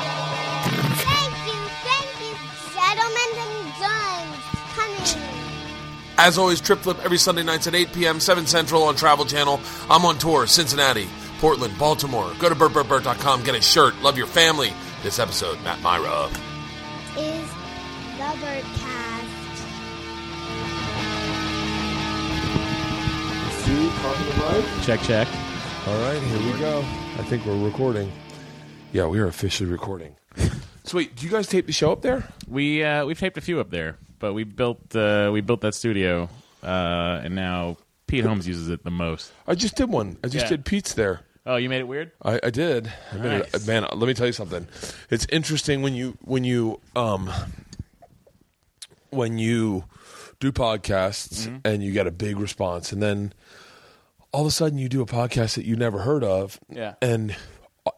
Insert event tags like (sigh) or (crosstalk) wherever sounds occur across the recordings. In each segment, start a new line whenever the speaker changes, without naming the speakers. Thank you, thank you, gentlemen and guns, coming.
As always, Trip Flip every Sunday nights at 8 p.m., 7 Central on Travel Channel. I'm on tour, Cincinnati, Portland, Baltimore. Go to burtburtburt.com, get a shirt. Love your family. This episode, Matt Myra.
Is the birdcast.
See, talking to Mike.
Check, check.
All right, here we go. I think we're recording. Yeah, we are officially recording. So wait, do you guys tape the show up there?
We uh, we've taped a few up there, but we built uh, we built that studio, uh, and now Pete Holmes uses it the most.
I just did one. I just
Yeah.
did Pete's there.
Oh, you made it weird.
I, I did. I made it-
Nice.
man, let me tell you something. It's interesting when you when you um when you do podcasts
Mm-hmm.
and you get a big response, and then all of a sudden you do a podcast that you never heard of,
Yeah.
and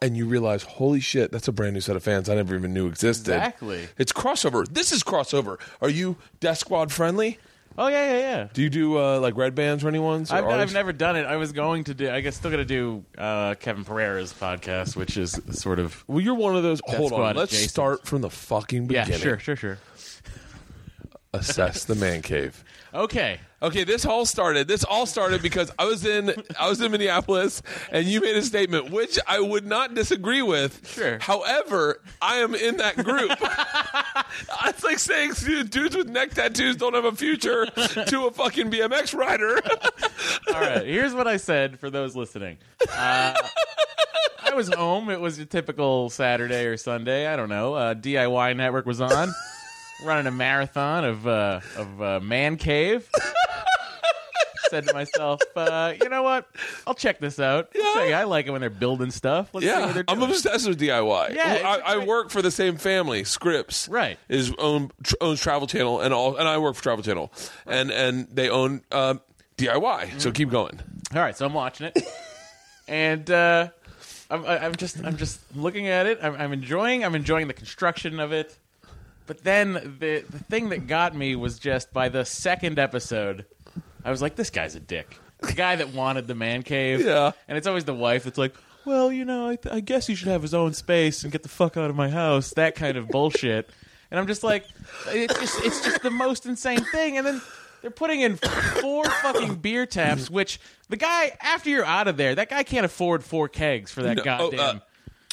and you realize, holy shit, that's a brand new set of fans I never even knew existed.
Exactly.
It's crossover. This is crossover. Are you Death Squad friendly?
Oh yeah, yeah, yeah.
Do you do uh, like red bands or anyone's? or
I've,
ours?
I've never done it. I was going to do. I guess still going to do uh, Kevin Pereira's podcast, which is sort of
Well, you're one of those. hold on.
Squad
Let's
adjacent.
start from the fucking
yeah,
beginning.
sure, sure, sure.
assess the man cave.
Okay,
Okay, this all started. This all started because I was in I was in Minneapolis and you made a statement which I would not disagree with.
Sure.
However, I am in that (laughs) group. it's like saying dudes with neck tattoos don't have a future to a fucking BMX rider.
all right. Here's what I said for those listening. Uh, I was home. It was a typical Saturday or Sunday. I don't know. Uh, DIY Network was on, running a marathon of uh, of uh, man cave. Said to myself, uh, you know what? I'll check this out. Check it. I like it when they're building stuff. Let's see
(laughs)
what
yeah,
they're doing.
I'm obsessed with DIY.
Yeah, it's
I, I
great-
work for the same family. Scripps,
Right.
is own tr- owns Travel Channel and all, and I work for Travel Channel, and and they own um, DIY. So keep going.
All right, so I'm watching it, and uh, I'm, I- I'm just I'm just looking at it. I'm, I'm enjoying I'm enjoying the construction of it, but then the the thing that got me was just by the second episode, I was like, this guy's a dick. The guy that wanted the man cave,
Yeah.
and it's always the wife that's like, well, you know, I, I guess he should have his own space and get the fuck out of my house. That kind of bullshit. And I'm just like, it's just, it's just the most insane thing. And then they're putting in four fucking beer taps, which the guy after you're out of there, that guy can't afford four kegs for that
No, oh,
goddamn.
uh,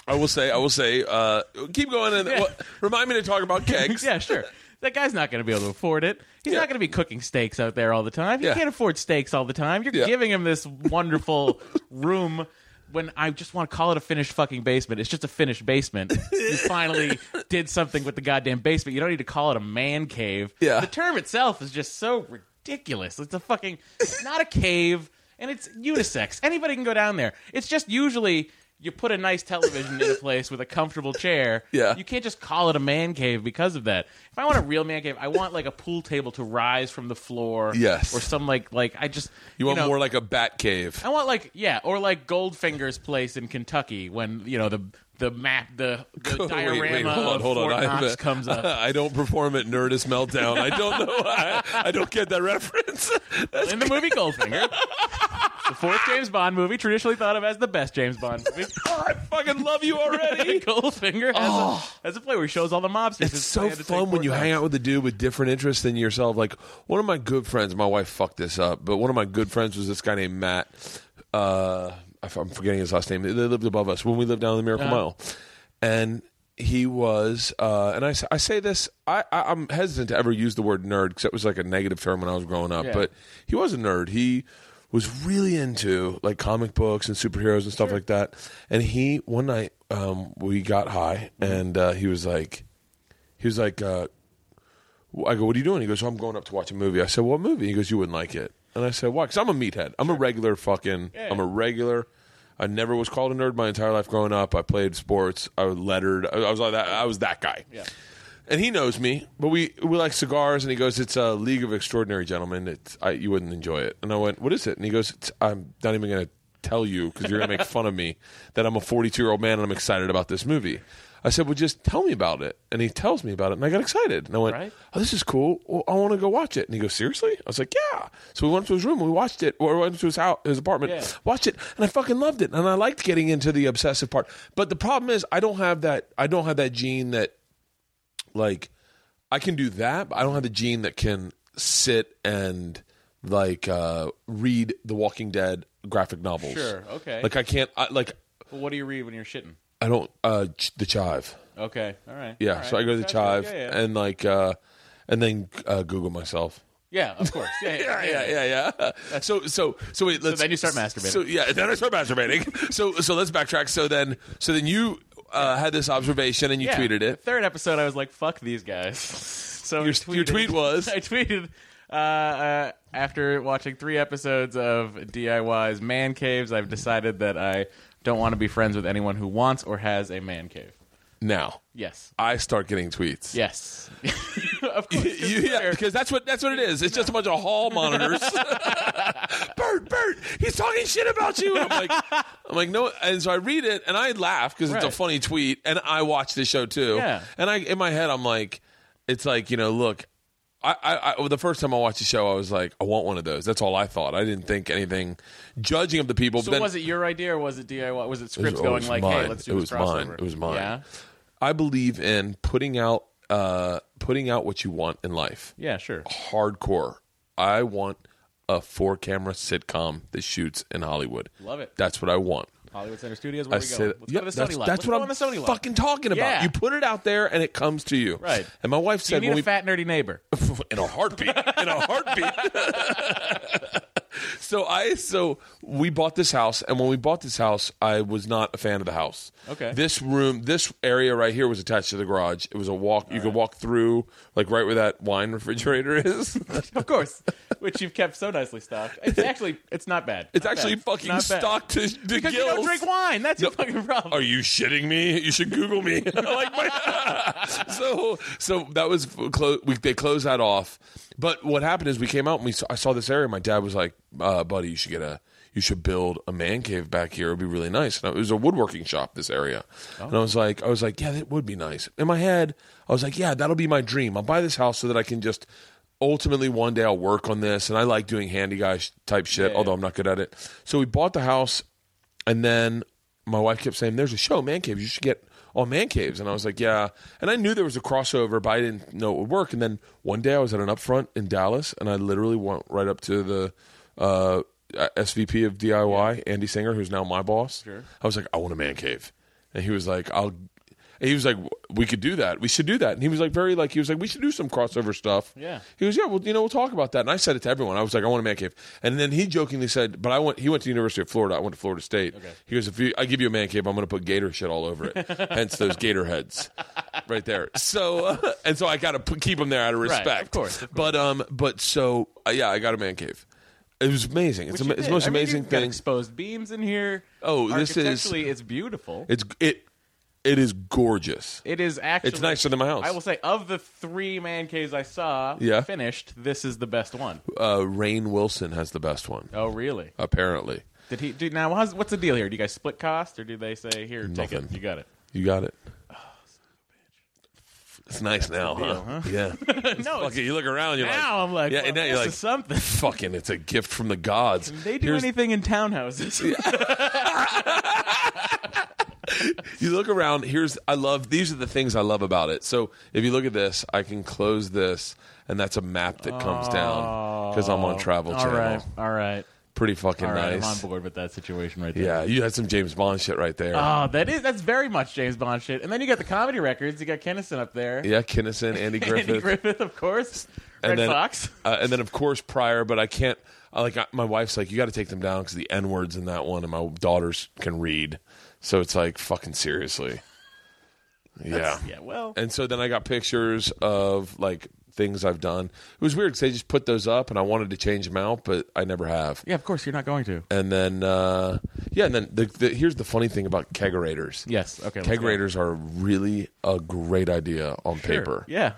I will say, I will say, uh, keep going and
Yeah.
well, remind me to talk about kegs.
(laughs) yeah, sure. That guy's not going to be able to afford it. He's
Yeah.
not going to be cooking steaks out there all the time. He
Yeah.
can't afford steaks all the time. You're
Yeah.
giving him this wonderful (laughs) room when I just want to call it a finished fucking basement. It's just a finished basement.
(laughs)
you finally did something with the goddamn basement. You don't need to call it a man cave.
Yeah.
The term itself is just so ridiculous. It's a fucking it's not a cave and it's unisex. Anybody can go down there. It's just usually you put a nice television in a place with a comfortable chair.
Yeah.
You can't just call it a man cave because of that. If I want a real man cave, I want like a pool table to rise from the floor.
Yes.
Or some like like I just
You want
know,
more like a bat cave?
I want like yeah, or like Goldfinger's place in Kentucky when you know the the map the, the
(laughs) Wait,
diorama
wait, hold on,
of
hold on.
Fort
I have
Knox
a-
comes
(laughs)
up.
I don't perform at Nerdist Meltdown. I don't know. (laughs) I, I don't get that reference. (laughs)
in the movie Goldfinger. the fourth James Bond movie, traditionally thought of as the best James Bond
(laughs)
movie.
Oh, I fucking love you already.
(laughs)
Oh.
Goldfinger has, a, has a play where he shows all the mobsters.
It's so fun when you hang out with a dude with different interests than yourself. Like one of my good friends, my wife fucked this up, but one of my good friends was this guy named Matt. Uh, I f- I'm forgetting his last name. They lived above us when we lived down in the Miracle Mile, and he was. Uh, and I, s- I say this, I, I, I'm hesitant to ever use the word nerd because it was like a negative term when I was growing up.
Yeah.
But he was a nerd. He was really into like comic books and superheroes and stuff like that. And he one night um, we got high, and uh, he was like. He was like, uh, I go, what are you doing? He goes, oh, I'm going up to watch a movie. I said, what movie? He goes, you wouldn't like it. And I said, why? Because I'm a meathead. I'm a regular fucking,
Yeah.
I'm a regular. I never was called a nerd my entire life growing up. I played sports. I was lettered. I, I was like that. I was that guy.
Yeah.
And he knows me, but we, we like cigars. And he goes, "It's a League of Extraordinary Gentlemen. It's I, you wouldn't enjoy it." And I went, "What is it?" And he goes, it's, "I'm not even going to tell you because you're going to make fun of me that I'm a 42 year old man and I'm excited about this movie. I said, well, just tell me about it. And he tells me about it. And I got excited. And I went,
Right.
oh, this is cool. Well, I want to go watch it. And he goes, seriously? I was like, yeah. So we went to his room. We watched it. Or we went to his house, his apartment,
Yeah.
watched it. And I fucking loved it. And I liked getting into the obsessive part. But the problem is I don't have that. I don't have that gene that like I can do that, but I don't have the gene that can sit and like uh read the Walking Dead graphic novels.
Sure, okay.
Like I can't I like
Well, what do you read when you're shitting?
I don't uh ch- the chive.
Okay, all right.
Yeah,
all right.
so I go to the
Gotcha.
chive
Yeah, yeah.
and like uh and then uh Google myself.
yeah, of course.
(laughs)
Yeah, yeah, yeah.
yeah, yeah. So, so, so wait. Let's,
then you start masturbating.
So, yeah, then I start masturbating. (laughs) So, so let's backtrack. So then, so then you uh, had this observation and you
Yeah.
tweeted it.
Third episode, I was like, "Fuck these guys." (laughs) So I
Your- your
tweeted-
tweet was?
(laughs) I tweeted uh, uh, after watching three episodes of DIY's man caves. I've decided that I don't want to be friends with anyone who wants or has a man cave.
Now,
Yes,
I start getting tweets.
yes, (laughs) of course.
(laughs) You- yeah, because that's what that's what it is. It's just a bunch of (laughs) hall monitors. Bert, Bert, he's talking shit about you. And (laughs) I'm like, I'm like, no. And so I read it and I laugh because it's a
Right.
funny tweet. And I watch this show too.
Yeah.
And I in my head I'm like, it's like you know, look. I, I, I well, the first time I watched the show, I was like, I want one of those. That's all I thought. I didn't think anything judging of the people.
So
but then,
was it your idea or was it DIY? Was it
it was-
scripts
oh, it
going
was
like,
mine.
"Hey, let's do
it
this
was
crossover"?
mine. It was mine.
Yeah,
I believe in putting out uh, putting out what you want in life.
yeah, sure.
hardcore. I want a four camera sitcom that shoots in Hollywood.
Love it.
That's what I want.
Hollywood Center Studios. Where
I
we go?
say
Let's
yeah,
go to the
that's,
Sony lot.
that's
Let's
what
go
I'm
on the Sony lot.
fucking talking about.
Yeah.
You put it out there and it comes to you.
Right.
And my wife
Do you
said
need
when
a
we
fat nerdy neighbor?
(laughs) in a heartbeat. In a heartbeat. (laughs) so I so we bought this house, and when we bought this house, I was not a fan of the house.
Okay.
This room, this area right here, was attached to the garage. It was a walk. you could walk through, like right where that wine refrigerator (laughs) is.
Of course, which you've kept so nicely stocked. It's actually, it's not bad.
It's
Not
actually
bad.
fucking
Not bad.
stocked to the
because you
gills.
don't drink wine. That's your fucking problem.
(laughs) Are you shitting me? You should Google me. (laughs) like my, (laughs) so, so that was clo- we, they closed that off. But what happened is we came out and we saw, I saw this area. My dad was like, uh, "Buddy, you should get a you should build a man cave back here. It'd be really nice." And it was a woodworking shop. This area,
Oh.
and I was like, I was like, "Yeah, that would be nice." In my head, I was like, "Yeah, that'll be my dream. I'll buy this house so that I can just." Ultimately, one day I'll work on this, and I like doing handy guy sh- type shit.
Yeah.
Although I'm not good at it, so we bought the house, and then my wife kept saying, "There's a show, Man Caves. You should get on Man Caves." And I was like, "Yeah." And I knew there was a crossover, but I didn't know it would work. And then one day I was at an upfront in Dallas, and I literally went right up to the uh, SVP of DIY, Andy Singer, who's now my boss. I was like, "I want a Man Cave," and he was like, "I'll." and He was like, "We could do that. We should do that." And he was like, "Very like." He was like, "We should do some crossover stuff."
Yeah.
He goes, yeah, well, you know, we'll talk about that. And I said it to everyone. I was like, I want a man cave. And then he jokingly said, but I went. He went to the University of Florida. I went to Florida State. He goes, if you, I give you a man cave, I'm going to put gator shit all over
(laughs)
it. Hence those gator heads, right there. So uh, and so I got to put, keep them there out of
of
respect,
course, of course.
But um, but so uh, yeah, I got a man cave. It was amazing. It's,
Which
ama-
you
it's
did.
the most
I mean,
amazing
you've got
thing.
Exposed beams in here.
Oh, this is-
Architecturally, it's beautiful.
It's it it is gorgeous.
It is actually.
It's nicer than my house.
I will say, of the three man caves I saw
Yeah.
finished, this is the best one.
Uh, Rain Wilson has the best one,
Oh, really?
apparently.
Did he? Did, now, how's, what's the deal here? Do you guys split cost, or do they say, "Here, take
Nothing.
it, you got it"? (laughs)
You got it.
Oh,
It's nice now, huh? Yeah.
(laughs) no, it's,
Okay, you look around, you're like,
now I'm like,
yeah,
well,
and now
this
you're like,
is something. (laughs)
fucking, it's a gift from the gods.
They do
Here's-
anything in townhouses. (laughs)
You look around. Here's, I love. These are the things I love about it. So if you look at this, I can close this, and that's a map that comes down because I'm on Travel
Oh, All
Channel.
right, all right,
Pretty fucking
all right. I'm on
nice.
board with that situation right there.
Yeah, you had some James Bond shit right there.
Oh, that is that's very much James Bond shit. And then you got the comedy records. You got Kennison up there.
yeah, Kinnison, Andy Griffith.
(laughs) Andy Griffith, of course.
and
Red
then,
Fox.
uh, and then of course Pryor. But I can't. I, like I, my wife's like, you got to take them down because the N words in that one, and my daughters can read. So it's like fucking seriously. Yeah.
(laughs) Yeah, well,
And so then I got pictures of like things I've done. It was weird because they just put those up, and I wanted to change them out, but I never have.
yeah, of course you're not going to.
And then uh, yeah, and then the, the, here's the funny thing about kegerators.
Yes. Okay. let's go.
Kegerators are really a great idea on paper,
Yeah.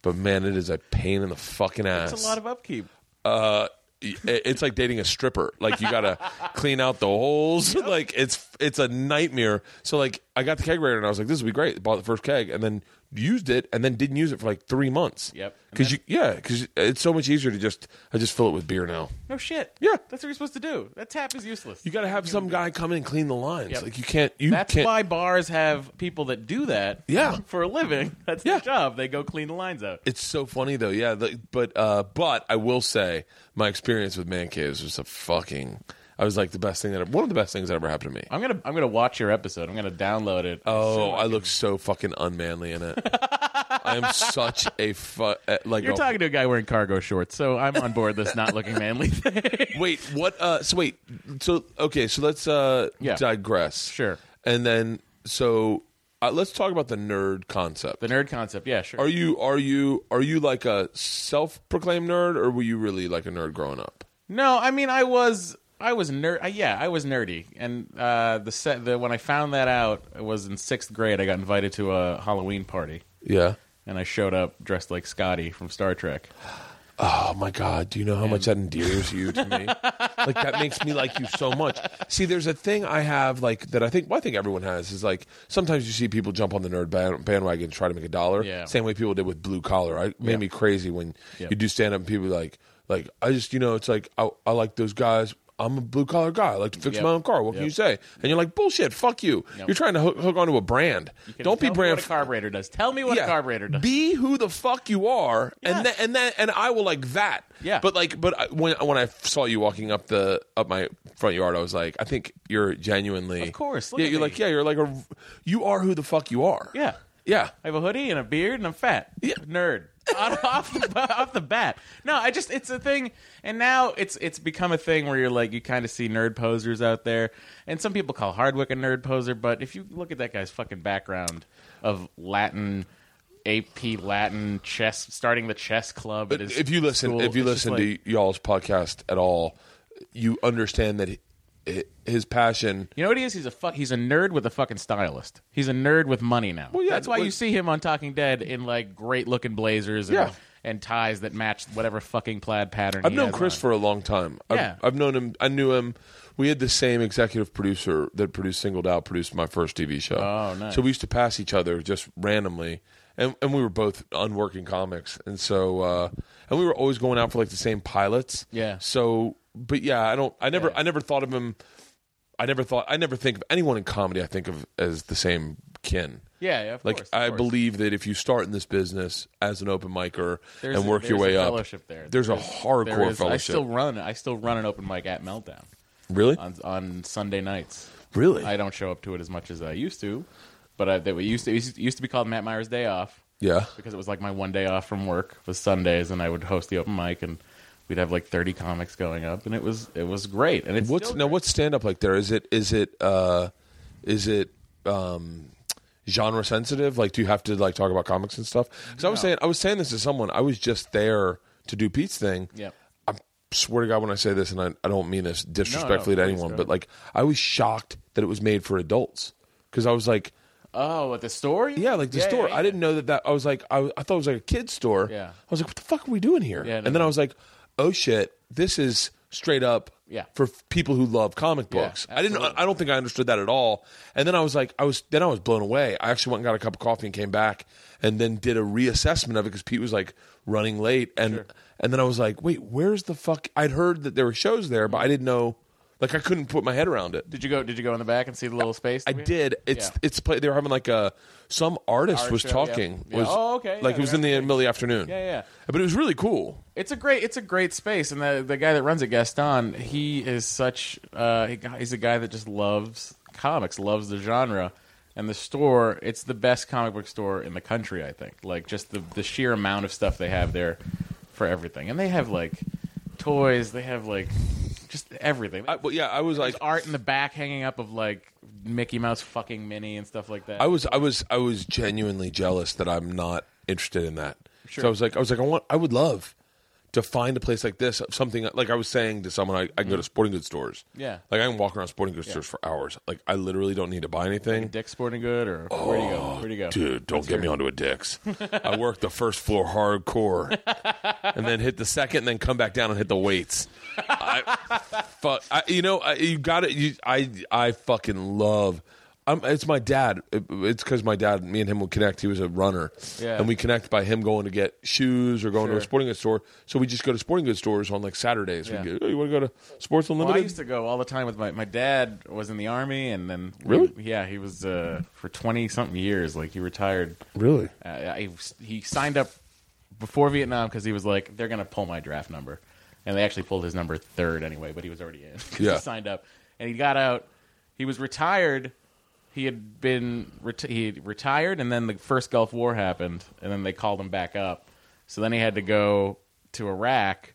but man, it is a pain in the fucking ass.
It's a lot of upkeep.
Uh, it- it's like dating a stripper. Like you gotta clean out the holes. (laughs) Like it's it's a nightmare. So like I got the kegerator and I was like, this would be great. Bought the first keg and then used it and then didn't use it for like three months.
Yep. And
Because
then-
you yeah because it's so much easier to just I just fill it with beer now.
No shit.
Yeah.
That's what you're supposed to do. That tap is useless.
You gotta have some guy come in and clean the lines.
Yep.
Like you can't you
That's
can't.
why bars have people that do that
Yeah.
for a living. That's
Yeah.
their job. They go clean the lines out.
It's so funny though, yeah. the- but uh, but I will say, my experience with man caves was a fucking. I was like the best thing that one of the best things that ever happened to me.
I'm gonna I'm gonna watch your episode. I'm gonna download it.
Oh, I look so fucking unmanly in it. I am such a fu- uh, like.
You're
a-
talking to a guy wearing cargo shorts, so I'm on board this not looking (laughs) manly thing.
(laughs) Wait, what? Uh, so wait, so okay, so let's uh
Yeah.
digress.
Sure.
And then so uh, let's talk about the nerd concept.
the nerd concept, yeah, sure.
are you are you are you like a self-proclaimed nerd, or were you really like a nerd growing up?
No, I mean I was I was nerd. Uh, yeah, I was nerdy, and uh, the set the when I found that out it was in sixth grade. I got invited to a Halloween party,
Yeah.
and I showed up dressed like Scotty from Star Trek.
Oh my God! Do you know how much that endears you to me? like that makes me like you so much. See, there's a thing I have like that I think well, I think everyone has is like sometimes you see people jump on the nerd ban- bandwagon and try to make a dollar.
Yeah.
Same way people did with blue collar. I it made
Yeah.
me crazy when
Yeah.
you do stand up and people be like like I just you know it's like I, I like those guys. I'm a blue collar guy. I like to fix
Yep.
my own car. What can
Yep.
you say? And you're like bullshit. Fuck you.
Yep.
You're trying to hook, hook onto a brand.
Can
Don't be
tell me
brand
What a carburetor does. Tell me what a carburetor does.
be who the fuck you are,
Yes.
and then and then and I will like that.
Yeah.
But like, but I, when when I saw you walking up the up my front yard, I was like, I think you're genuinely,
Of course, look
yeah,
at
you're
me.
like, yeah, you're like a, you are who the fuck you are.
yeah.
Yeah.
I have a hoodie and a beard and I'm fat. Nerd. (laughs) Out- off, the, off the bat. No, I just it's a thing and now it's it's become a thing where you're like you kind of see nerd posers out there. And some people call Hardwick a nerd poser, but if you look at that guy's fucking background of Latin AP Latin chess starting the chess club at
But
his
if you listen,
school,
if you
it's just
listen
like-
to y'all's podcast at all, you understand that hi- his passion.
You know what he is? He's a fuck. He's a nerd with a fucking stylist. He's a nerd with money now.
yeah,
that's why
well-
you see him on Talking Dead in like great looking blazers and,
Yeah.
and ties that match whatever fucking plaid pattern.
I've
he
known
has
Chris
on.
for a long time. I've,
Yeah.
I've known him. I knew him. We had the same executive producer that produced Singled Out, produced my first TV show.
Oh, nice.
So we used to pass each other just randomly, and and we were both unworking comics, and so uh, and we were always going out for like the same pilots.
Yeah.
So, but yeah, I don't. I never.
Yeah.
I never thought of him. I never thought. I never think of anyone in comedy. I think of as the same kin.
Yeah, yeah, of
Like
course, of
I
course.
believe that if you start in this business as an open micer
There's
and
a-
work your
there's
way
a
up,
fellowship there.
there's, a
There's-
hardcore
There is-
fellowship.
I still run. I still run an open mic at Meltdown
Really?
on on Sunday nights.
Really?
I don't show up to it as much as I used to, but I, that we used to it used to be called Matt Meyer's Day Off.
yeah.
because it was like my one day off from work was Sundays, and I would host the open mic, and we'd have like thirty comics going up, and it was it was great. And it's
What's
still
now?
great.
What's stand up like there? Is it is it uh, is it um, genre sensitive? Like, do you have to like talk about comics and stuff? Because I was saying, I was saying this to someone. I was just there to do Pete's thing.
Yep.
I swear to God, when I say this, and I, I don't mean this disrespectfully to
please
anyone,
go.
but like, I was shocked that it was made for adults because I was like.
oh at the store?
Yeah, like the store. I didn't know that. That I was like, I, I thought it was like a kid's store.
Yeah.
I was like, what the fuck are we doing here?
Yeah,
and
no,
then
no.
I was like, oh shit, this is straight up.
Yeah.
For f- people who love comic
Yeah,
books, I didn't. I don't think I understood that at all. And then I was like, I was then I was blown away. I actually went and got a cup of coffee and came back, and then did a reassessment of it because Pete was like running late, and and then I was like, wait, where's the fuck? I'd heard that there were shows there, but I didn't know. Like I couldn't put my head around it.
Did you go? Did you go in the back and see the little space?
I
that we had?
did. It's
Yeah.
it's play. They were having like a some artist
Art
was
show,
talking.
yeah. Yeah.
Was,
Oh, okay,
Like
yeah,
it was in the
they're
middle of the afternoon.
Yeah, yeah.
But it was really cool.
It's a great. It's a great space, and the the guy that runs it, Gaston, he is such. Uh, he, he's a guy that just loves comics, loves the genre, and the store. It's the best comic book store in the country, I think. Like just the the sheer amount of stuff they have there for everything, and they have like toys. They have like just everything.
I, but yeah, I was like,
There's art in the back hanging up of like Mickey Mouse fucking Minnie and stuff like that.
I was, I was, I was genuinely jealous that I'm not interested in that.
Sure.
So I was like, I was like, I want, I would love to find a place like this, something like I was saying to someone, I, I can go to sporting goods stores.
Mm-hmm. Yeah.
Like I can walk around sporting goods stores for hours. Like I literally don't need to buy anything.
Dick's Sporting Good or where do you go? Where do you go?
Dude, don't get me onto a
(laughs)
dicks. I worked the first floor hardcore, and then hit the second, and then come back down and hit the weights. I, fuck, I, you know, I, you got to You, I, I fucking love. I'm, it's my dad. It- It's because my dad, me and him would connect. He was a runner,
Yeah.
and we connect by him going to get shoes or going to
Sure.
a sporting goods store. So we just go to sporting goods stores on like Saturdays.
Yeah.
We go, "Oh, you want to go to Sports Unlimited?
Well, I used to go all the time with my my dad was in the army and then
Really?
yeah he was uh, for twenty something years like he retired
really?
uh, I, he signed up before Vietnam because he was like they're gonna pull my draft number and they actually pulled his number third anyway but he was already in (laughs) 'Cause
Yeah.
he signed up and he got out he was retired he had been reti- he had retired and then the first Gulf War happened and then they called him back up so then he had to go to Iraq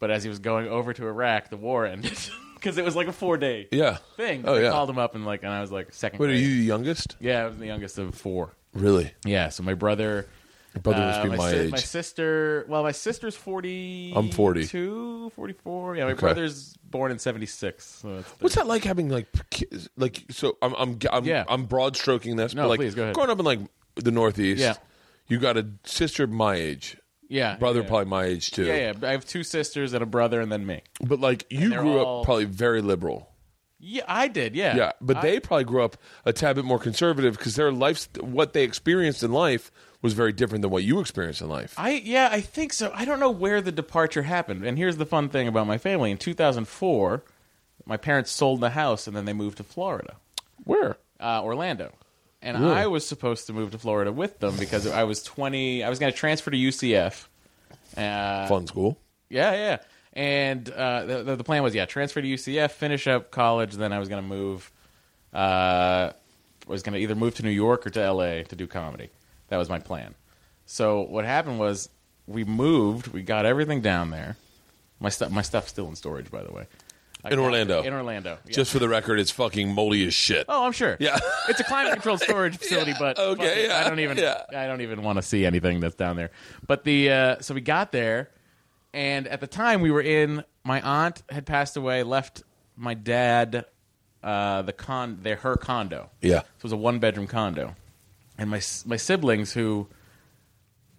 but as he was going over to Iraq the war ended (laughs) because it was like a four day
Yeah.
thing
Oh
they
yeah.
called him up and like and I was like second
Wait, are
grade.
you the youngest?
yeah I was the youngest of four
Really?
yeah, so my brother.
Your brother
uh,
must be my,
si-
age.
My sister. Well, my sister's 40.
I'm 40.
44. Yeah, my
Okay.
brother's born in 76. So that's
What's that like having like p- ki- like so I'm I'm I'm,
Yeah.
I'm broad stroking this
No,
but like
please, go ahead.
growing up in like the northeast
Yeah.
you got a sister my age
Yeah.
brother
yeah.
probably my age too
Yeah, yeah. I have two sisters and a brother and then me.
but like you
they're
grew
all-
up probably very liberal
Yeah, I did. Yeah.
yeah but
I-
they probably grew up a tad bit more conservative because their life what they experienced in life was very different than what you experienced in life
I yeah, I think so. I don't know where the departure happened. And here's the fun thing about my family. In 2004, my parents sold the house and then they moved to Florida.
where
uh, Orlando. And
Really?
I was supposed to move to Florida with them because I was 20. I was going to transfer to UCF. Uh,
fun school
Yeah, yeah. And uh, the, the- the plan was, yeah, transfer to UCF, finish up college, then I was going to move. Uh, was going to either move to New York or to LA to do comedy. That was my plan. So what happened was we moved. We got everything down there. My stuff, my stuff's still in storage, by the way. I
In
got-
Orlando.
In Orlando. yeah.
just for the record it's fucking moldy as shit
Oh, I'm sure.
Yeah.
it's a climate controlled
(laughs)
storage facility, but fuck
okay,
it.
yeah,
I don't even
yeah.
I don't even want to see anything that's down there. But the uh, so we got there, and at the time we were in, my aunt had passed away, left my dad uh, the con their her condo.
yeah
So it was a one bedroom condo, and my s- my siblings who.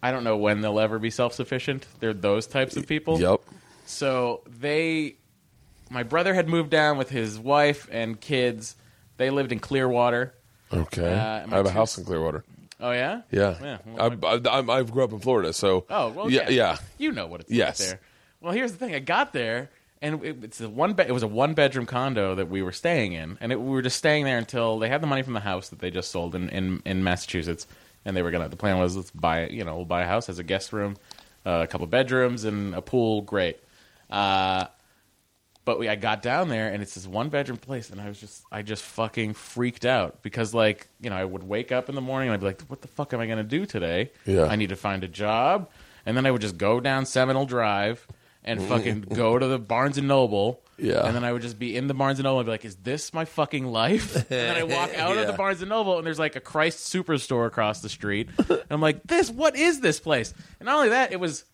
I don't know when they'll ever be self sufficient. They're those types of people.
yep
So they, my brother had moved down with his wife and kids. They lived in Clearwater.
okay
Uh, my
I have a
two-
house in Clearwater
Oh yeah,
yeah,
yeah.
I, I, I'm- I grew up in Florida so
oh well,
yeah yeah
You know what it's
Yes.
like there. Well, here's the thing. I got there, and it, it's a one. Be- it was a one bedroom condo that we were staying in, and it, we were just staying there until they had the money from the house that they just sold in in, in Massachusetts, and they were gonna. The plan was let's buy you know we'll buy a house as a guest room, uh, a couple bedrooms and a pool. Great. Uh, but we, I got down there and it's this one bedroom place and I was just I just fucking freaked out because like you know I would wake up in the morning and I'd be like what the fuck am I gonna do today
Yeah.
I need to find a job and then I would just go down Seminole Drive and
(laughs)
fucking go to the Barnes and Noble
Mm. Yeah.
and then I would just be in the Barnes and Noble and be like is this my fucking
(laughs)
life and then I walk out of
Yeah.
the Barnes and Noble and there's like a Christ Superstore across the street (laughs) and I'm like this what is this place and not only that it was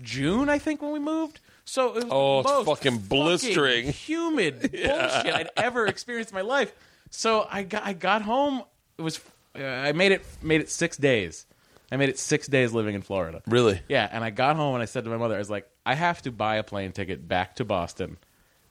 June, I think, when we moved. So it was
Oh, it's
the most
fucking blistering. (laughs)
humid bullshit I'd ever experienced in my life. So I got I got home. It was uh, I made it made it six days. I made it six days living in Florida.
really
Yeah, and I got home and I said to my mother, I was like, I have to buy a plane ticket back to Boston,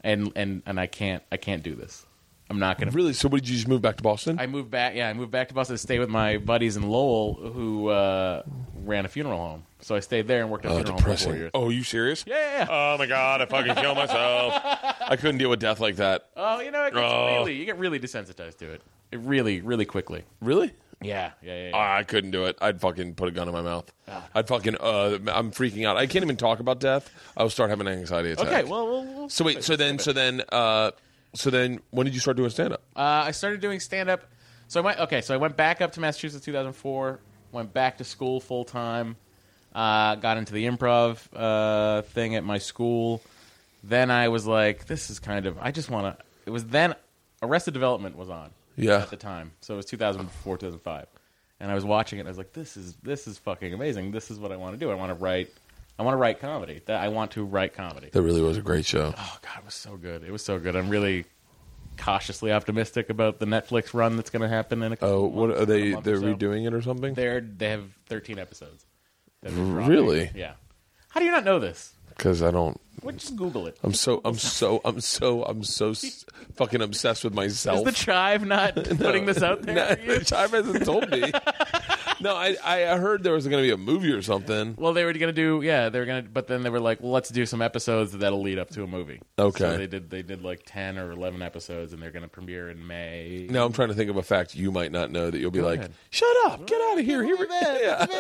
and and and I can't I can't do this. I'm not gonna.
Really? So, what did you just move back to Boston?
I moved back. Yeah, I moved back to Boston to stay with my buddies in Lowell who uh, ran a funeral home. So I stayed there and worked at a
oh,
funeral home for four
depressing.
years.
Oh, you serious?
Yeah, yeah, yeah.
Oh my god, I fucking killed myself. (laughs) I couldn't deal with death like that.
Oh, you know, it gets
Oh.
really you get really desensitized to it. It really, really quickly.
Really?
Yeah, yeah, yeah. yeah. Ah.
I couldn't do it. I'd fucking put a gun in my mouth. I'd fucking. Uh, I'm freaking out. I can't even talk about death. I will start having an anxiety attack.
okay, well, we'll, we'll
So wait. So then. So then. Uh, so then. When did you start doing stand up?
Uh, I started doing stand up. So I went. Okay, so I went back up to Massachusetts, 2004. Went back to school full time. Uh, got into the improv uh, thing at my school. Then I was like, this is kind of. I just want to. It was then Arrested Development was on.
Yeah.
At the time, so it was 2004, 2005, and I was watching it. and I was like, this is this is fucking amazing. This is what I want to do. I want to write I want to write comedy. That I want to write comedy.
That really was a great show.
Oh God, it was so good. It was so good. I'm really cautiously optimistic about the Netflix run that's going to happen in a couple
Oh, what
months,
are they?
a month or
They're
so.
redoing it or something?
They're they have 13 episodes. that they're dropping.
Really?
Yeah. How do you not know this?
Because I don't.
Well, just Google it.
I'm so. I'm so. I'm so. I'm so s- fucking obsessed with myself.
Is the tribe not putting this out
(laughs)
there?
No,
for you?
the tribe hasn't told
(laughs)
me. no, I I heard there was going to be a movie or something.
Well, they were gonna do yeah, they were gonna, but then they were like, well, let's do some episodes that'll lead up to a movie.
Okay.
So they did they did like ten or eleven episodes, and they're gonna premiere in May.
Now I'm trying to think of a fact you might not know that you'll be like,
ahead.
"Shut up, get out of here, here we
(laughs)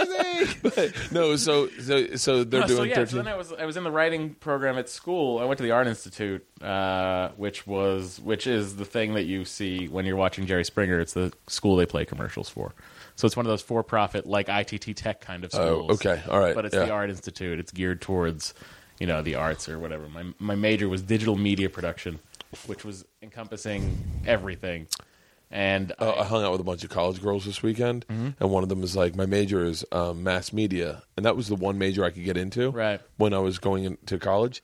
yeah. no, so so so (laughs) they're
Oh,
doing
so yeah,
13.
so then I was I was in the writing program at school. I went to the Art Institute, uh, which was which is the thing that you see when you're watching Jerry Springer. It's the school they play commercials for. So it's one of those for-profit, like ITT Tech kind of
Oh,
schools.
okay. All right.
But it's
Yeah.
the Art Institute. It's geared towards you know the arts or whatever. My my major was digital media production, which was encompassing everything. And
Uh,
I- Mm-hmm.
I hung out with a bunch of college girls this weekend, and one of them was like, "My major is um, mass media," and that was the one major I could get into
Right.
when I was going into college.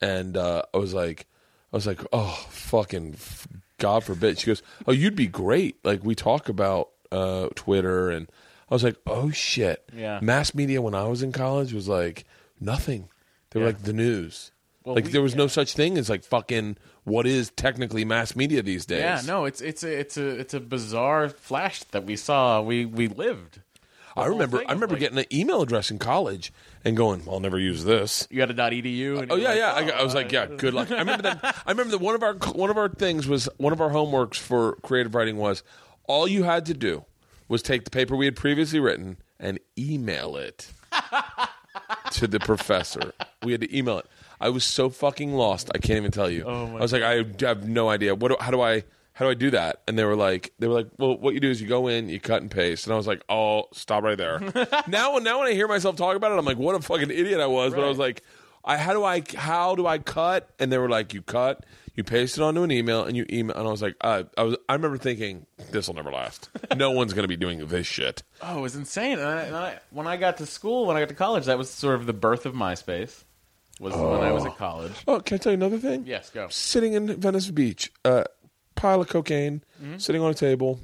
And uh, I was like, I was like, "Oh, fucking f- God forbid!" She goes, "Oh, you'd be great." Like we talk about uh, Twitter, and I was like, "Oh shit!"
Yeah.
mass media when I was in college was like nothing. They were
Yeah.
like the news.
Well,
like
we-
there was
yeah.
no such thing as like fucking what is technically mass media these days.
yeah, no, it's it's a it's a it's a bizarre flash that we saw. We we lived. The
I
whole
remember.
thing
I
is,
remember
like,
getting an email address in college and going, "I'll never use this."
you had a .edu. And
Oh
you're
yeah,
like,
yeah. I,
oh,
got- I was like, "Yeah, good luck." I remember that. I remember that one of our one of our things was one of our homeworks for creative writing was all you had to do was take the paper we had previously written and email it to the professor. We had to email it. I was so fucking lost. I can't even tell you.
Oh
I was like, I have no idea. What? Do, how do I? How do I do that? And they were like, they were like, well, what you do is you go in, you cut and paste. And I was like, oh, stop right
(laughs)
there. now, now when I hear myself talk about it, I'm like, what a fucking idiot I was. But I was like, I how do I how do I cut? And they were like, you cut, you paste it onto an email, and you email. And I was like, uh, I was. I remember thinking, this will never
(laughs)
last. No one's gonna be doing this shit.
Oh, it was insane. And I, and I, when I got to school, when I got to college, that was sort of the birth of MySpace. Was when I was at college.
Oh, can I tell you another thing?
Yes, go.
sitting in Venice Beach, uh, pile of cocaine, sitting on a table,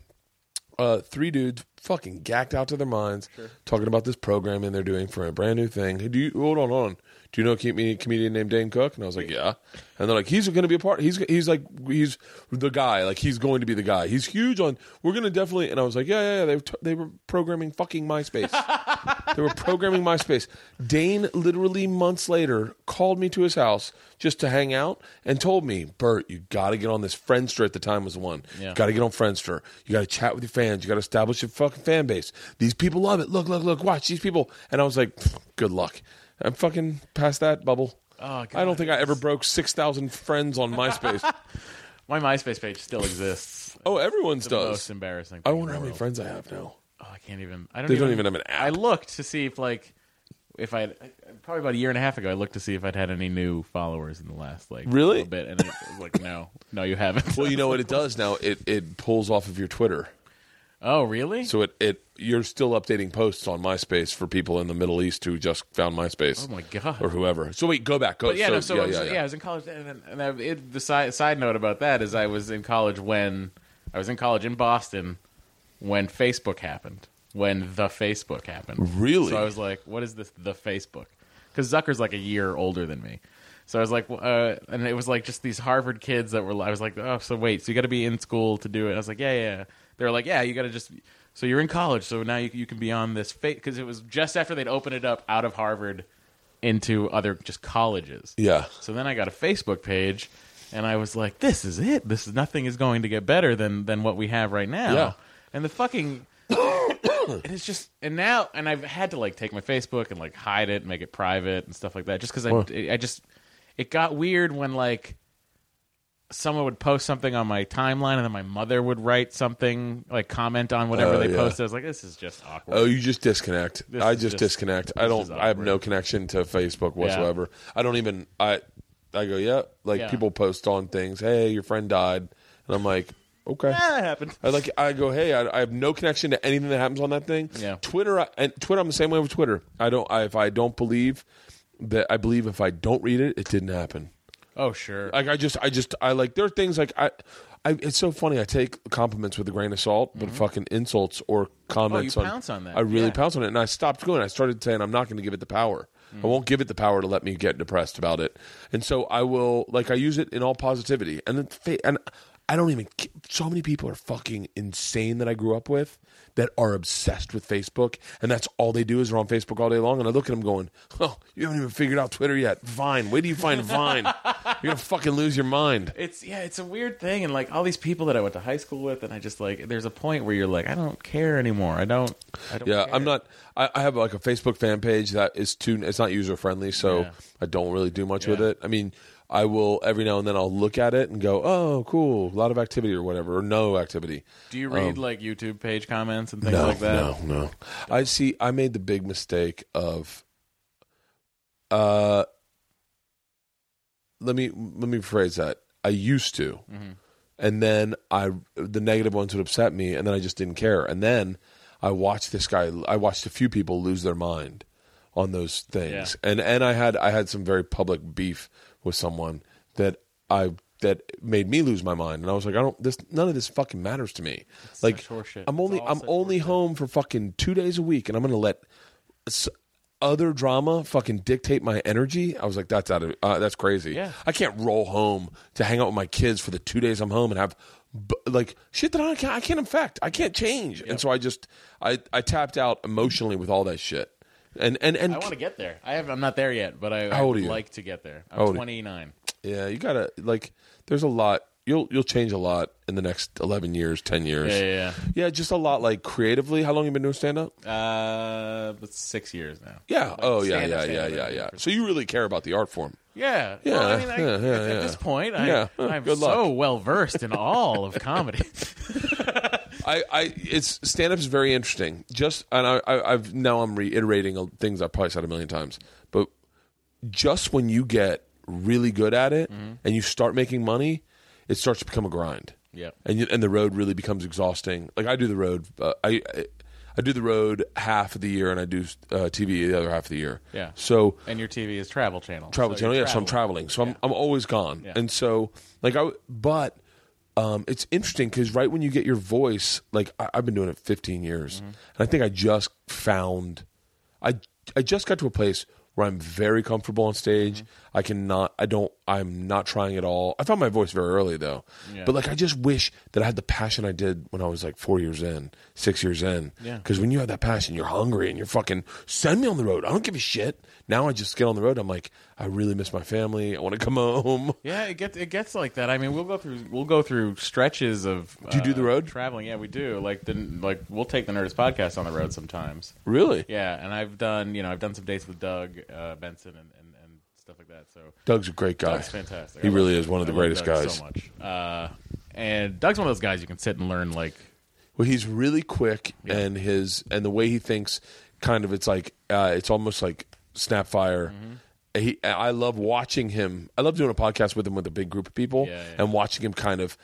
uh, three dudes fucking gacked out to their minds, talking about this programming they're doing for a brand new thing. Hey, do you hold on, hold on? Do you know a com- comedian named Dane Cook? And I was like, yeah. And they're like, he's going to be a part. He's he's like he's the guy. Like he's going to be the guy. He's huge on. We're going to definitely. And I was like, yeah, yeah. yeah. They were t- they were programming fucking MySpace. They were programming MySpace. Dane literally months later called me to his house just to hang out and told me, Bert, you got to get on this Friendster at the time was the one.
Yeah.
Got to get on Friendster. You got to chat with your fans. You got to establish a fucking fan base. These people love it. Look, look, look. Watch these people. And I was like, "Pfft, good luck. I'm fucking past that bubble.
Oh,
I don't
God.
think I ever broke 6,000 friends on
(laughs)
MySpace.
My MySpace page still exists.
oh, everyone's
It's the most
does.
embarrassing.
I
thing
wonder
in
how
the
many
world.
friends I have now.
Oh, I can't even. I don't.
They
even,
don't even have an app.
I looked to see if like if I probably about a year and a half ago, I looked to see if I'd had any new followers in the last like
Really?
little bit, and it was like no, no, you haven't. (laughs)
Well, you know what it does now? It, it pulls off of your Twitter.
oh, really?
So it, it you're still updating posts on MySpace for people in the Middle East who just found MySpace.
Oh my God.
Or whoever. So wait, go back. Go.
But yeah,
so,
no, so I was, yeah, I was in college, and, then- and I, it, the side, side note about that is I was in college when I was in college in Boston when Facebook happened, when the Facebook happened.
Really?
So I was like, what is this? The Facebook? Because Zucker's like a year older than me. So I was like, uh, and it was like just these Harvard kids that were. I was like, oh, so wait, so you got to be in school to do it? I was like, yeah, yeah. They were like, yeah, you got to just. So you're in college, so now you, you can be on this fake because it was just after they'd opened it up out of Harvard into other just colleges.
Yeah.
So then I got a Facebook page, and I was like, "This is it. This is nothing is going to get better than than what we have right now."
Yeah.
And the fucking (coughs) and it's just and now and I've had to like take my Facebook and like hide it, and make it private and stuff like that, just because I I just it got weird when like someone would post something on my timeline and then my mother would write something like comment on whatever
Oh,
they
yeah.
posted. I was like, "This is just awkward."
Oh, you just disconnect.
This
I
is
just,
just-
disconnect. I
this
don't.
is
I have no
awkward.
connection to Facebook whatsoever. I don't even. I. I go. Yeah. Like
Yeah.
people post on things. Hey, your friend died, and I'm like, okay.
Ah, that happened.
I like I go, hey, I, I have no connection to anything that happens on that thing.
Yeah.
Twitter I, and Twitter, I'm the same way with Twitter. I don't. I, if I don't believe that I believe if I don't read it, it didn't happen.
Oh sure.
Like I just, I just, I like there are things like I, I. It's so funny. I take compliments with a grain of salt, but fucking insults or comments on,
Oh, pounce on that.
I really
Yeah.
pounce on it, and I stopped going. I started saying I'm not going to give it the power. I won't give it the power to let me get depressed about it, and so I will. Like I use it in all positivity, and then fa- and I don't even. ca- So many people are fucking insane that I grew up with that are obsessed with Facebook, and that's all they do is they're on Facebook all day long. And I look at them going, "Oh, you haven't even figured out Twitter yet. Vine. Where do you find
(laughs)
Vine? You're gonna fucking lose your mind."
it's yeah, it's a weird thing, and like all these people that I went to high school with, and I just like, there's a point where you're like, I don't care anymore. I don't. I don't
Yeah,
care.
I'm not. I, I have like a Facebook fan page that is too. It's not user friendly, so
Yeah.
I don't really do much
Yeah.
with it. I mean, I will every now and then I'll look at it and go, "Oh, cool, a lot of activity or whatever, or no activity."
Do you read like YouTube page comments and things
no,
like that?
no, no. I see. I made the big mistake of. Uh, let me let me rephrase that. I used to, and then I the negative ones would upset me, and then I just didn't care. And then I watched this guy. I watched a few people lose their mind on those things, and and I had I had some very public beef with someone that I that made me lose my mind, and I was like, I don't this none of this fucking matters to me. like
such horseshit.
I'm
It's
only
all
I'm
such
only home for fucking two days a week, and I'm gonna let s- other drama fucking dictate my energy. I was like, that's out of uh, that's crazy.
Yeah.
I can't roll home to hang out with my kids for the two days I'm home and have b- like shit that I can't I can't affect. I can't change, and so I just I I tapped out emotionally with all that shit, and and and
I want to get there. I have. I'm not there yet, but I, I
How old
would
are you?
like to get there. I'm
How old are you?
29.
yeah, you gotta like. There's a lot. You'll you'll change a lot in the next eleven years, ten years.
Yeah, yeah.
Yeah, just a lot like creatively. How long you been doing stand up?
yeah. Uh, but six years now.
Yeah. oh yeah,
stand-up,
yeah, yeah,
stand-up,
yeah, yeah.
stand-up.
So you really care about the art form.
Yeah.
Yeah,
Well, I mean, I,
yeah, yeah,
at, at
yeah.
this point, I,
Yeah.
I'm
Good luck.
so well versed in all of comedy. (laughs)
I, I it's stand up is very interesting. Just and I, I I've now I'm reiterating things I've probably said a million times, but just when you get really good at it and you start making money, it starts to become a grind.
Yep.
and you, and the road really becomes exhausting. Like I do the road, uh, I. I I do the road half of the year, and I do uh, TV the other half of the year.
Yeah.
So
and your TV is Travel Channel.
travel
So
channel.
you're
Yeah, so I'm traveling, so I'm I'm always gone,
Yeah.
and so like I, w- but um, it's interesting because right when you get your voice, like I, I've been doing it 15 years,
Mm-hmm.
and I think I just found, I I just got to a place where I'm very comfortable on stage.
Mm-hmm.
I cannot, I don't, I'm not trying at all. I found my voice very early though,
Yeah.
but like I just wish that I had the passion I did when I was like four years in, six years in,
Yeah.
because when you have that passion, you're hungry and you're fucking send me on the road. I don't give a shit. Now I just get on the road. I'm like, I really miss my family. I want to come home. (laughs)
Yeah, it gets it gets like that. I mean, we'll go through we'll go through stretches of.
Do you do
uh,
the road?
traveling? Yeah, we do. Like the like we'll take the Nerdist podcast on the road sometimes.
Really?
Yeah, and I've done you know I've done some dates with Doug uh, Benson and, and and stuff like that. So
Doug's a great guy.
Doug's fantastic.
He
I love
really
Doug.
is one of the
I love
greatest
Doug
guys.
So much. Uh, and Doug's one of those guys you can sit and learn like.
Well, he's really quick, and his and the way he thinks, kind of, it's like uh, it's almost like snap fire.
Mm-hmm.
He, I love watching him. I love doing a podcast with him with a big group of people
Yeah, yeah.
and watching him kind of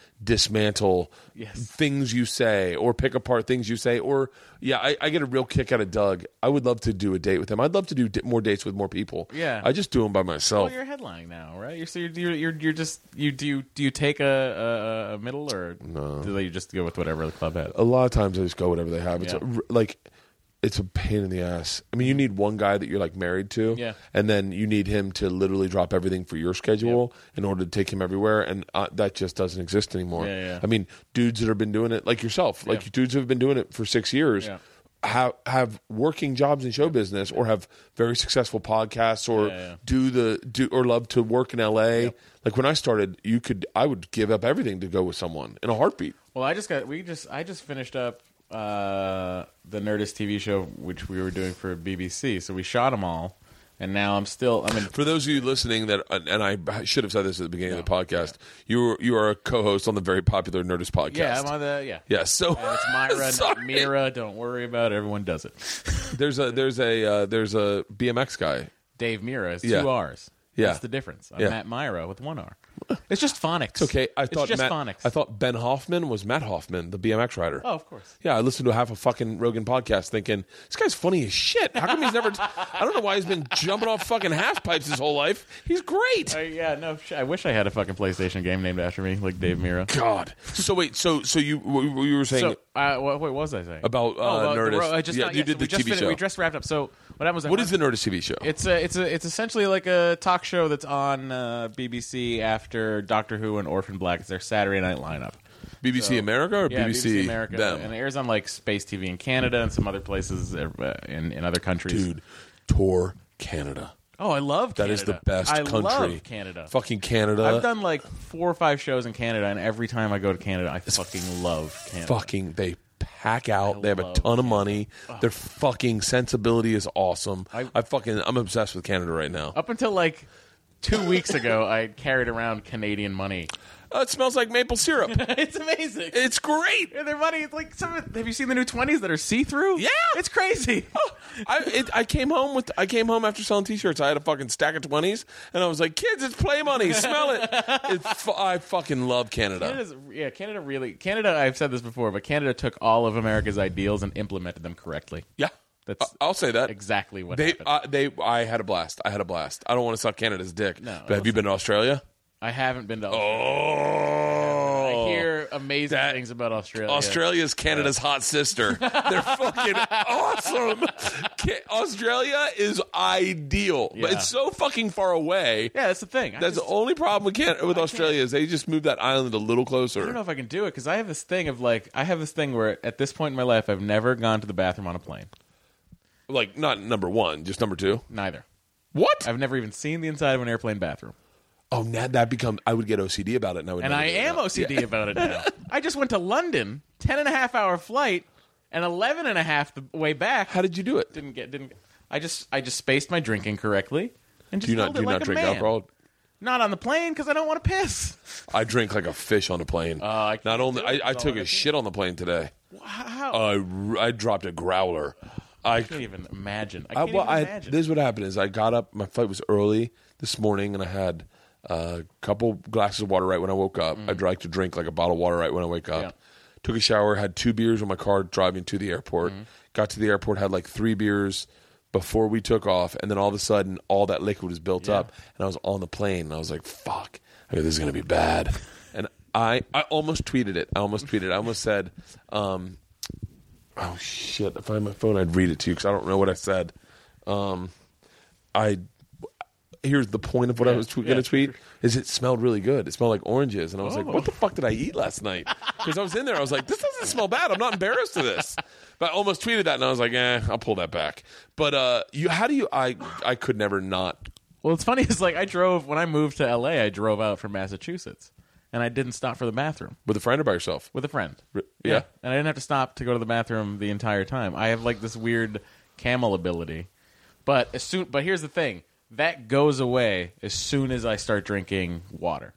dismantle
Yes.
things you say or pick apart things you say. Or yeah, I, I get a real kick out of Doug. I would love to do a date with him. I'd love to do di- more dates with more people.
Yeah.
I just do them by
Well,
myself.
oh, you're headlining now, right? You're so you're you're, you're, you're just you do you, do you take a, a, a middle or do they just go with whatever the club has?
a lot of times I just go whatever they have. It's
Yeah. Mm-hmm.
a r like it's a pain in the ass. I mean, you need one guy that you're like married to,
Yeah.
and then you need him to literally drop everything for your schedule in order to take him everywhere, and uh, that just doesn't exist anymore.
Yeah, yeah.
I mean, dudes that have been doing it like yourself, like
Yeah.
dudes who have been doing it for six years.
Yeah.
Have have working jobs in show business, or have very successful podcasts, or
Yeah, yeah.
do the do or love to work in L.A. Like when I started, you could I would give up everything to go with someone in a heartbeat.
Well, I just got we just I just finished up uh, the Nerdist TV show which we were doing for BBC. So we shot them all, and now I'm still I'm in.
For those of you listening, that and I should have said this at the beginning of the podcast, you were, you are a co-host on the very popular Nerdist podcast.
Yeah, I'm on the yeah.
yeah. So
And
(laughs)
it's Myra,
Sorry.
not Mira. Don't worry about it. Everyone does it.
there's a there's a uh, there's a BMX guy.
Dave Mira is
Yeah.
two R's.
Yeah.
That's the difference. I'm
Yeah.
Matt Myra with one R. It's just phonics. It's
Okay, I thought
it's just
Matt-
phonics.
I thought Ben Hoffman was Matt Hoffman, the BMX rider.
oh, of course.
Yeah, I listened to half a fucking Rogan podcast thinking, this guy's funny as shit. How come he's never. (laughs) I I don't know why he's been jumping off fucking half pipes his whole life. He's great.
Uh, yeah, no. sh- I wish I had a fucking PlayStation game named after me, like Dave Mira.
God. So, wait, so so you w- you were saying.
So, uh, what, what was I saying
About, uh,
about the
Nerdist.
ro- I just
Yeah,
thought-
you did
so
the
we just
TV
finished-
show.
We just wrapped up. So what happened was I
what
went-
is the Nerdist TV show?
It's a it's a it's essentially like a talk show that's on uh, BBC after Doctor Who and Orphan Black. It's their Saturday night lineup.
BBC America or
Yeah, BBC,
BBC,
America,
Them?
and it airs on like space TV in Canada and some other places uh, in in other countries.
Dude, tour Canada.
oh, I love
That
Canada.
is the best
I
country.
love Canada.
Fucking Canada.
I've done like four or five shows in Canada, and every time I go to Canada, I fucking love Canada.
fucking they pack out.
I
they have a
love
ton of money. Their fucking sensibility is awesome. I,
I-
fucking I'm obsessed with Canada right now.
Up until like two weeks ago, I carried around Canadian money.
Uh, it smells like maple
(laughs)
syrup.
it's amazing.
(laughs) it's great.
And their money, it's like some. Have you seen the new twenties that are see through?
Yeah. Oh, (laughs)
it's crazy.
I it, I came home with I came home after selling T-shirts. I had a fucking stack of twenties, and I was like, "Kids, it's play money. Smell
(laughs)
it." It's fu- I fucking love Canada.
Canada's, yeah, Canada really. Canada, I've said this before, but Canada took all of America's ideals and implemented them correctly.
Yeah,
That's
I- I'll say that.
exactly what
Uh, They,
happened.
I, they, I had a blast. I had a blast. I don't want to suck Canada's dick.
No,
but have you been to Australia?
I haven't been to. Australia.
Oh,
I hear amazing
That-
things about Australia.
Australia's Canada's hot
(laughs)
sister. They're fucking awesome. Ca- Australia is ideal, but
Yeah.
it's so fucking far away.
Yeah, that's the thing. I
That's
just-
the only problem with Canada, with Australia is they just moved that island a little closer.
I don't know if I can do it because I have this thing of like I have this thing where at this point in my life I've never gone to the bathroom on a plane.
Like not number one, just number two.
Neither.
What?
I've never even seen the inside of an airplane bathroom.
oh, now that become I would get OCD about it. And I would
and
never
I
do it
am
now. (laughs)
OCD about it now. I just went to London, 10 and a half hour flight, and 11 and a half the way back.
How did you do it?
(laughs) didn't get didn't I just I just spaced my drinking correctly and just
do you not
held
do
it
you
like
not
a
drink
man.
alcohol?
Not on the plane because I don't want to piss.
I drink like a fish on a plane.
Uh, I can't
not only
do it.
I, I
That's
took
all I
a
do.
shit on the plane today.
How?
I r- I dropped a growler. Uh, I
I can't even imagine. I
I,
can't
well,
even
I,
imagine.
this is what happened is I got up. My flight was early this morning, and I had a couple glasses of water right when I woke up. I'd like to drink like a bottle of water right when I wake up.
Yeah.
Took a shower, had two beers on my car driving to the airport. Got to the airport, had like three beers before we took off, and then all of a sudden, all that liquid was built up, and I was on the plane, and I was like, "Fuck, I go, this is gonna be bad." and I, I almost tweeted it. I almost tweeted. It. I almost said. Um, Oh shit! If I had my phone, I'd read it to you because I don't know what I said. Um, I here's the point of what I was tw-
yeah.
gonna tweet is it smelled really good. It smelled like oranges, and I was like,
Oh.
"What the fuck did I eat last night?"
(laughs)
Because I was in there, I was like, "This doesn't smell bad. I'm not embarrassed of this." But I almost tweeted that, and I was like, "Eh, I'll pull that back." But uh, you, how do you? I I could never not.
Well, it's funny. (laughs) It's like I drove when I moved to LA. I drove out from Massachusetts, and I didn't stop for the bathroom
With a friend or by yourself?
with a friend.
yeah.
and I didn't have to stop to go to the bathroom the entire time. I have like this weird camel ability, but as soon but here's the thing that goes away as soon as I start drinking water.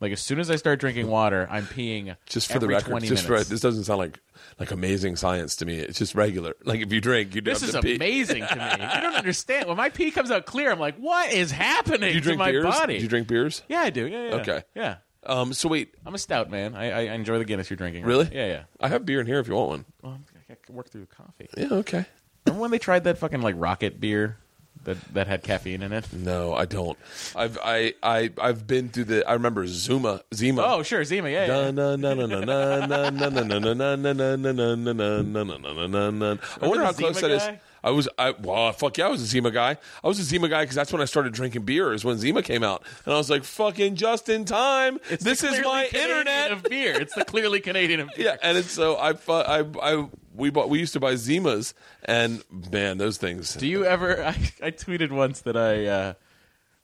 Like as soon as I start drinking water, I'm peeing
Just for
every
the record,
Twenty
just for,
minutes.
this doesn't sound like like amazing science to me. It's just regular. Like if you drink, you do
This
have
is
to pee.
amazing to me. You don't understand. When my pee comes out clear, I'm like, "What is happening
Do you drink
to my
beers?
body?"
Do you drink beers?
Yeah, I do. Yeah, yeah, yeah.
Okay.
Yeah,
Um, so wait,
I'm a stout man. I, I I enjoy the Guinness you're drinking. right
Really?
now. Yeah, yeah.
I have beer in here if you want one.
Well, I'm- I can work through coffee.
Yeah, okay.
Remember when they tried that fucking like rocket beer that that had caffeine in it?
No, I don't. I've I I I've been through the. I remember Zuma Zima.
Oh, sure, Zima. Yeah, yeah.
Na, na, na, na, na, na, na, na, na, na, na, na, na, na, na, na, na, na, na, na, na, na, na. I wonder
the
how close
Zima
that is.
guy?
I was I well fuck yeah I was a Zima guy. I was a Zima guy because that's when I started drinking beer is when Zima came out and I was like fucking just in time.
It's
this
the
is
clearly
my
Canadian
internet.
of beer. It's the clearly Canadian of beer.
yeah, and it's so I fu- I I we bought we used to buy Zimas and man those things.
Do you ever? (laughs) I, I tweeted once that I uh,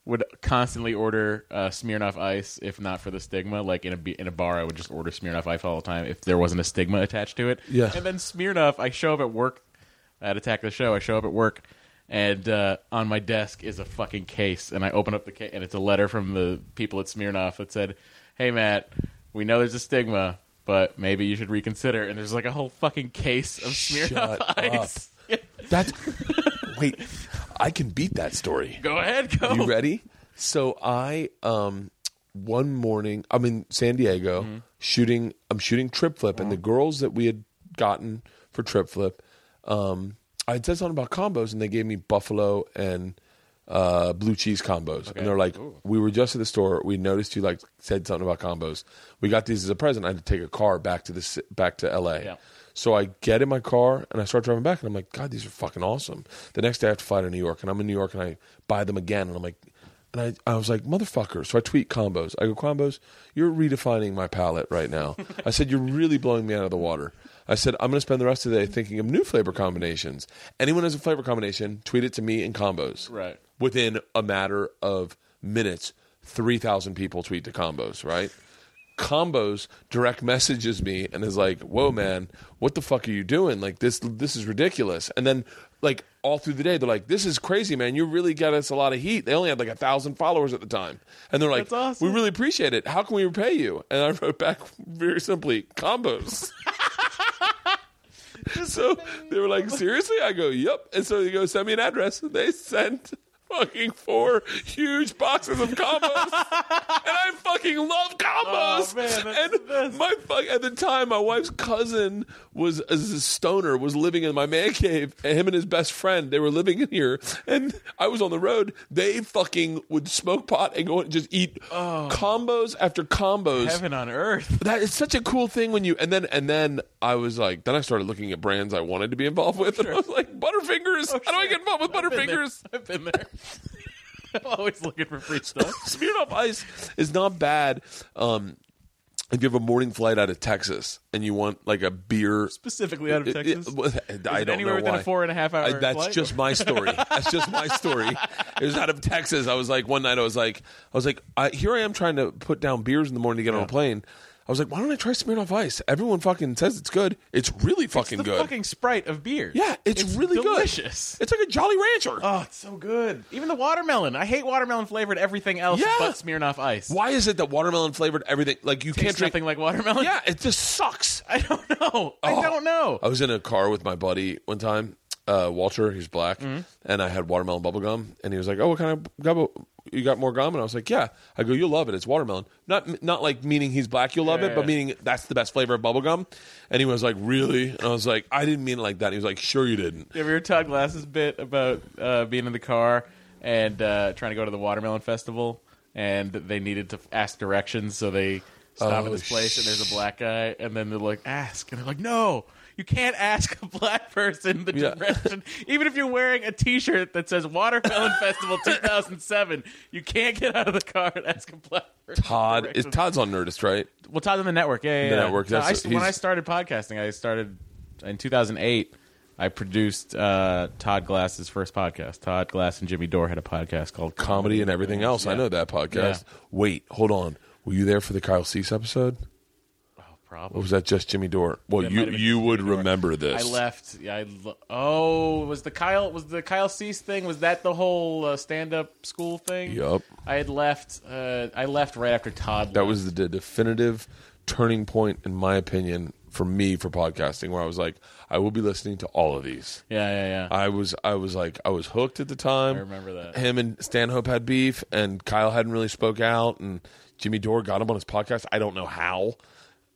would constantly order uh, Smirnoff Ice if not for the stigma. Like in a be- in a bar, I would just order Smirnoff Ice all the time if there wasn't a stigma attached to it.
Yeah.
And then Smirnoff, I show up at work at Attack of the Show. I show up at work. And uh, on my desk is a fucking case, and I open up the case, and it's a letter from the people at Smirnoff that said, "Hey Matt, we know there's a stigma, but maybe you should reconsider." And there's like a whole fucking case of Smirnoff (laughs)
Shut up.
Ice.
That's wait, I can beat that story.
Go ahead, go.
You ready? So I um one morning i'm in san diego shooting i'm shooting trip flip and the girls that we had gotten for trip flip um, i had said something about combos and they gave me buffalo and uh, blue cheese combos and they're like we were just at the store we noticed you like said something about combos we got these as a present i had to take a car back to the ci- back to la
Yeah.
so I get in my car and I start driving back, and I'm like, God, these are fucking awesome. The next day I have to fly to New York, and I'm in New York, and I buy them again, and I'm like, and I, I was like, motherfucker. So I tweet combos. I go, combos, you're redefining my palate right
(laughs)
now. I said, you're really blowing me out of the water. I said, I'm going to spend the rest of the day thinking of new flavor combinations. Anyone has a flavor combination, tweet it to me in combos.
Right.
Within a matter of minutes, 3,000 people tweet to combos, right? combos direct messages me and is like whoa man what the fuck are you doing like this this is ridiculous and then like all through the day they're like this is crazy man you really got us a lot of heat they only had like a thousand followers at the time and they're like
That's awesome.
we really appreciate it how can we repay you and i wrote back very simply combos (laughs) so they were like seriously i go yep and so they go send me an address and they sent fucking four huge boxes of
(laughs)
combos and I fucking love combos.
Oh, man, that's the
and
best.
my fuck at the time, my wife's cousin was a stoner, was living in my man cave. And him and his best friend, they were living in here, and I was on the road. They fucking would smoke pot and go and just eat combos after combos.
Oh. Heaven on earth. (laughs)
That is such a cool thing when you and then and then I was like then I started looking at brands I wanted to be involved with (laughs) and I was like Butterfingers how do I get involved with
Been there.
Butterfingers
Oh, I've been there. (laughs) I'm always looking for free stuff.
Smirnoff Ice is not bad. Um, if you have a morning flight out of Texas and you want like a beer,
Specifically out of
It- it-
Texas.
well, I
it
don't
anywhere
know
within a
why.
four and a half hour
I- that's
flight?
just my
(laughs)
story. that's just my story. It was out of Texas. I was like one night. I was like, I was like, I, here I am trying to put down beers in the morning to get on a plane. I was like, why don't I try Smirnoff Ice? Everyone fucking says it's good. It's really fucking
the
good.
fucking Sprite of beer.
yeah, it's, really
delicious.
good. It's like a Jolly Rancher.
Oh, it's so good. Even the watermelon. I hate watermelon flavored everything else
Yeah.
but Smirnoff Ice.
why is it that watermelon flavored everything? Like you can't
Tastes
drink.
nothing like watermelon?
yeah, Oh. it just sucks.
(laughs) I don't know. I don't know.
I was in a car with my buddy one time, uh, Walter. He's black,
Mm-hmm.
and I had watermelon bubble gum, and he was like, "Oh, what kind of gum? You got more gum?" And I was like, "Yeah." I go, "You'll love it. It's watermelon." Not not like meaning he's black, you'll love
Yeah,
it,
yeah,
but
yeah.
meaning that's the best flavor of bubble gum. And he was like, "Really?" And I was like, "I didn't mean it like that." And he was like, "Sure, you didn't."
You ever hear Todd Glass's bit about uh, being in the car and uh, trying to go to the Watermelon Festival, and they needed to ask directions, so they stop
Oh,
at this place, and there's a black guy, and then they're like, "Ask," and they're like, "No." You can't ask a black person the
Yeah.
direction, even if you're wearing a T-shirt that says "Watermelon
(laughs)
Festival 2007." You can't get out of the car and ask a black person.
Todd is
directions.
Todd's on Nerdist, right?
Well, Todd on the network. Yeah, yeah.
The
yeah.
network,
No,
that's-
I st- when
he's-
I started podcasting, I started in 2008. I produced uh, Todd Glass's first podcast. Todd Glass and Jimmy Dore had a podcast called
Comedy and everything else. I
Mm-hmm. Yeah.
know that podcast.
Yeah.
Wait, hold on. Were you there for the Kyle Cease episode? Or
Problem.
was that just Jimmy Dore? Well,
That
you
might have been
you would remember
I
this.
left. Yeah, I l- oh, was the Kyle was the Kyle Cease thing? Was that the whole uh, stand-up school thing?
Yup.
I had left. Uh, I left right after Todd.
that
left.
was the de- definitive turning point in my opinion for me for podcasting where i was like i will be listening to all of these
Yeah, yeah, yeah.
i was i was like i was hooked at the time i
remember that.
him and stanhope had beef and kyle hadn't really spoke out and jimmy dore got him on his podcast i don't know how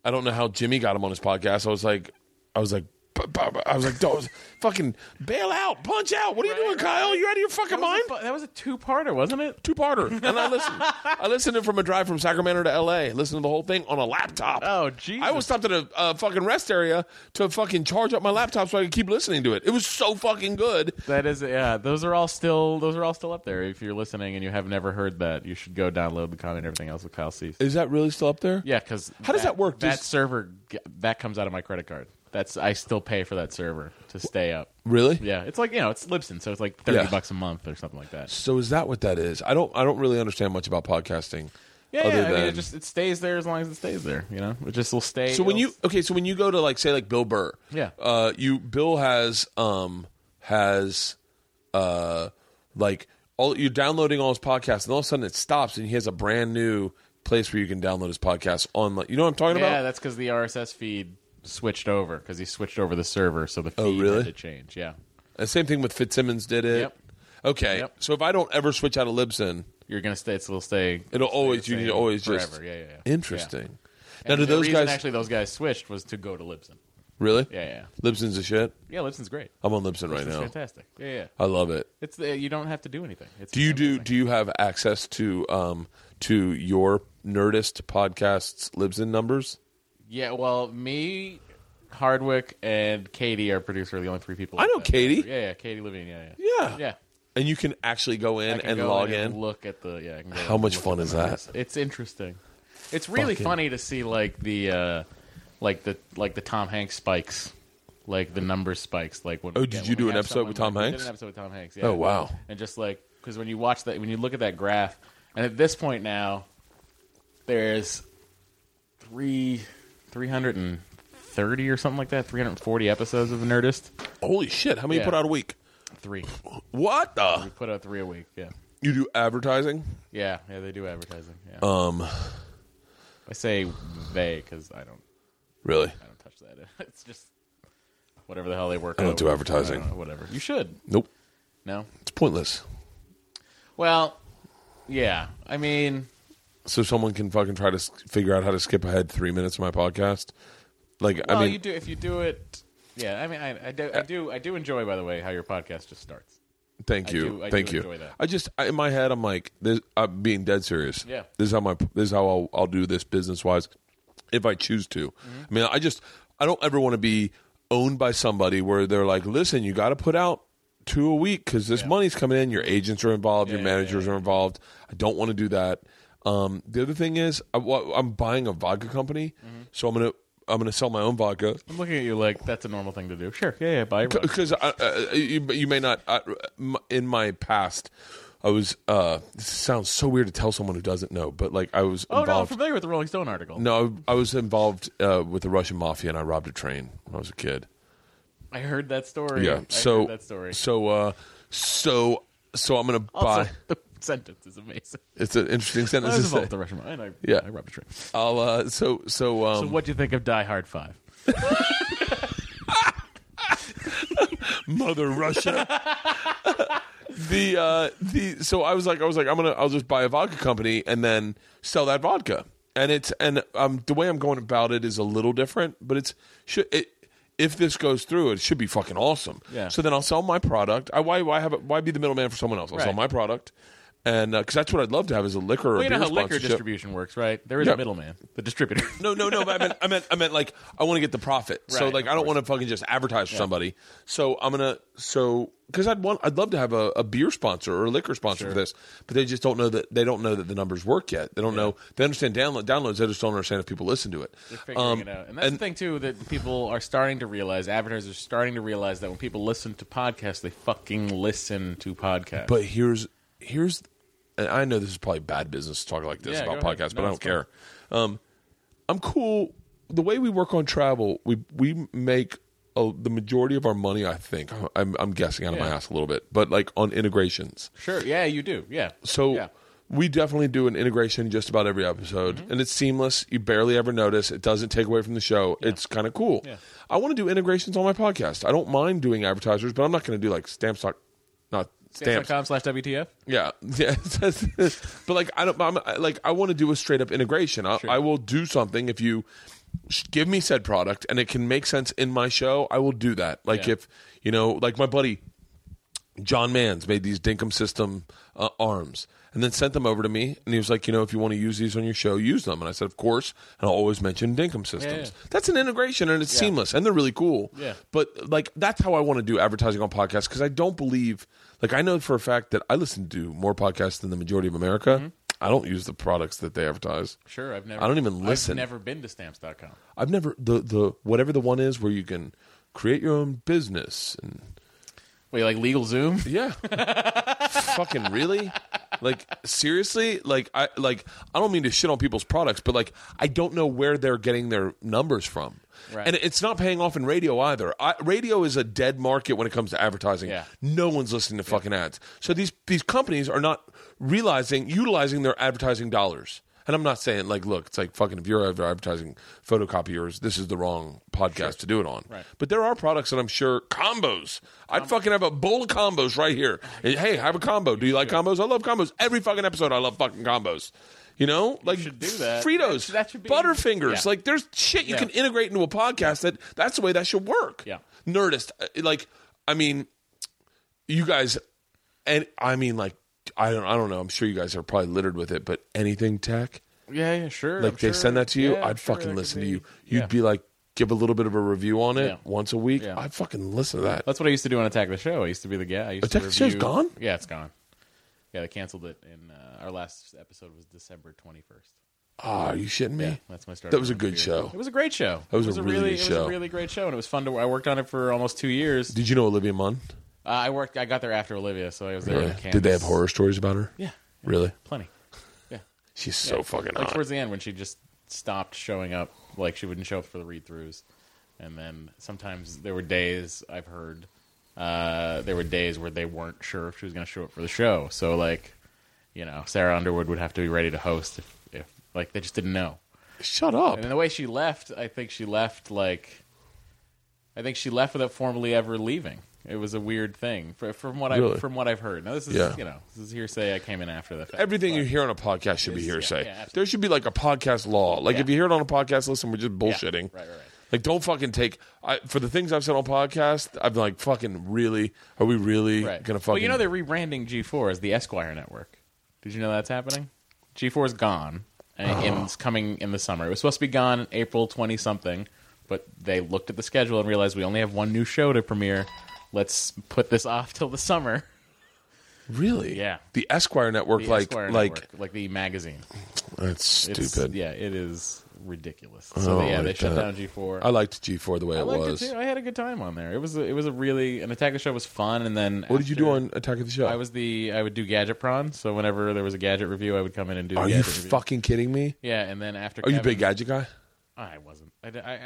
i don't know how jimmy got him on his podcast i was like i was like bu- bu- bu- I was like, "Don't- (laughs) fucking bail out, punch out. What are you doing, Kyle? You out of your fucking
That was
mind?
a fu- that was a two-parter, wasn't it?
two parter, and I listened. I listened to it from a drive from Sacramento to L.A. Listened to the whole thing on a laptop.
Oh, Jesus.
I was stopped at a, a fucking rest area to fucking charge up my laptop so I could keep listening to it. It was so fucking good.
That is, yeah. Those are all still, those are all still up there. If you're listening and you have never heard that, you should go download the comment and everything else with Kyle Cease.
Is that really still up there?
Yeah, because
How does that work?
That
Does-
server g- that comes out of my credit card. That's I still pay for that server to stay up.
Really?
Yeah, it's like you know, it's Libsyn, so it's like thirty
Yeah.
bucks a month or something like that.
So is that what that is? I don't. I don't really understand much about podcasting.
Yeah,
other
yeah.
than
I mean, it just it stays there as long as it stays there. You know, it just will stay.
so when
it'll-
you okay, so when you go to like say like Bill Burr,
Yeah.
uh, you Bill has um has uh like all you're downloading all his podcasts, and all of a sudden it stops, and he has a brand new place where you can download his podcast on like you know what I'm talking
yeah,
about?
that's because the RSS feed switched over because he switched over the server, so the feed
Oh, really?
had to change. Yeah.
The same thing with Fitzsimmons did it.
Yep.
Okay,
Yep.
so if I don't ever switch out of Libsyn,
you're gonna stay. It'll stay.
It'll
stay
always-
the
you need to
same
always
forever.
just-
yeah, yeah, yeah.
Interesting.
Yeah. And
Now, do
the
those
reason
guys
actually those guys switched was to go to Libsyn?
really?
Yeah, yeah,
Libsyn's a shit.
yeah. Libsyn's great.
I'm on Libsyn right
It's
now.
fantastic. Yeah, yeah.
I love it.
It's the, you don't have to do anything. It's
Do you do?
everything.
Do you have access to um to your Nerdist podcasts Libsyn numbers?
Yeah, well, me, Hardwick, and Katie, our producer, are the only three people.
I
with
know
that.
Katie.
Yeah, yeah, Katie Levine. Yeah, yeah,
Yeah.
yeah.
And you can actually go
I
in
can
and
go
log
and
in.
Look at the yeah. I can go
How
and
much
look
fun
at
is
the numbers.
that?
It's interesting. It's really
Fucking-
funny to see like the uh, like the like the Tom Hanks spikes. Like the number spikes, like when
Oh,
we
did
get-
you
when
do
we
an
have
episode with
someone-
Tom
we
Hanks?
Did an episode with Tom Hanks. Yeah.
Oh, wow.
And just like because when you watch that, when you look at that graph, and at this point now, there's three, three hundred and thirty or something like that, three hundred and forty episodes of the Nerdist.
Holy shit! How many you
Yeah.
put out a week?
Three,
What the?
put out three a week. Yeah,
You do advertising?
yeah, yeah. They do advertising. Yeah.
Um,
I say they because I don't,
really?
I don't touch that. (laughs) It's just whatever the hell they work.
I don't
out
do
with.
advertising.
I don't know, whatever you should.
Nope.
No.
It's pointless.
Well, yeah. I mean,
So someone can fucking try to s- figure out how to skip ahead three minutes of my podcast. Like,
well,
I mean, Uh,
you do if you do it. Yeah, I mean, I, I, do, I do, I do enjoy, by the way, how your podcast just starts.
Thank
I
you.
do- I
Thank
do
you.
enjoy that.
I just I, in my head I'm like this, I'm being dead serious.
Yeah.
This is how my this is how I'll, I'll do this business wise if I choose to.
Mm-hmm.
I mean, I just I don't ever want to be owned by somebody where they're like, "Listen, you got to put out two a week cuz this money's coming in, your agents are involved, your
yeah, yeah,
managers are involved." I don't want to do that. Um, the other thing is I, wa- I'm buying a vodka company,
Mm-hmm.
so I'm going to I'm going to sell my own vodka
I'm looking at you like that's a normal thing to do. Sure. Yeah. Yeah. Bye.
because uh, you, you may not I, m- in my past i was uh this sounds so weird to tell someone who doesn't know but like i was
Oh no, I'm
involved
familiar with the Rolling Stone article.
no i was involved uh, with the russian mafia and i robbed a train when i was a kid
I heard that story.
yeah
I
so
heard that story.
so uh so so i'm gonna
Also,
buy
(laughs) the sentence is amazing.
it's an interesting
I
sentence to
was
say.
involved with the Russian and I,
Yeah.
I robbed a train. So,
i'll uh so so um
what do you think of Die Hard Five?
mother Russia. the uh, the so I was like I was like I'm gonna I'll just buy a vodka company and then sell that vodka and it's and um the way I'm going about it is a little different but it's should it if this goes through it should be fucking awesome
Yeah.
so then I'll sell my product I why why have it, why be the middleman for someone else I'll sell
Right.
my product and because that's what I'd love to have is a liquor or
Well,
a
you know
beer
how liquor
sponsorship.
distribution works, right? There is
Yeah.
a middleman,
(laughs)
the distributor.
No, no, no. But I meant, I meant, I meant like I want to get the profit. so
Right,
like
of
I don't
course.
want to fucking just advertise for somebody. So I'm gonna so because I'd want I'd love to have a, a beer sponsor or a liquor sponsor for this, but they just don't know that they don't know that the numbers work yet. They don't know they understand download downloads. They just don't understand if people listen to it.
They're figuring
Um,
it out, and that's the thing too that people are starting to realize. Advertisers are starting to realize that when people listen to podcasts, they fucking listen to podcasts.
But here's here's and I know this is probably bad business to talk like this
Yeah,
about
go ahead.
podcasts,
No,
but I don't
it's fine.
care. Um, I'm cool. The way we work on travel, we we make uh the majority of our money. I think I'm, I'm guessing out of my
Yeah.
ass a little bit, but like on integrations.
sure, yeah, you do, yeah.
So
yeah.
we definitely do an integration just about every episode,
Mm-hmm.
and it's seamless. You barely ever notice. It doesn't take away from the show. It's kind of cool.
Yeah.
I want to do integrations on my podcast. I don't mind doing advertisers, but I'm not going to do like stamps. doc- Not stamps.
Stamps.com slash WTF.
Yeah, (laughs) yeah. but like, I don't. I'm, I- like, I want to do a straight up integration. I, I will do something if you sh- give me said product and it can make sense in my show. I will do that. Like
Yeah.
if you know, like my buddy John Manns made these Dinkum System uh, arms and then sent them over to me. And he was like, you know, if you want to use these on your show, use them. And I said, of course. And I'll always mention Dinkum Systems.
yeah.
That's an integration and it's seamless and they're really cool.
Yeah.
But like, that's how I want to do advertising on podcasts because I don't believe, like, I know for a fact that I listen to more podcasts than the majority of America. I don't use the products that they advertise.
Mm-hmm. Sure, I've never.
I don't even listen.
I've never been to Stamps.com.
I've never, the, the, whatever the one is where you can create your own business and
Wait, like legal (laughs) Zoom?
Yeah. Fucking really? Like seriously? Like I like I don't mean to shit on people's products, but like I don't know where they're getting their numbers from.
Right.
And it's not paying off in radio either. I, radio is a dead market when it comes to advertising.
Yeah.
No one's listening to fucking ads. So these these companies are not realizing utilizing their advertising dollars. And I'm not saying like, look, it's like fucking if you're ever advertising photocopiers, this is the wrong podcast to do it on.
Right.
But there are products that I'm sure combos. I'd fucking have a bowl of combos right here. And, hey, have a combo. Do you like combos? I love combos. Every fucking episode, I love fucking combos. You know, like
should do that.
Fritos,
That- that should be-
Butterfingers,
Yeah.
like there's shit you
Yeah.
can integrate into a podcast. That that's the way that should work.
Yeah.
Nerdist, uh, like I mean, you guys and I mean like I don't I don't know. I'm sure you guys are probably littered with it, but anything tech,
Yeah, yeah, sure.
like
I'm
they
sure.
send that to you,
Yeah, I'm
I'd
sure that
fucking
could
listen to
be-
you. You'd
yeah.
be like give a little bit of a review on it
Yeah.
once a week.
Yeah.
I'd fucking listen to that.
That's what I used to do on Attack of the Show. I used to be the guy. I used
Attack
to
of the Show's
review-
gone?
Yeah, it's gone. Yeah, they canceled it. And uh, our last episode was December twenty first.
Ah, are you shitting me?
Yeah, that's my start.
That was
of
a good
career.
show.
It was a great show.
That was a really good
it was
show.
a really great show, and it was fun to. I worked on it for almost two years.
Did you know Olivia Munn?
Uh, I worked. I got there after Olivia, so I was there.
Really?
on campus.
Did they have horror stories about her?
Yeah,
Really?
plenty.
She's so fucking
Like
hot.
towards the end when she just stopped showing up, like she wouldn't show up for the read-throughs, and then sometimes there were days I've heard uh, there were days where they weren't sure if she was going to show up for the show. So like, you know, Sarah Underwood would have to be ready to host if, if like they just didn't know.
Shut up.
And then the way she left, I think she left like, I think she left without formally ever leaving. It was a weird thing, fr- from what I
Really?
from what I've heard. Now this is
Yeah.
you know this is hearsay. I came in after the fact.
Everything you hear on a podcast should be
Is- yeah,
hearsay.
yeah, absolutely.
there should be like a podcast law. Like
Yeah.
if you hear it on a podcast, listen, we're just
Yeah.
bullshitting.
Right, right, right.
Like don't fucking take I, for the things I've said on podcast. I'm like fucking really. Are we really
Right.
gonna fucking?
Well, you know they're rebranding G4 as the Esquire network. Did you know that's happening? G4 is gone, and
Oh.
and it's coming in the summer. It was supposed to be gone in April twenty something, but they looked at the schedule and realized we only have one new show to premiere. Let's put this off till the summer. (laughs)
really.
Yeah.
The Esquire Network,
The
like
Esquire
like
network, like the magazine.
that's
It's-
stupid. Oh,
Yeah, it is ridiculous. So
I don't
yeah, they
like
shut
that.
down G4.
I liked G4 the way
I
it
liked
was.
it too. I had a good time on there. It was a, it was a really an attack of the show was fun, and then
What did you do
after-
on Attack of the Show?
I was the I would do gadget prawn. So whenever there was a gadget review, I would come in and do. The
Are you
gadget review.
fucking kidding me?
Yeah, and then after.
Are you a
Kevin-
big gadget guy?
I wasn't. I, d- I- I-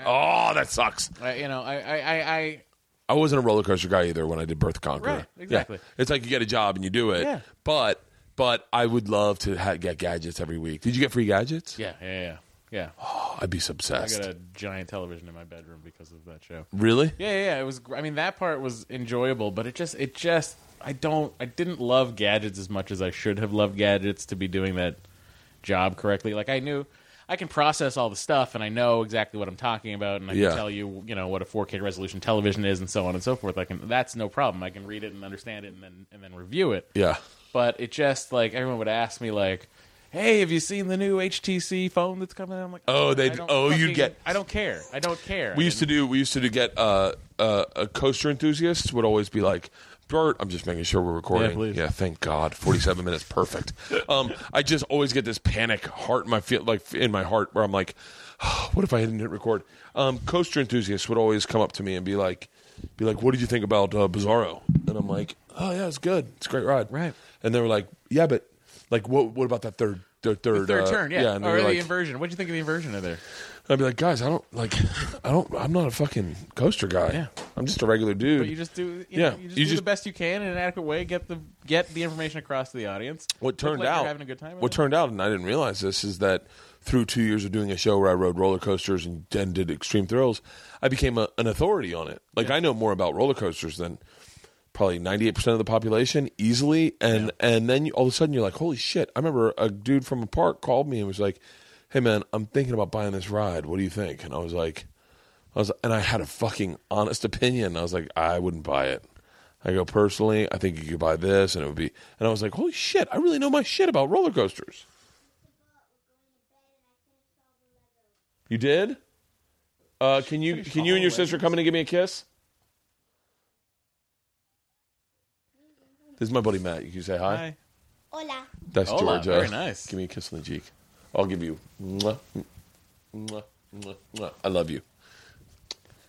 Oh, that sucks.
I- you know, I, I, I, I
I wasn't a roller coaster guy either when I did Birth Conqueror.
Right, exactly.
Yeah. It's like you get a job and you do it.
Yeah.
But but I would love to ha- get gadgets every week. Did you get free gadgets?
yeah, yeah, yeah, yeah.
Oh, I'd be so
I
obsessed.
got a giant television in my bedroom because of that show.
Really?
Yeah, yeah, yeah. It was. gr- I mean, that part was enjoyable, but it just, it just, I don't, I didn't love gadgets as much as I should have loved gadgets to be doing that job correctly. Like I knew. I can process all the stuff, and I know exactly what I'm talking about, and I
Yeah.
can tell you, you know, what a 4K resolution television is, and so on and so forth. I can that's no problem. I can read it and understand it, and then and then review it
Yeah.
but it just like everyone would ask me like hey have you seen the new htc phone that's coming out i'm like
Oh, they'd-
I don't
oh, you'd
fucking-
get-
i don't care i don't care
We used to do. We used to do get uh, uh, a coaster enthusiasts would always be like, Bert, I'm just making sure we're
Yeah,
recording.
please.
thank God, 47 minutes,
(laughs)
perfect. Um, I just always get this panic heart in my feel, like in my heart where I'm like, "Oh, what if I didn't hit record? Um, coaster enthusiasts would always come up to me and be like, be like, what did you think about uh, Bizarro? And I'm like, oh yeah, it's good, it's a great ride,
Right.
And they were like, yeah, but like, what what about that third? The third,
third
uh,
turn yeah,
and they
or
were
the
like-
inversion what do you think of the inversion of there
I'd be like, guys, I don't like, (laughs) I don't, I'm not a fucking coaster guy.
Yeah.
I'm just a regular dude.
but you just do you
Yeah,
know, you just
you
do
just-
the best you can in an adequate way get the get the information across to the audience
what
Look
turned
like you're
out,
having a good time with
what
it.
turned out, and I didn't realize this is that through two years of doing a show where I rode roller coasters and, and did extreme thrills, I became a, an authority on it. Like I know more about roller coasters than probably 98% of the population easily. And, and then you, all of a sudden you're like, holy shit. I remember a dude from a park called me and was like, Hey man, I'm thinking about buying this ride. What do you think? And I was like, I was, and I had a fucking honest opinion. I was like, I wouldn't buy it. I go personally, I think you could buy this, and it would be. And I was like, holy shit, I really know my shit about roller coasters. You did? Uh, can you can you and your sister come in and give me a kiss? This is my buddy Matt. You can say hi.
Hi.
Hola.
That's
Hola,
Georgia.
very nice.
Give me a kiss on the cheek. I'll give you. Mwah, mwah, mwah, mwah. I love you.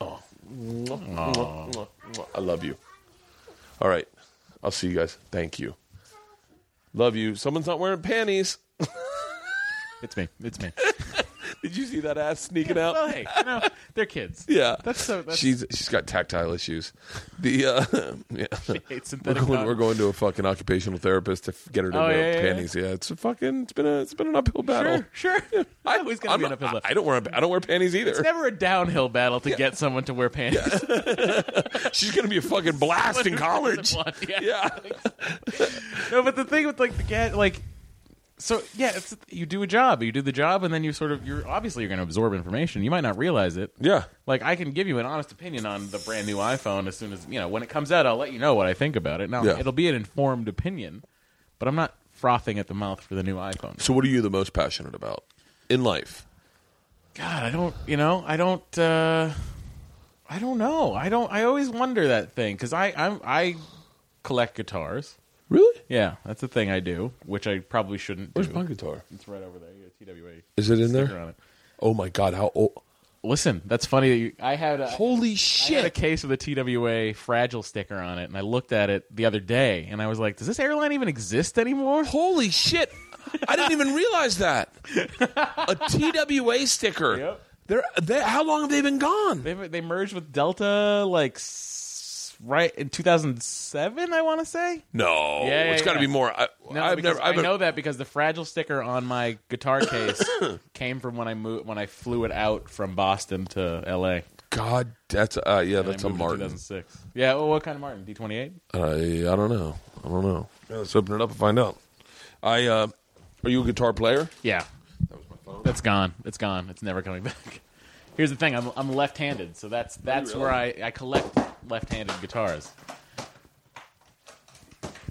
Oh. Mwah, mwah, mwah, mwah. I love you. All right. I'll see you guys. Thank you. Love you. Someone's not wearing panties.
it's me it's me
(laughs) Did you see that ass sneaking out?
Well, hey, you know, they're kids.
(laughs) yeah,
That's so- that's-
she's she's got tactile issues. The uh, (laughs)
(laughs)
yeah.
Hate
We're
synthetic
going,
cotton.
we're going to a fucking occupational therapist to f- get her to
Oh,
wear
yeah, yeah, yeah.
panties. Yeah. it's a fucking. It's been a. It's been an uphill battle.
Sure, sure. (laughs) I was going to
I'm
be an
not-
uphill
I,
battle.
I don't wear. I don't wear panties either.
It's never a downhill battle to get someone to wear pants.
She's gonna be a
(laughs)
fucking blast in college.
yeah.
(laughs) Yeah,
No, but the thing with like the cat, like, so yeah, it's, you do a job, you do the job, and then you sort of, you're obviously you're going to absorb information. You might not realize it.
yeah.
Like I can give you an honest opinion on the brand new iPhone as soon as you know when it comes out. I'll let you know what I think about it. Now
Yeah.
it'll be an informed opinion, but I'm not frothing at the mouth for the new iPhone.
So, what are you the most passionate about in life?
God, I don't, you know, I don't, uh, I don't know. I don't, I always wonder that thing because I, I'm, I collect guitars.
Really?
Yeah, that's the thing I do, which I probably shouldn't do.
Where's my guitar?
It's right over there. You got a TWA
Is it in
sticker
there?
on it.
Oh my god! How old?
Listen, that's funny. That you, I had a,
Holy
I had a
shit!
case with a TWA fragile sticker on it, and I looked at it the other day, and I was like, "Does this airline even exist anymore?"
Holy shit! I didn't even realize that.
(laughs)
A TWA sticker.
Yep.
They're, they how long have they been gone?
They they merged with Delta like s- right in 2007, I want to say.
No,
Yeah, yeah,
it's got to
yeah.
be more. I,
No,
I've
because
never. I've
I know that because the fragile sticker on my
(coughs)
guitar case came from when I moved when I flew it out from Boston to L.A.
God, that's uh, yeah,
and I
that's a
moved in
Martin.
2006. Yeah, well, what kind of Martin? D28.
I I don't know. I don't know. Yeah, let's open it up and find out. I uh, are you a guitar player?
Yeah. That was my phone. That's gone. It's gone. It's never coming (laughs) back. Here's the thing. I'm I'm left-handed, so that's that's where I I collect left-handed guitars.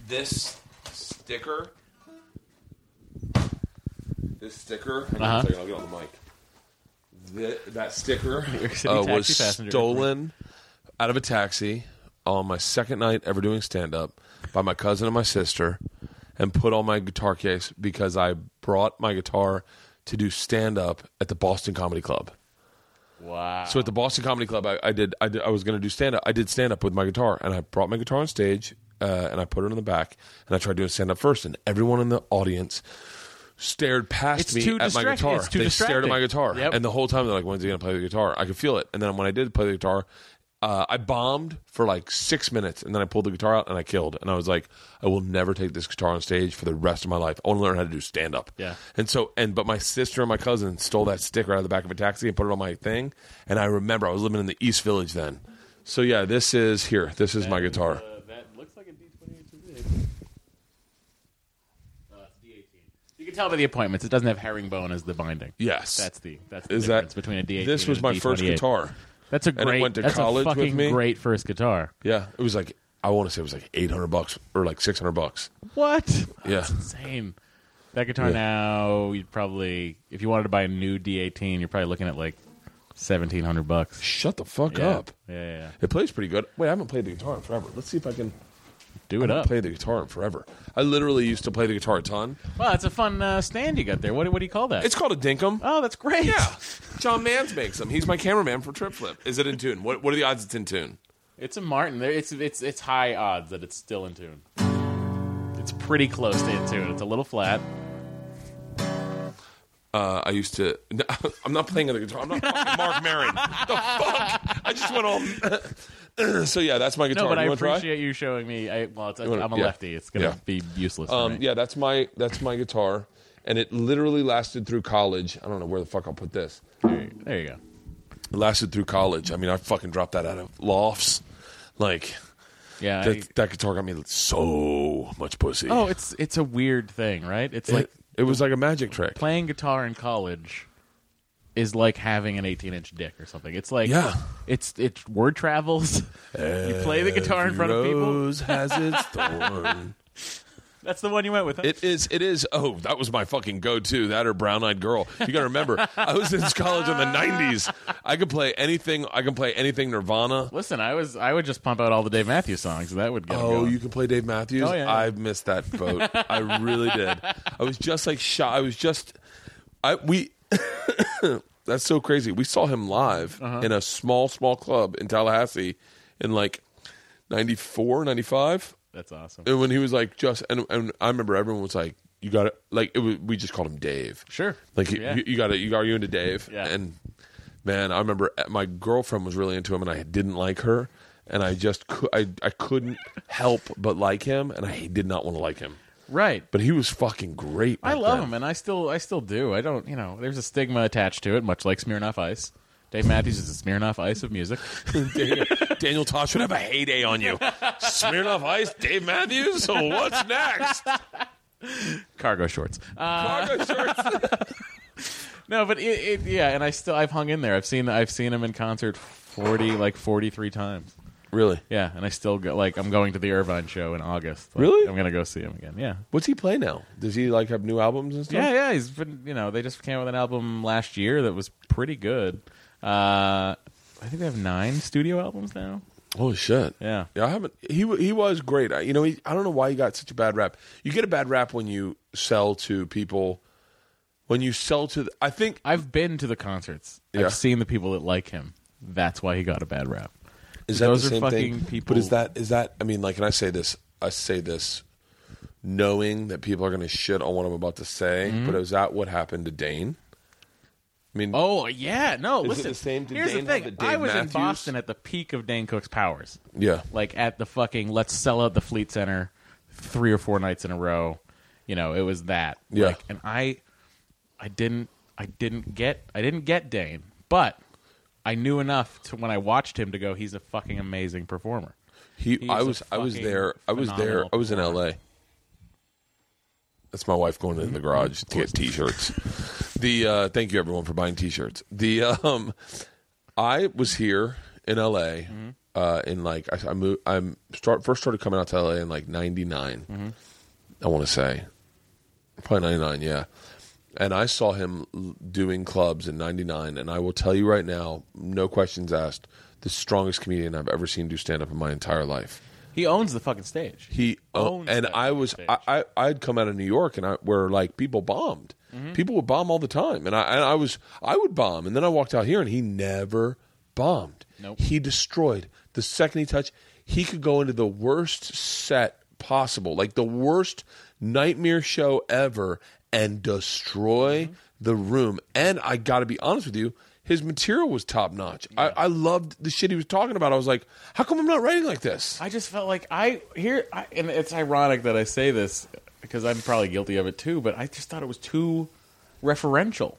This sticker. This sticker. Hang
Uh-huh.
I'll get on the mic. Thi- that
(laughs)
sticker
York City
uh,
taxi
was
passenger.
stolen out of a taxi on my second night ever doing stand up by my cousin and my sister and put on my guitar case because I brought my guitar to do stand up at the Boston Comedy Club.
Wow.
So at the Boston Comedy Club, I, I did I did I was going to do stand up. I did stand up with my guitar, and I brought my guitar on stage, uh, and I put it in the back, and I tried doing stand up first, and everyone in the audience stared past
It's
me
too
at my
distract-
guitar.
it's too
they stared at my
distracting.
guitar,
Yep.
and the whole time they're like, "When's he going to play the guitar?" I could feel it, and then when I did play the guitar. Uh, I bombed for like six minutes, and then I pulled the guitar out and I killed. And I was like, I will never take this guitar on stage for the rest of my life. I want to learn how to do stand up.
Yeah.
And so, and but my sister and my cousin stole that sticker out of the back of a taxi and put it on my thing. And I remember I was living in the East Village then. So yeah, this is here. This is my guitar.
Uh, that looks like a D28. Uh, D18. You can tell by the appointments. It doesn't have herringbone as the binding.
Yes.
That's the that's the
Is that-
difference between a D18.
this
and
was
a
my first
D28.
guitar.
That's a
it
great.
went to
that's
college
a
with
fucking
me.
great first guitar.
Yeah, it was like I want to say it was like eight hundred bucks or like six hundred bucks.
What?
Yeah.
That's insane. That guitar now, you'd probably, if you wanted to buy a new D18, you're probably looking at like seventeen hundred bucks.
Shut the fuck
Yeah.
up.
Yeah, yeah, yeah.
It plays pretty good. Wait, I haven't played the guitar in forever. Let's see if I can
Do it up.
play the guitar in forever. I literally used to play the guitar a ton.
Wow, that's a fun uh, stand you got there. What, do- what do you call that?
It's called a dinkum.
oh, that's great.
Yeah, John Mans makes them. He's my cameraman for Trip Flip. Is it in tune? What What are the odds it's in tune?
It's a Martin. There- It's it's it's high odds that it's still in tune. It's pretty close to in tune. It's a little flat.
Uh, I used to. No, (laughs) I'm not playing on the guitar. I'm not fucking Mark Maron. the fuck? I just went all. (clears throat) so yeah, that's my guitar.
No, but
You
I
wanna try?
appreciate you showing me. I, well, it's,
wanna-
I'm a
yeah.
lefty. It's gonna
Yeah.
be useless. for
Um,
me.
yeah, that's my that's my guitar, and it literally lasted through college. I don't know where the fuck I'll put this.
There, you- there you go.
It lasted through college. I mean, I fucking dropped that out of lofts. Like
Yeah. I-
that, that guitar got me so much pussy.
oh, it's it's a weird thing, right? It's like
it, it was like a magic trick.
playing guitar in college is like having an 18 inch dick or something. It's like
Yeah.
It's it's word travels. you play the guitar in front of people.
Rose has (laughs) its thorn.
That's the one you went with. huh?
It is. It is. Oh, that was my fucking go-to. That or Brown Eyed Girl. You got to remember, I was in college in the '90s. I could play anything. I can play anything Nirvana.
Listen, I was I would just pump out all the Dave Matthews songs. and That would get 'em
Oh,
going.
you can play Dave Matthews.
Oh, yeah, yeah.
I missed that vote. I really did. I was just like shot. I was just. I we. (coughs) that's so crazy. We saw him live
Uh-huh.
in a small, small club in Tallahassee, in like 94, 95.
That's awesome.
and when he was like just and, and I remember everyone was like you got it. Like it was, we just called him Dave.
Sure.
Like you-
Yeah.
you, you got it. You are you into Dave?
Yeah.
And man, I remember uh, my girlfriend was really into him, and I didn't like her, and I just cou- I I couldn't help but like him, and I did not want to like him.
Right.
But he was fucking great.
I
back
love
then.
him, and I still, I still do. I don't, you know, there's a stigma attached to it, much like Smirnoff Ice. Dave Matthews is the Smirnoff Ice
(laughs)
of music. (laughs)
Daniel, Daniel Tosh would have a heyday on you. Smirnoff Ice, Dave Matthews. So what's
(laughs)
next?
Cargo shorts. Uh,
Margo Shorts.
no, but it, it, yeah, and I still, I've hung in there. I've seen, I've seen him in concert forty, like forty three times.
(laughs) Really?
Yeah, and I still go. Like, I'm going to the Irvine show in August. Like,
Really?
I'm gonna go see him again. Yeah.
What's he play now? Does he like have new albums and stuff?
Yeah, yeah, he's been. You know, they just came out with an album last year that was pretty good. Uh, I think they have nine studio albums now.
Holy shit!
Yeah.
yeah. I haven't. He wa- he was great. I, you know, he, I don't know why he got such a bad rap. You get a bad rap when you sell to people. When you sell to, the, I think
I've been to the concerts.
Yeah.
I've seen the people that like him. That's why he got a bad rap.
is that
Those
the
are
same
fucking
thing?
people-
But is that is that? I mean, like, and I say this. I say this, knowing that people are going to shit on what I'm about to say. But is that what happened to Dane? I mean,
Mm-hmm. Oh yeah, no.
Is it
listen,
the same- did
here's
Dane
the thing.
have the
I
Dave
was
Matthews?
in Boston at the peak of Dane Cook's powers.
yeah.
like at the fucking let's sell out the Fleet Center three or four nights in a row. You know, it was that.
Yeah.
Like, and I, I didn't, I didn't get, I didn't get Dane, but I knew enough to when I watched him to go, he's a fucking amazing performer.
He,
He's
I
a
was, I was
fucking
there. I was there.
phenomenal
I was in L.A. That's my wife going in the garage to get t-shirts. the uh, thank you everyone for buying t-shirts. The um, I was here in L.A.
Mm-hmm.
Uh, in like I, I moved. I'm start first started coming out to L.A. in like '99.
Mm-hmm.
I want to say probably 99 yeah and i saw him l- doing clubs in 99 and i will tell you right now no questions asked the strongest comedian i've ever seen do stand up in my entire life
He owns the fucking stage.
he uh,
Owns
and
that
i was
stage.
I, I i'd come out of new york and i where like people bombed
Mm-hmm.
people would bomb all the time and i and i was i would bomb and then i walked out here and he never bombed
Nope.
he destroyed the second he touched he could go into the worst set possible like the worst nightmare show ever and destroy
Mm-hmm.
the room and i gotta be honest with you his material was top notch. I, I loved the shit he was talking about. I was like, how come I'm not writing like this?
I just felt like I here, I, and it's ironic that I say this because I'm probably guilty of it too. But I just thought it was too referential.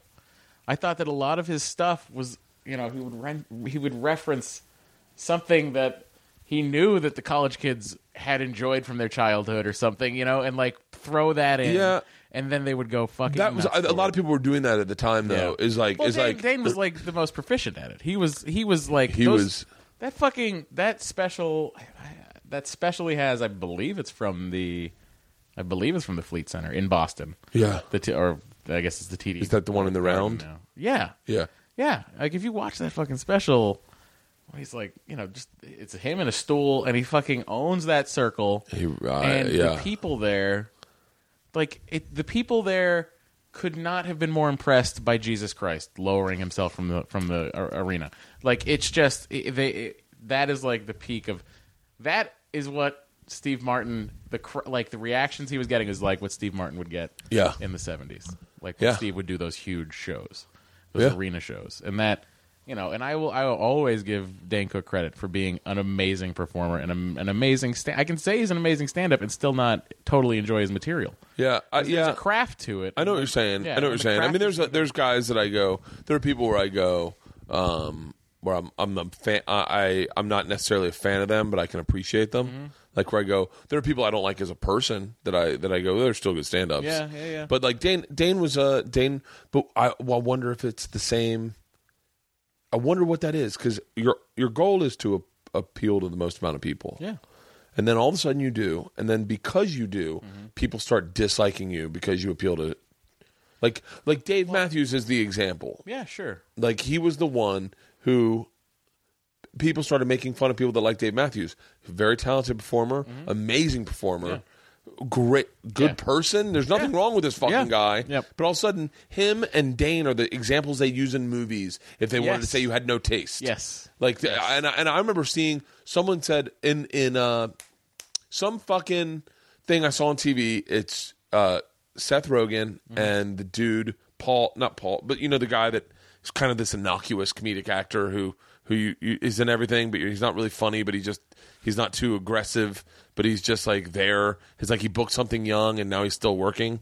I thought that a lot of his stuff was, you know, he would ren- he would reference something that he knew that the college kids had enjoyed from their childhood or something, you know, and like throw that in,
Yeah.
and then they would go fucking.
That was
nuts
I, a
for
lot
it.
of people were doing that at the time though.
Yeah.
Is like
Well,
is
Dane,
like
Dane was like the most proficient at it. He was he was like
He
those-
was-
that fucking that special that special he has. I believe it's from the I believe it's from the Fleet Center in Boston.
Yeah.
the t- or I guess it's the TD.
Is that the one in the round?
now. Yeah,
Yeah.
yeah. Like if you watch that fucking special. where He's like, you know, just it's him in a stool, and he fucking owns that circle
He, uh,
and
yeah.
the people there, like it, the people there, could not have been more impressed by Jesus Christ lowering himself from the from the a- arena. Like it's just i they it, that is like the peak of that is what Steve Martin the cr- like the reactions he was getting is like what Steve Martin would get
Yeah.
in the seventies. Like
Yeah.
when Steve would do those huge shows, those
Yeah.
arena shows, and that. You know, and I will. I will always give Dan Cook credit for being an amazing performer and am- an amazing. Sta- I can say he's an amazing stand-up and still not totally enjoy his material.
yeah, I,
There's
yeah.
a craft to it.
I know what you're saying.
Yeah,
I know what you're
and the
saying. I mean,
craft
there's
is-
a, there's guys that I go. There are people where I go, um, where I'm I'm a fan. I, I I'm not necessarily a fan of them, but I can appreciate them.
Mm-hmm.
Like where I go, there are people I don't like as a person that I that I go. They're still good stand ups.
Yeah, yeah, yeah.
But like Dane, Dane was a Dane. But I, well, I wonder if it's the same. I wonder what that is because your your goal is to a, appeal to the most amount of people.
Yeah.
And then all of a sudden you do, and then because you do,
Mm-hmm.
people start disliking you because you appeal to like like Dave Matthews is the example.
Yeah, sure.
Like he was the one who people started making fun of people that like Dave Matthews. Very talented performer, amazing performer, great good
Mm-hmm. Yeah.
person. There's nothing wrong with this fucking
Yeah.
guy.
Yep.
But all of a sudden him and Dane are the examples they use in movies if they wanted to
Yes.
say you had no taste.
Yes.
Like the- and I, and I remember seeing someone said in in uh some fucking thing I saw on TV. It's uh Seth Rogen
Mm-hmm.
and the dude Paul, not Paul, but you know the guy that is kind of this innocuous comedic actor who who you, you, is in everything, but he's not really funny, but he just he's not too aggressive, but he's just like there. It's like he booked something young and now he's still working.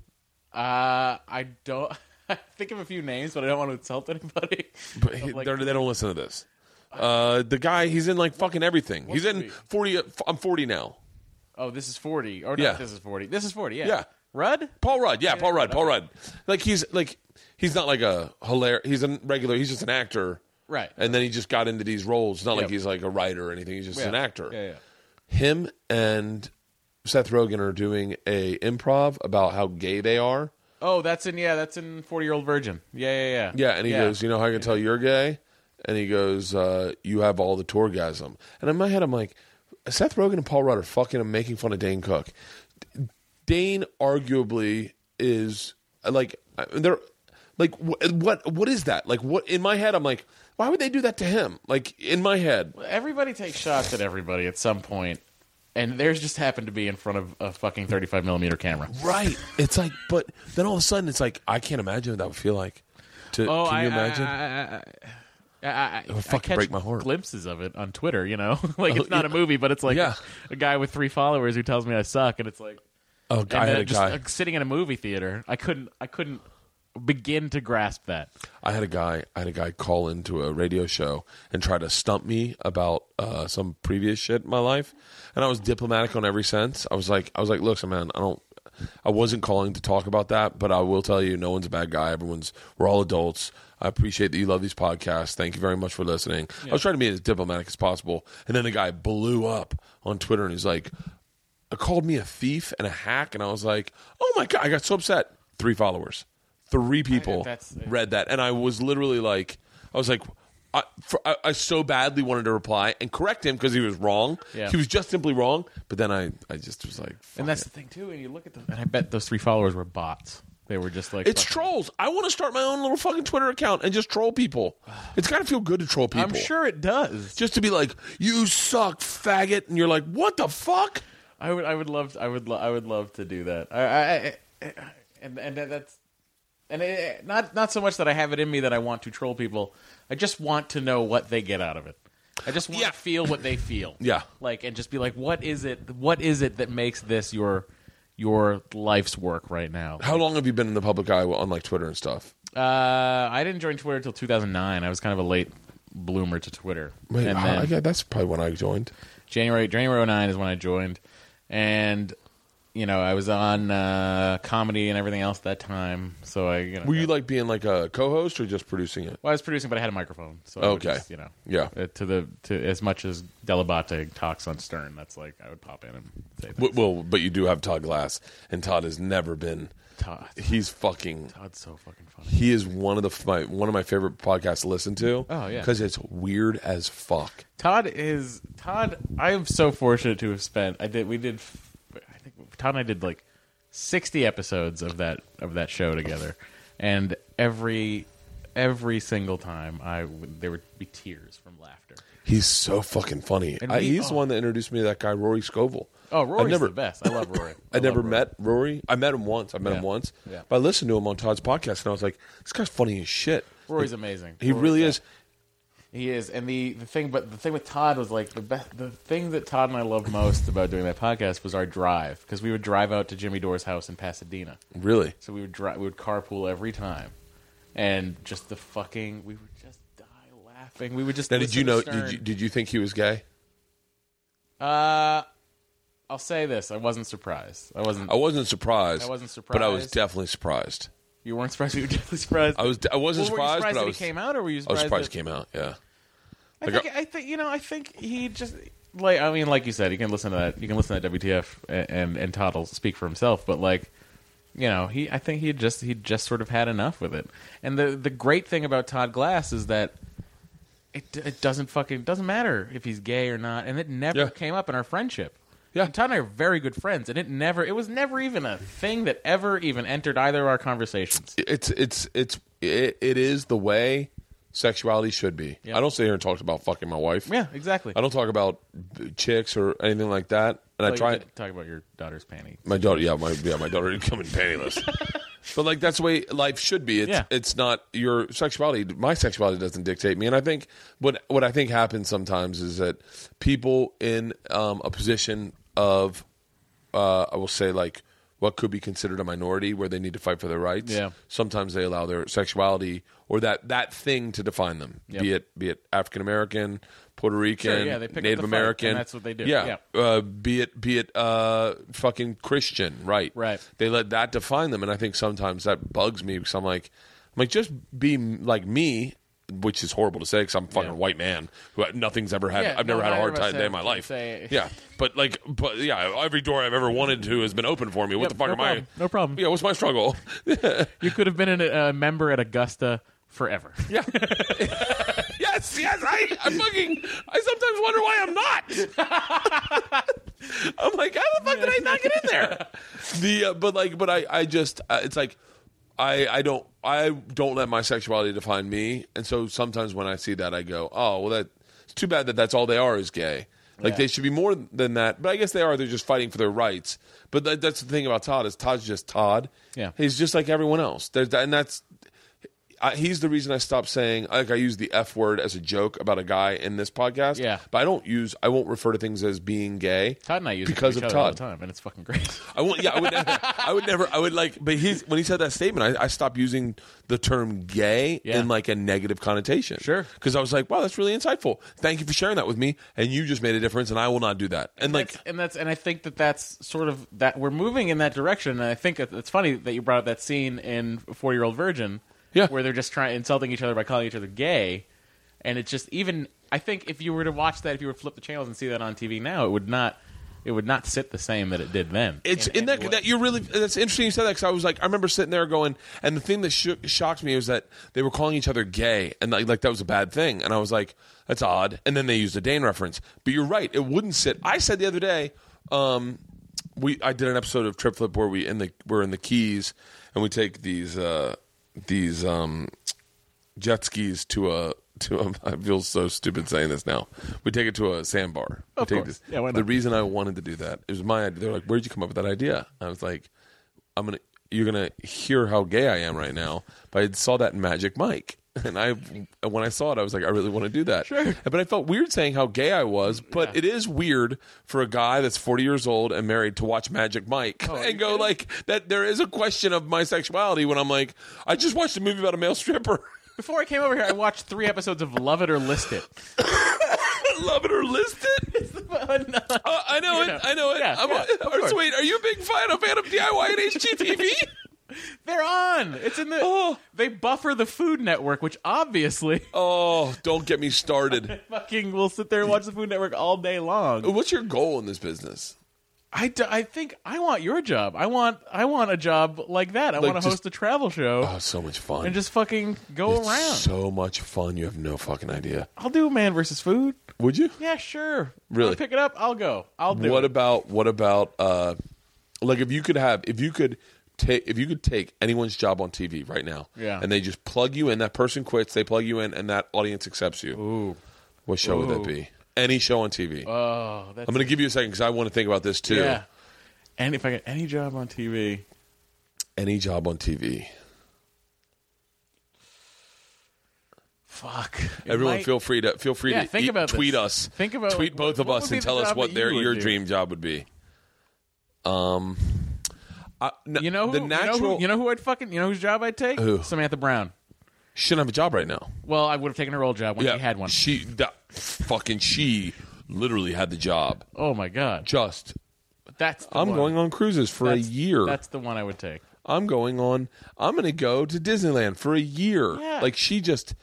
Uh, I don't. (laughs) I think of a few names, but I don't want to insult anybody.
(laughs) But he,
like-
they're- they don't listen to this. Uh, the guy, he's in like fucking everything. He's in
movie?
forty. I'm forty now.
Oh, this is forty. Or no,
Yeah.
this is forty. This is forty. Yeah.
Yeah.
Rudd.
Paul Rudd, yeah, Paul Rudd, Paul Rudd. Like he's like he's not like a hilarious. He's a regular. He's just an actor,
Right.
And then he just got into these roles. It's not like
Yeah.
he's like a writer or anything. He's just
Yeah.
an actor.
Yeah, yeah.
Him and Seth Rogen are doing a improv about how gay they are.
Oh, that's in. Yeah, that's in Forty Year Old Virgin. Yeah, yeah, yeah.
Yeah, and he goes, you know how I can tell you're gay? And he goes, uh, you have all the torgasm. And in my head, I'm like, Seth Rogen and Paul Rudd are fucking making fun of Dane Cook. D- Dane arguably is like I- they're like wh- what what is that? Like what in my head, I'm like, why would they do that to him? Like in my head,
Everybody takes shots at everybody at some point, and theirs just happened to be in front of a fucking thirty-five millimeter camera.
right? It's like, but then all of a sudden, it's like I can't imagine what that would feel like. To,
Oh,
can
I,
you imagine?
I, I, I, I, I,
would fucking
I catch
break my heart. Uh,
Glimpses of it on Twitter, you know, (laughs) like it's not a movie, but it's like
Yeah.
a guy with three followers who tells me I suck, and it's like
oh,
and
I had
then
a
just
guy.
like, sitting in a movie theater. I couldn't. I couldn't begin to grasp that.
I had a guy. I had a guy call into a radio show and try to stump me about uh, some previous shit in my life, and I was diplomatic on every sense. I was like, I was like, look, man, I don't. I wasn't calling to talk about that, but I will tell you, no one's a bad guy. Everyone's we're all adults. I appreciate that you love these podcasts. Thank you very much for listening. I was trying to be as diplomatic as possible, and then the guy blew up on Twitter and he's like, uh, called me a thief and a hack, and I was like, oh my god, I got so upset. Three followers, three people
that's-
read that, and I was literally like, I was like, I, for, I, I so badly wanted to reply and correct him because he was wrong.
Yeah.
He was just simply wrong. But then I, I just was like, fuck
And that's
it.
the thing too. And you look at them, and I bet those three followers were bots. They were just like
It's
fucking-
trolls. I want to start my own little fucking Twitter account and just troll people. It's got to feel good to troll people.
I'm sure it does.
Just to be like, you suck, faggot, and you're like, what the fuck?
I would, I would love, I would, lo- I would love to do that. I, I, I and and that- that's, and it, not not so much that I have it in me that I want to troll people. I just want to know what they get out of it. I just want
Yeah.
to feel what they feel.
(laughs) Yeah.
like and just be like, what is it? What is it that makes this your your life's work right
(laughs)
now?
How long have you been in the public eye on like Twitter and stuff?
Uh, I didn't join Twitter until 2009. I was kind of a late bloomer to Twitter.
Wait,
and
I-
then
yeah, that's probably when I joined.
January January 09 is when I joined, and you know I was on uh, comedy and everything else that time. So I, you know,
Were you like being like a co-host or just producing it?
well, I was producing, but I had a microphone. So I would
Okay.
just, you know,
Yeah.
uh, to the to as much as Delabate talks on Stern, that's like I would pop in and say that.
W- Well, but you do have Todd Glass, and Todd has never been.
Todd,
He's fucking.
Todd's so fucking funny.
He is one of the my one of my favorite podcasts to listen to.
Oh, yeah.
because it's weird as fuck.
Todd is Todd. I am so fortunate to have spent. I did. We did. f- I think Todd and I did like sixty episodes of that of that show together, and every every single time I would- there would be tears from laughter.
He's so fucking funny.
And
I,
we-
he's the
oh.
one that introduced me to that guy Rory Scovel.
Oh,
I
Rory's
never,
the best. I love
(laughs)
Rory.
I,
love
never
Rory.
met Rory. I met him once. I met him
Yeah.
once.
Yeah.
But I listened to him on Todd's podcast, and I was like, this guy's funny as shit.
Rory's amazing.
He
Rory's
really
the-
is.
He is, and the, the thing, but the thing with Todd was like the best. The thing that Todd and I loved most about doing that podcast was our drive because we would drive out to Jimmy Dore's house in Pasadena.
Really.
So we would drive, we would carpool every time, and just the fucking, we would just die laughing. We would just.
Now, did
listen
you
to
know?
Stern.
Did you, did you think he was gay?
uh, I'll say this: I wasn't surprised. I wasn't.
I wasn't surprised.
I wasn't
but I was
surprised.
definitely surprised.
you weren't surprised. You were definitely surprised.
I was. I wasn't
Well, were you
surprised, but
that
I was.
he came out, or were you
I was
surprised?
surprised
that-
he came out. Yeah.
I
Like, uh,
think, I think you know. I think he just like. I mean, like you said, you can listen to that. You can listen to that WTF, and and, and Todd will speak for himself. But like, you know, he. I think he just he just sort of had enough with it. And the the great thing about Todd Glass is that it it doesn't fucking doesn't matter if he's gay or not, and it never
Yeah.
came up in our friendship.
Yeah.
And Todd and I are very good friends, and it never it was never even a thing that ever even entered either of our conversations.
It's it's it's it, it is the way sexuality should be.
Yeah.
I don't sit here and talk about fucking my wife.
Yeah, exactly.
I don't talk about chicks or anything like that. And I
Well,
try
you did talk about your daughter's panty.
my daughter. Yeah, my yeah, my daughter didn't come in
(laughs)
pantyless. But like that's the way life should be. It's
Yeah.
it's not your sexuality. My sexuality doesn't dictate me. And I think what what I think happens sometimes is that people in um, a position of uh, I will say like what could be considered a minority where they need to fight for their rights.
Yeah.
Sometimes they allow their sexuality or that that thing to define them.
Yep.
Be it be it African American, Puerto Rican,
yeah, they pick up
Native
the fight,
American.
and that's what they do.
Yeah.
Yeah.
Uh, be it be it uh, fucking Christian, right?
Right.
They let that define them and I think sometimes that bugs me because I'm like I'm like just be m- like me which is horrible to say because I'm a fucking
Yeah.
white man who nothing's ever had.
Yeah,
I've never
no,
had a
not
hard
everybody
time day in
said-
my life.
say-
yeah, but like, but yeah, every door I've ever wanted to has been open for me. What
Yep,
the fuck
no
am
problem,
I?
no problem.
Yeah, what's my struggle?
You could have been an- a member at Augusta forever.
Yeah. (laughs) yes, yes. I, I fucking. I sometimes wonder why I'm not. (laughs) I'm like, how the fuck did I not get in there? The uh, but like, but I I just uh, it's like. I, I don't I don't let my sexuality define me, and so sometimes when I see that, I go, oh well, that it's too bad that that's all they are is gay. Like
Yeah.
they should be more than that, but I guess they are. They're just fighting for their rights. But that, that's the thing about Todd is Todd's just Todd.
Yeah.
he's just like everyone else. There's, that- and that's I, he's the reason I stopped saying like I use the f word as a joke about a guy in this podcast.
Yeah.
but I don't use I won't refer to things as being gay.
Todd and I use
Because
it with
of
each other all
Todd.
the time, and it's fucking great.
I won't. Yeah, I would. Never, I would never. I would like. But his when he said that statement, I, I stopped using the term gay
Yeah.
in like a negative connotation.
Sure.
because I was like, wow, that's really insightful. Thank you for sharing that with me, and you just made a difference, and I will not do that. And (laughs) like,
That's- and that's and I think that that's sort of that we're moving in that direction. And I think it- it's funny that you brought up that scene in Four Year Old Virgin,
Yeah.
where they're just trying insulting each other by calling each other gay, and it's just even. I think if you were to watch that, if you were to flip the channels and see that on TV now, it would not. It would not sit the same that it did then.
It's
In
in that
any way.
that you really that's interesting you said that because I was like I remember sitting there going and the thing that shook, shocked me was that they were calling each other gay and like, like that was a bad thing and I was like that's odd and then they used a Dane reference but you're right it wouldn't sit I said the other day um we I did an episode of Trip Flip where we in the we're in the Keys and we take these uh these um jet skis to a to a, (laughs) I feel so stupid saying this now. We take it to a sandbar. We
Of
take
course. Yeah, why not?
The reason I wanted to do that it was my idea. They're like, "Where'd you come up with that idea?" I was like, "I'm gonna, you're gonna hear how gay I am right now." But I saw that in Magic Mike, (laughs) and I when I saw it, I was like, "I really want to do that." Sure. But I felt weird saying how gay I was. But it is weird for a guy that's 40 years old and married to watch Magic Mike (laughs) and go like that. There is a question of my sexuality when I'm like, I just watched a movie about a male stripper. (laughs)
Before I came over here, I watched three episodes of Love It or
(laughs)
List It.
love it or list it. Uh, I know
know.
it. I know it.
Yeah,
I'm
yeah,
(laughs)
of
or,
course.
wait, are you a big fan of fan of DIY and
(laughs)
HGTV?
They're on. It's in
(gasps)
the.
Oh.
They buffer the Food Network, which obviously (laughs)
oh, don't get me started.
fucking will sit there and watch the Food Network all day long.
What's your goal in this business?
I, d- I think I want your job. I want I want a job like that. I
Like
want to
just-
host a travel show
Oh, so much fun.
and just fucking go
It's
around.
So much fun. You have no fucking idea.
I'll do man versus food.
Would you?
Yeah, sure.
Really?
I'll pick it up. I'll go. I'll do
What
it.
about what about uh like if you could have if you could take if you could take anyone's job on TV right now
Yeah.
and they just plug you in that person quits they plug you in and that audience accepts you. Ooh. What show would that
Ooh.
be? Any show on TV.
oh, that's
I'm going to give you a second because I want to think about this too.
yeah. And if I get any job on TV,
Any job on TV.
fuck. It
Everyone,
might-
feel free to feel free
Yeah,
to
think
e-
about this.
tweet us.
Think about-
tweet both of
what
us
would be
and
the
tell us
job
what
that
their
you would
your
do?
dream job would be. Um, I- n-
You know who,
the natural.
you know who you know who I'd fucking you know whose job I'd take?
Who?
Samantha Brown.
shouldn't have a job right now.
Well, I would have taken her old job when she had one.
She that, fucking she literally had the job.
oh my god.
Just
That's the
I'm
one.
going on cruises for
that's,
a year.
That's the one I would take.
I'm going on. I'm going to go to Disneyland for a year.
Yeah.
Like she just,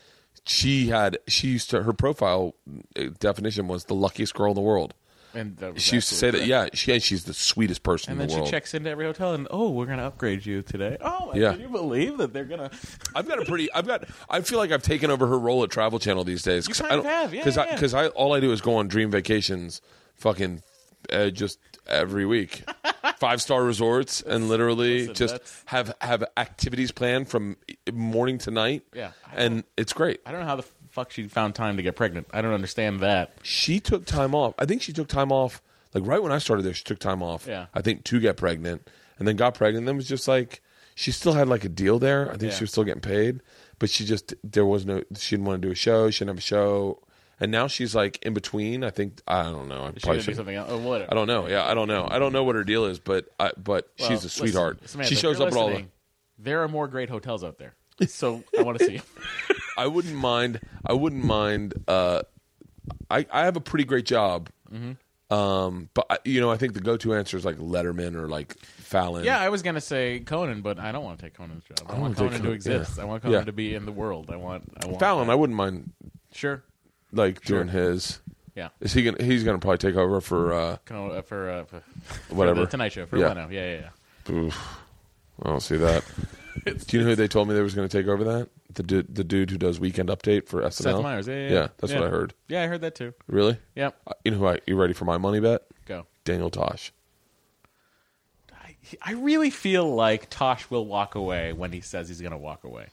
she had. She used to. Her profile uh, definition was the luckiest girl in the world.
And that was
She used to say
absolutely
that.
correct.
Yeah, she and she's the sweetest person
And
in
then
the
she
world.
checks into every hotel and oh, we're gonna upgrade you today. Oh,
Yeah.
can you believe that they're gonna?
I've got a pretty. I've got. I feel like I've taken over her role at Travel Channel these days.
You
'cause
kind
I
of have, yeah,
Because I,
yeah.
'cause
(laughs)
I all I do is go on dream vacations, fucking, uh, just every week. five star resorts and literally
Listen,
just
that's-
have have activities planned from morning to night.
Yeah, I
and it's great.
I don't know how the fuck she found time to get pregnant. I don't understand that.
She took time off. I think she took time off like right when I started there. She took time off.
Yeah.
I think to get pregnant, and then got pregnant. And then was just like she still had like a deal there. I think
Yeah.
she was still getting paid, but she just there was no. She didn't want to do a show. She didn't have a show. And now she's like in between. I think I don't know. I probably
She should do
shouldn't-
something else. Oh, whatever.
I don't know. Yeah, I don't know. I don't know what her deal is, but I, but she's
Well,
a
listen,
sweetheart.
Samantha,
she
if
shows
you're
up at all. The,
listening, There are more great hotels out there, so I want
(laughs)
to see. 'em.
I wouldn't mind. I wouldn't mind. Uh, I I have a pretty great job.
Mm-hmm.
Um, but I, you know, I think the go-to answer is like Letterman or like Fallon.
Yeah, I was gonna say Conan, but I don't want to take Conan's job. I,
don't
want
wanna take
Conan to
Conan-
exist.
yeah.
I want Conan
Yeah.
to be in the world. I want. I want
Fallon. I wouldn't mind
Sure.
like doing his.
Yeah.
Is he gonna? He's gonna probably take over for. Uh,
Conan, uh, for, uh, for for
Whatever.
the Tonight Show for
Yeah.
Leno. Yeah, yeah, yeah.
oof, I don't see
(laughs)
that. do you know who they told me they was gonna take over that? The du- the dude who does Weekend Update for SNL.
Seth Meyers. Yeah, yeah.
that's
yeah.
what I heard.
Yeah, I heard that too.
Really?
Yep.
Uh, You know who I? You ready for my money bet?
Go.
Daniel Tosh.
I, I really feel like Tosh will walk away when he says he's gonna walk away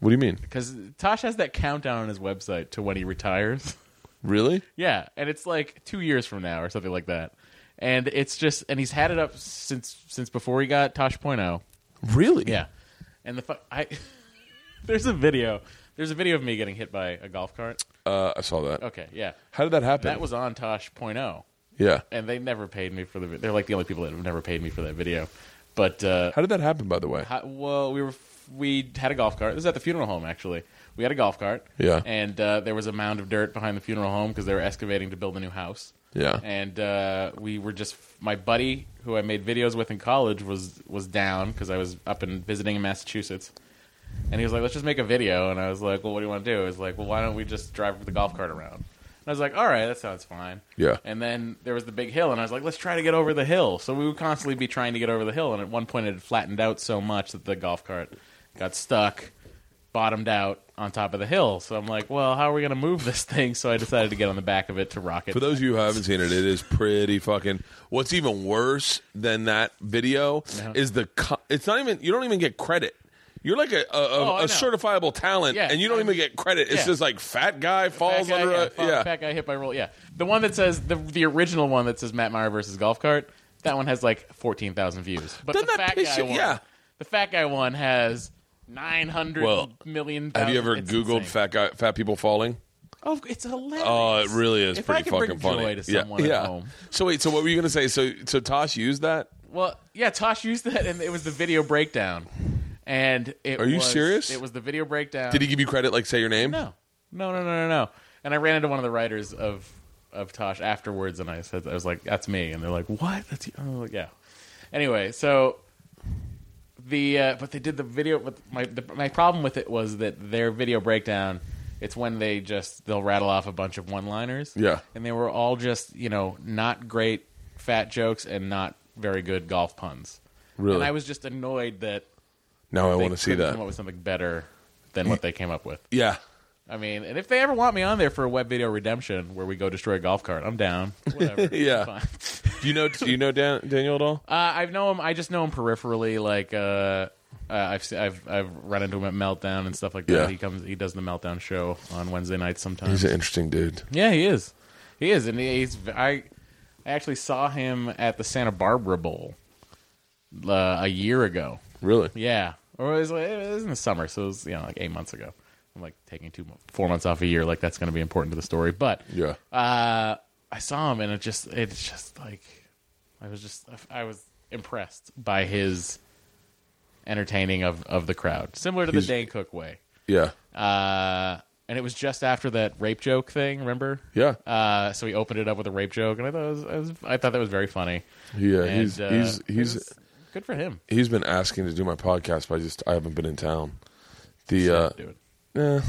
What do you mean?
because Tosh has that countdown on his website to when he retires. (laughs)
Really?
Yeah, and it's like two years from now or something like that. And it's just, and he's had it up since since before he got Tosh Point oh.
Really?
Yeah, and the fu- I (laughs) there's a video. There's a video of me getting hit by a golf cart.
Uh, I saw that.
Okay, yeah,
How did that happen?
that was on Tosh Point oh,
yeah.
and they never paid me for the. vi- They're like the only people that have never paid me for that video. But uh,
How did that happen? By the way,
how, well, we were we had a golf cart. This is at the funeral home actually. We had a golf cart.
Yeah.
and uh, there was a mound of dirt behind the funeral home because they were excavating to build a new house.
Yeah.
and uh, we were just my buddy who I made videos with in college was was down because I was up and visiting in Massachusetts. And he was like, "Let's just make a video." And I was like, "Well, what do you want to do?" He was like, "Well, why don't we just drive the golf cart around?" And I was like, "All right, that sounds fine."
Yeah.
And then there was the big hill, and I was like, "Let's try to get over the hill." So we would constantly be trying to get over the hill, and at one point it had flattened out so much that the golf cart got stuck, bottomed out on top of the hill. So I'm like, "Well, how are we going to move this thing?" So I decided to get on the back of it to rock it.
for those of you who haven't seen it, it is pretty fucking. What's even worse than that video
No.
is the. Co- it's not even. You don't even get credit. You're like a a, a,
Oh, I
a
know.
certifiable talent,
Yeah,
and you don't
I
even get credit. It's
yeah.
just like fat guy falls
fat guy,
under
yeah,
a
fall-
yeah.
fat guy hit by roll. Yeah, the one that says the the original one that says Matt Meyer versus golf cart. That one has like fourteen thousand views. But
Doesn't
the
that
fat
piss
guy
you-
one,
yeah.
the fat guy one has nine hundred million.
Well, Have you ever
it's
Googled
insane.
fat guy fat people falling?
Oh, it's hilarious.
Oh, it really is
If
pretty
I can
fucking
bring
funny.
joy to
Yeah,
someone at
yeah.
home.
So wait, so what were you gonna say? So so Tosh used that?
Well, yeah, Tosh used that, and it was the video breakdown. And it
Are you
was-
serious?
It was the video breakdown.
Did he give you credit? Like say your name?
No, no, no, no, no, no. And I ran into one of the writers of of Tosh afterwards, and I said, I was like, "That's me," and they're like, "What?" That's you. Oh, yeah. Anyway, so the uh, but they did the video. But my the, my problem with it was that their video breakdown. It's when they just they'll rattle off a bunch of one liners.
Yeah.
and they were all just you know not great fat jokes and not very good golf puns.
Really?
and I was just annoyed that
Now I
they
want to see
couldn't
that.
Come up with something better than what they came up with.
Yeah.
I mean, and if they ever want me on there for a web video redemption where we go destroy a golf cart, I'm down. Whatever.
(laughs)
It's
Yeah.
fine.
Do you know? Do you know Dan, Daniel at
(laughs)
all?
Uh, I know him. I just know him peripherally. Like, uh, uh, I've, se- I've I've run into him at Meltdown and stuff like that.
Yeah.
He comes. He does the Meltdown show on Wednesday nights sometimes.
He's an interesting dude.
yeah, he is. He is, and he's. I I actually saw him at the Santa Barbara Bowl uh, a year ago.
Really?
Yeah, or it was, like, it was in the summer, so it was you know like eight months ago. I'm like taking two mo- four months off a year, like that's going to be important to the story. But
Yeah.
uh, I saw him, and it just it's just like I was just I was impressed by his entertaining of of the crowd, similar to
He's-
the Dan Cook way.
Yeah.
Uh, and it was just after that rape joke thing, remember?
Yeah.
Uh, so he opened it up with a rape joke, and I thought it was, I, was, I thought that was very funny.
Yeah.
And,
He's
uh,
he's
it
he's
was good for him.
he's been asking to do my podcast, but I just I haven't been in town. The uh,
to do it.
eh.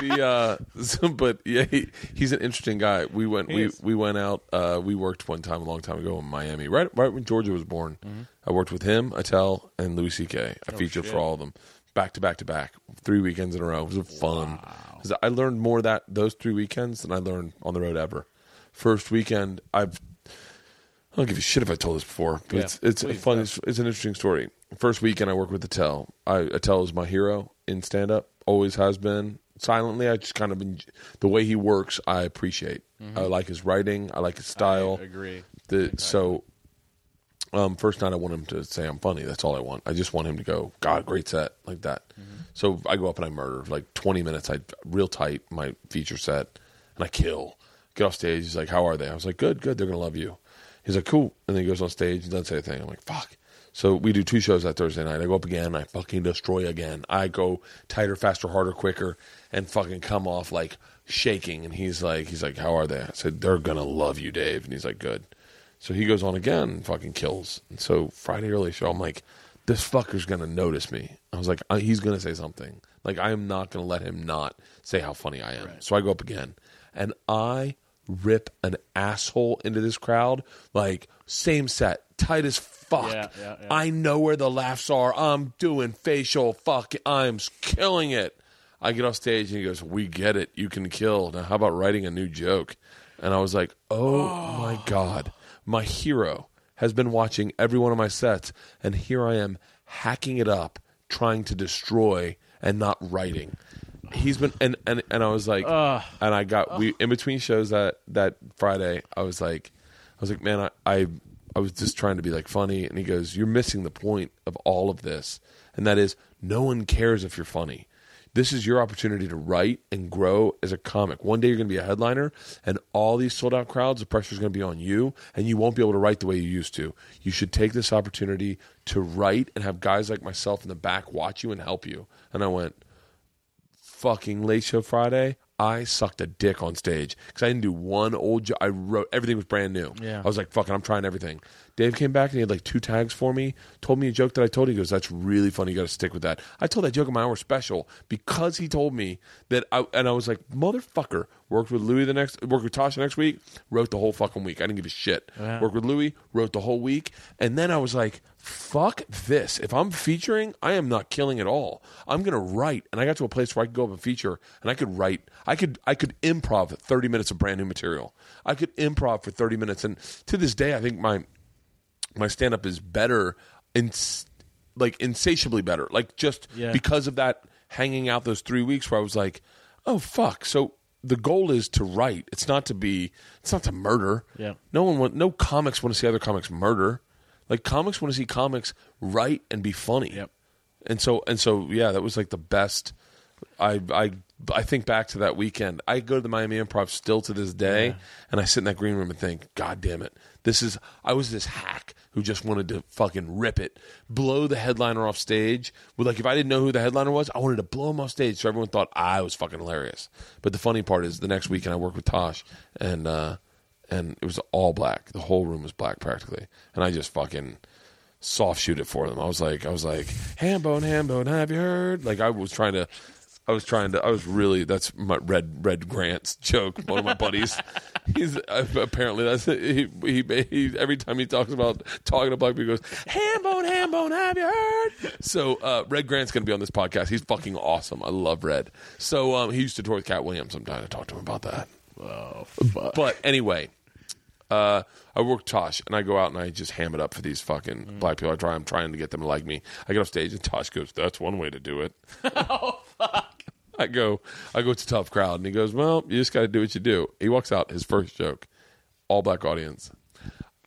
the uh, (laughs) so- but yeah, he, he's an interesting guy. We went we,
is.
we went out. Uh, we worked one time a long time ago in Miami, right right when Georgia was born.
Mm-hmm.
I worked with him, Attell, and Louis C.K. I
Oh,
featured for all of them, back to back to back, three weekends in a row. It was fun. 'Cause I learned more that those three weekends than I learned on the road ever. First weekend, I've I don't give a shit if I told this before, but
Yeah,
it's it's a
please,
fun. It's, it's an interesting story. First weekend I work with Attell. I Attell is my hero in stand up. Always has been. Silently, I just kind of en- the way he works. I appreciate. I like his writing. I like his style.
Mm-hmm. agree.
The, so, um, first night I want him to say I'm funny. That's all I want. I just want him to go, God, great set, like that. So I go up and I murder like 20 minutes. I real tight my feature set, and I kill. Get off stage. He's like, How are they? I was like, Good, good. They're gonna love you. He's like, Cool. And then he goes on stage and doesn't say a thing. I'm like, Fuck. So we do two shows that Thursday night. I go up again. I fucking destroy again. I go tighter, faster, harder, quicker, and fucking come off like shaking. And he's like, he's like, how are they? I said, they're gonna love you, Dave. And he's like, good. So he goes on again, and fucking kills. And so Friday early show, I'm like, this fucker's gonna notice me. I was like, I, he's gonna say something. Like I am not gonna let him not say how funny I am. So I go up again, and I rip an asshole into this crowd. Like same set, tight as fuck.
Yeah, yeah, yeah.
I know where the laughs are. I'm doing facial. Fuck, I'm killing it. I get off stage and he goes, "We get it. You can kill. Now, how about writing a new joke?" And I was like, "Oh my god, my hero has been watching every one of my sets, and here I am hacking it up, trying to destroy and not writing." He's been and and, and I was like, and I got we in between shows that that Friday. I was like, I was like, man, I, I I was just trying to be like funny, and he goes, you're missing the point of all of this, and that is no one cares if you're funny. This is your opportunity to write and grow as a comic. One day you're going to be a headliner, and all these sold out crowds, the pressure's going to be on you, and you won't be able to write the way you used to. You should take this opportunity to write and have guys like myself in the back watch you and help you. And I went, fucking late show Friday, I sucked a dick on stage because I didn't do one old joke. I wrote everything was brand new.
Yeah.
I was like, fucking, I'm trying everything. Dave came back and he had like two tags for me, told me a joke that I told. He goes, that's really funny. You got to stick with that. I told that joke in my hour special because he told me that. I, and I was like, motherfucker, worked with Louis the next, worked with Tasha next week, wrote the whole fucking week. I didn't give a shit.
Yeah.
Worked with Louis, wrote the whole week. And then I was like, fuck this. If I'm featuring, I am not killing at all. I'm gonna write. And I got to a place where I could go up and feature and I could write. I could I could improv thirty minutes of brand new material. I could improv for thirty minutes. And to this day I think my my stand up is better in like insatiably better. Like just
Yeah.
because of that hanging out those 3 weeks where I was like, "Oh fuck." So the goal is to write. It's not to be it's not to murder.
Yeah.
No one want no comics want to see other comics murder. Like comics want to see comics write and be funny.
Yep.
And so and so yeah, that was like the best I I I think back to that weekend. I go to the Miami Improv still to this day and I sit in that green room and think, God damn it. This is I was this hack who just wanted to fucking rip it. Blow the headliner off stage. With like if I didn't know who the headliner was, I wanted to blow him off stage so everyone thought I was fucking hilarious. But the funny part is the next weekend I worked with Tosh and uh and it was all black. The whole room was black practically. And I just fucking soft shoot it for them. I was like, I was like, ham bone, ham bone, have you heard? Like I was trying to, I was trying to, I was really, that's my red, red Grant's joke. One of my buddies, he's uh, apparently that's, he, he, he, every time he talks about talking to black people, he goes, ham bone, ham bone, have you heard? So, uh, Red Grant's going to be on this podcast. He's fucking awesome. I love Red. So, um, he used to tour with Cat Williams. I'm dying to talk to him about that. But anyway, uh, I work Tosh, and I go out and I just ham it up for these fucking black people. I try, I'm trying to get them to like me. I get off stage, and Tosh goes, "That's one way to do it." I go, I go, it's a tough crowd, and he goes, "Well, you just got to do what you do." He walks out. His first joke, all black audience.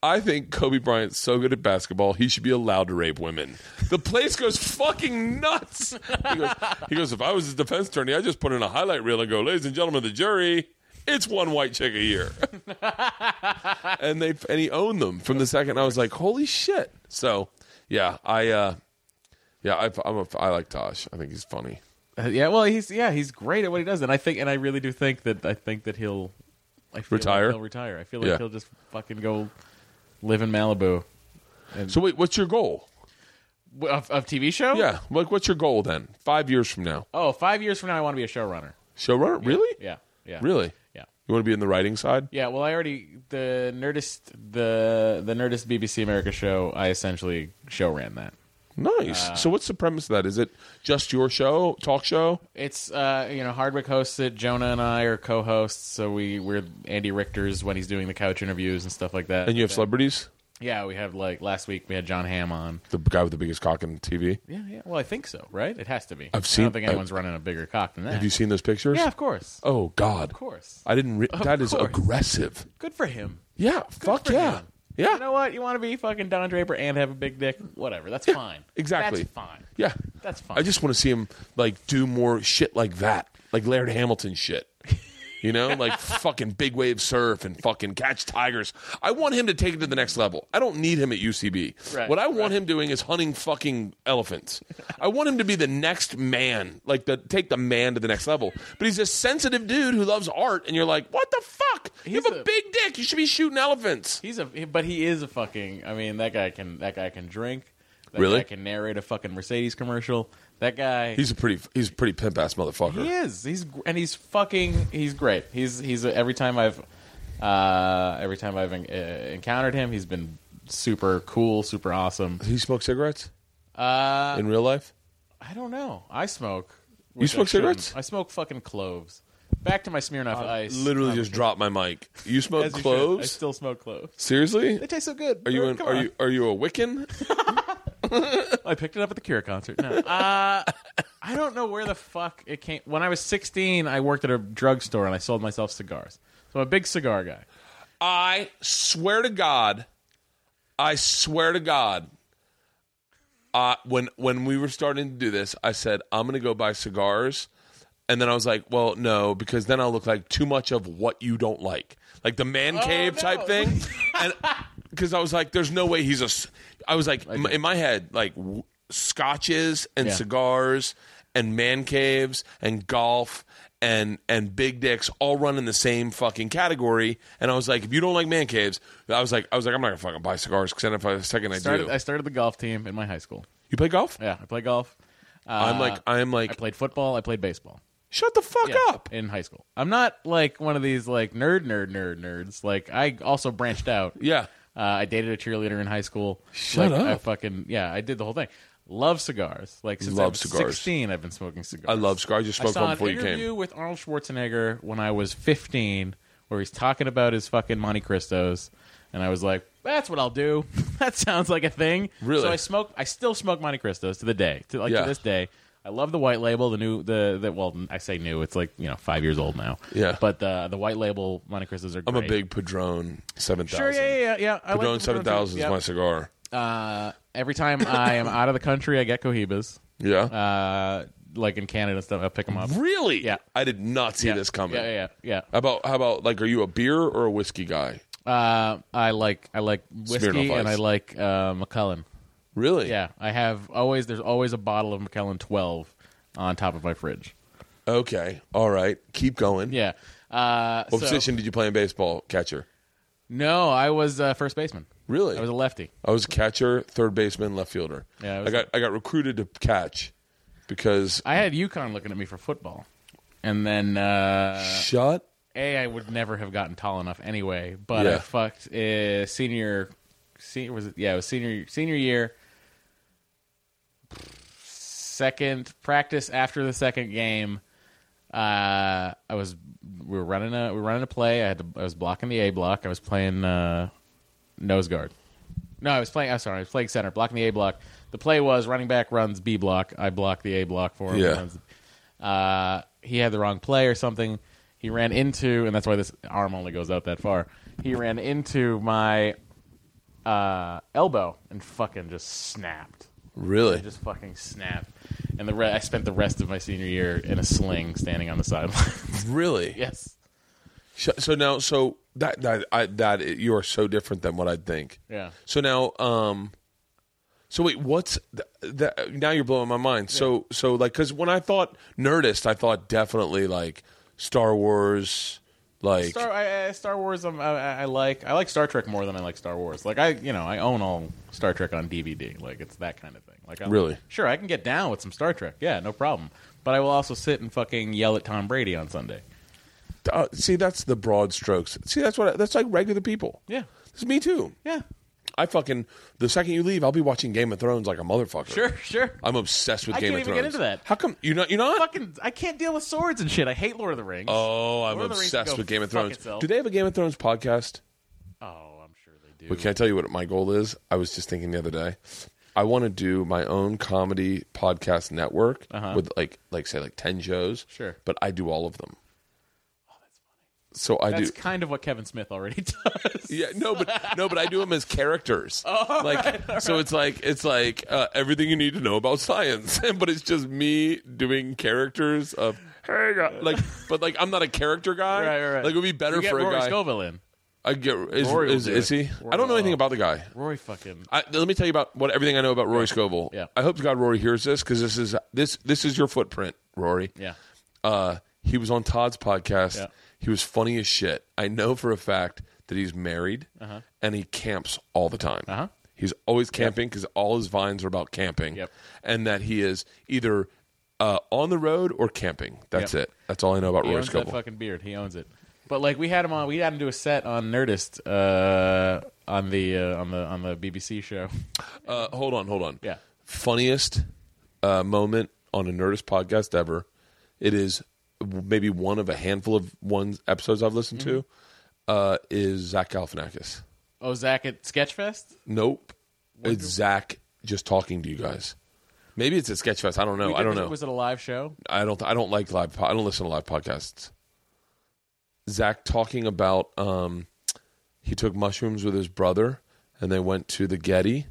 I think Kobe Bryant's so good at basketball, he should be allowed to rape women. The place goes fucking nuts. He goes, he goes if I was his defense attorney, I'd just put in a highlight reel and go, ladies and gentlemen of the jury, it's one white chick a year. (laughs) and they and he owned them from the second. I was like, holy shit. So yeah, I uh yeah, I, I'm a, I like Tosh. I think he's funny.
Uh, yeah, well, he's yeah, he's great at what he does, and I think, and I really do think that I think that he'll I feel like
Retire?
he'll retire. I feel like
Yeah.
he'll just fucking go live in Malibu
So wait, what's your goal?
W- of, of TV show.
Yeah, like what's your goal then? Five years from now,
Oh, five years from now, I want to be a showrunner.
showrunner? Really?
Yeah. Yeah.
Really?
Yeah.
You want to be in the writing side?
Yeah. Well, I already the Nerdist the the Nerdist BBC America show. I essentially show ran that. Uh,
Nice. so what's the premise of that? Is it just your show, talk show?
It's uh, you know Hardwick hosts it. Jonah and I are co-hosts, so we we're Andy Richter's when he's doing the couch interviews and stuff like that.
And you have celebrities?
yeah, we have like last week we had John Hamm on.
The guy with the biggest cock in TV.
Yeah, yeah. Well, I think so, right? It has to be.
I've seen-
I don't think anyone's running a bigger cock than that.
Have you seen those pictures?
yeah, of course,
Oh God.
of course.
I didn't. Re- that is
course.
aggressive.
Good for him.
Yeah. fuck
for
yeah.
him.
Yeah.
You know what? You want to be fucking Don Draper and have a big dick? Whatever. That's fine.
(laughs) exactly.
That's fine.
yeah.
That's fine.
I just want to see him like do more shit like that, like Laird Hamilton shit. You
(laughs)
know, like fucking big wave surf and fucking catch tigers. I want him to take it to the next level. I don't need him at UCB.
Right,
what I want him doing is hunting fucking elephants. I want him to be the next man, like the take the man to the next level. But he's a sensitive dude who loves art, and you're like, what the fuck? you
He's
have a,
a-
big dick. You should be shooting elephants.
He's a, but he is a fucking. I mean, that guy can. That guy can drink. That
Really?
guy can narrate a fucking Mercedes commercial. That guy.
He's a pretty he's a pretty pimp ass motherfucker.
he is. He's gr- and he's fucking. He's great. He's he's every time I've uh every time I've en- uh, encountered him, he's been super cool, super awesome.
Does he smoke cigarettes
Uh,
in real life?
I don't know. I smoke.
You
which I
smoke
shouldn't.
cigarettes?
I smoke fucking cloves. Back to my Smirnoff Ice.
Literally just dropped my mic. You smoke
As you should. I
cloves?
still smoke cloves.
Seriously?
They taste so good.
Are you
Bert,
an,
come
are
on.
you are you a Wiccan?
(laughs) I picked it up at the Cure
(laughs)
concert. No. Uh, I don't know where the fuck it came. When I was 16, I worked at a drugstore and I sold myself cigars. So I'm a big cigar guy.
I swear to God, I swear to God. Uh, when when we were starting to do this, I said I'm going to go buy cigars, and then I was like, well, no, because then I'll look like too much of what you don't like, like the man cave
no.
type thing, and because I was like, there's no way he's a. s- I was like m- in my head like w- scotches and
Yeah.
cigars and man caves and golf and and big dicks all run in the same fucking category. And I was like, if you don't like man caves, I was like, I was like, I'm not gonna fucking buy cigars because then if I the second I
Started,
do,
I started the golf team in my high school.
you play golf.
Yeah, I play golf. Uh,
I'm like, I'm
I
like,
played football. I played baseball.
shut the fuck
Yeah,
up.
in high school. I'm not like one of these like nerd, nerd, nerd, nerds. Like I also branched out.
Yeah,
Uh, I dated a cheerleader in high school.
Shut
Like, I
up.
fucking yeah, I did the whole thing. Love cigars. Like since I
Love
was
cigars.
16, I've been smoking
I
cigars.
love cigars. I just
I
smoked
saw
one
an
before you
interview
came.
with Arnold Schwarzenegger when I was 15, where he's talking about his fucking Monte Cristos, and I was like, "That's what I'll do." (laughs) that sounds like a thing.
Really?
So I smoke. I still smoke Monte Cristos to the day, to like
Yeah.
to this day. I love the white label. The new, the, the well, I say new. It's like you know five years old now.
Yeah.
But the the white label Monte Cristos are.
I'm a
great.
big Padron seven
Sure.
thousand.
Yeah. Yeah. Yeah. yeah. I like
Padron
the
seven thousand is
yeah.
my cigar.
Uh, every time I am out of the country, I get cohibas.
Yeah.
Uh, like in Canada and stuff, I pick them
(laughs)
up.
really?
yeah.
I did not see
Yeah.
this coming.
Yeah, yeah, yeah.
How about how about like are you a beer or a whiskey guy?
Uh, I like I like whiskey
Smirnoff
and
Ice.
I like uh, McCullen.
Really?
Yeah, I have always there's always a bottle of McCullen 12 on top of my fridge.
Okay. All right. Keep going.
Yeah. Uh,
What
so-
position did you play in baseball? Catcher.
No, I was uh, first baseman.
Really?
I was a lefty.
I was a catcher, third baseman, left fielder.
Yeah, I
I,
was-
got I got recruited to catch because
I had UConn looking at me for football, and then uh,
shut
a I would never have gotten tall enough anyway. But I
Yeah.
fucked uh, senior, senior was it? Yeah, it was senior senior year. Second practice after the second game, uh, I was we were running a we were running a play. I had to, I was blocking the A block. I was playing uh, nose guard. No, I was playing. I'm sorry, I was playing center, blocking the A block. The play was running back runs B block. I block the A block for him.
Yeah.
Runs- uh, he had the wrong play or something. He ran into, and that's why this arm only goes out that far. He ran into my uh, elbow and fucking just snapped.
really.
Just fucking snapped. And the re- I spent the rest of my senior year in a sling, standing on the sideline. (laughs)
Really?
yes.
Sh- So now so that that I that you are so different than what I'd think.
Yeah.
So now um so wait, what's th- that? Now you're blowing my mind. So, so like, because when I thought Nerdist, I thought definitely like Star Wars, like
Star, I, I, Star Wars. Um, I, I I like. I like Star Trek more than I like Star Wars. Like I, you know, I own all Star Trek on DVD. Like it's that kind of thing. Like I'm,
Really?
sure, I can get down with some Star Trek. Yeah, no problem. But I will also sit and fucking yell at Tom Brady on Sunday.
Uh, see, that's the broad strokes. See, that's what I, that's like regular people.
Yeah,
It's me too.
yeah.
I fucking the second you leave, I'll be watching Game of Thrones like a motherfucker.
Sure, sure.
I'm obsessed with
I
Game
can't
of
even
Thrones.
get into that.
How come you're not? You're not?
Fucking, I can't deal with swords and shit. I hate Lord of the Rings.
Oh, I'm
Lord of the Rings can
obsessed
go
with Game of
fuck
Thrones.
itself.
Do they have a Game of Thrones podcast?
Oh, I'm sure they do.
But can I tell you what my goal is? I was just thinking the other day. I want to do my own comedy podcast network with like like say like ten shows.
Uh-huh. Sure. Oh,
But I do all of them. So I
That's
do.
kind of what Kevin Smith already (laughs) does.
Yeah, no, but no, but I do them as
(laughs)
characters.
Oh,
like, so it's like it's like uh, everything you need to know about science, (laughs) but it's just me doing characters of hey, uh, like, but like I'm not a character guy.
Right, right, right.
Like it would be better
You get
for a
Rory
guy.
Scovel in.
I get is,
Rory will
is,
do
is
it.
he? I don't know anything about the guy.
Rory fucking.
I, let me tell you about what everything I know about Rory Scovel.
Yeah.
I hope to God Rory hears this because this is this this is your footprint, Rory.
Yeah.
Uh, he was on Todd's podcast.
Yeah.
He was funny as shit. I know for a fact that he's married and he camps all the time.
Uh-huh.
He's always camping because all his vines are about camping.
Yep.
And that he is either uh, on the road or camping. That's
Yep.
it. That's all I know about
He
Rory
owns that
Scovel.
fucking beard. He owns it. But like we had him on, we had him do a set on Nerdist uh, on the uh, on the on the BBC show. (laughs)
Uh, hold on, hold on.
Yeah.
Funniest uh, moment on a Nerdist podcast ever. It is maybe one of a handful of ones episodes I've listened to.
Mm-hmm.
Uh, is Zach Galifianakis?
Oh, Zach at Sketchfest.
Nope. It's Zach just talking to you guys. Maybe it's at Sketchfest. I don't know.
We
I
did-
don't
was it-
know.
Was it a live show?
I don't. I don't like live. po- I don't listen to live podcasts. Zach talking about um, he took mushrooms with his brother and they went to the Getty.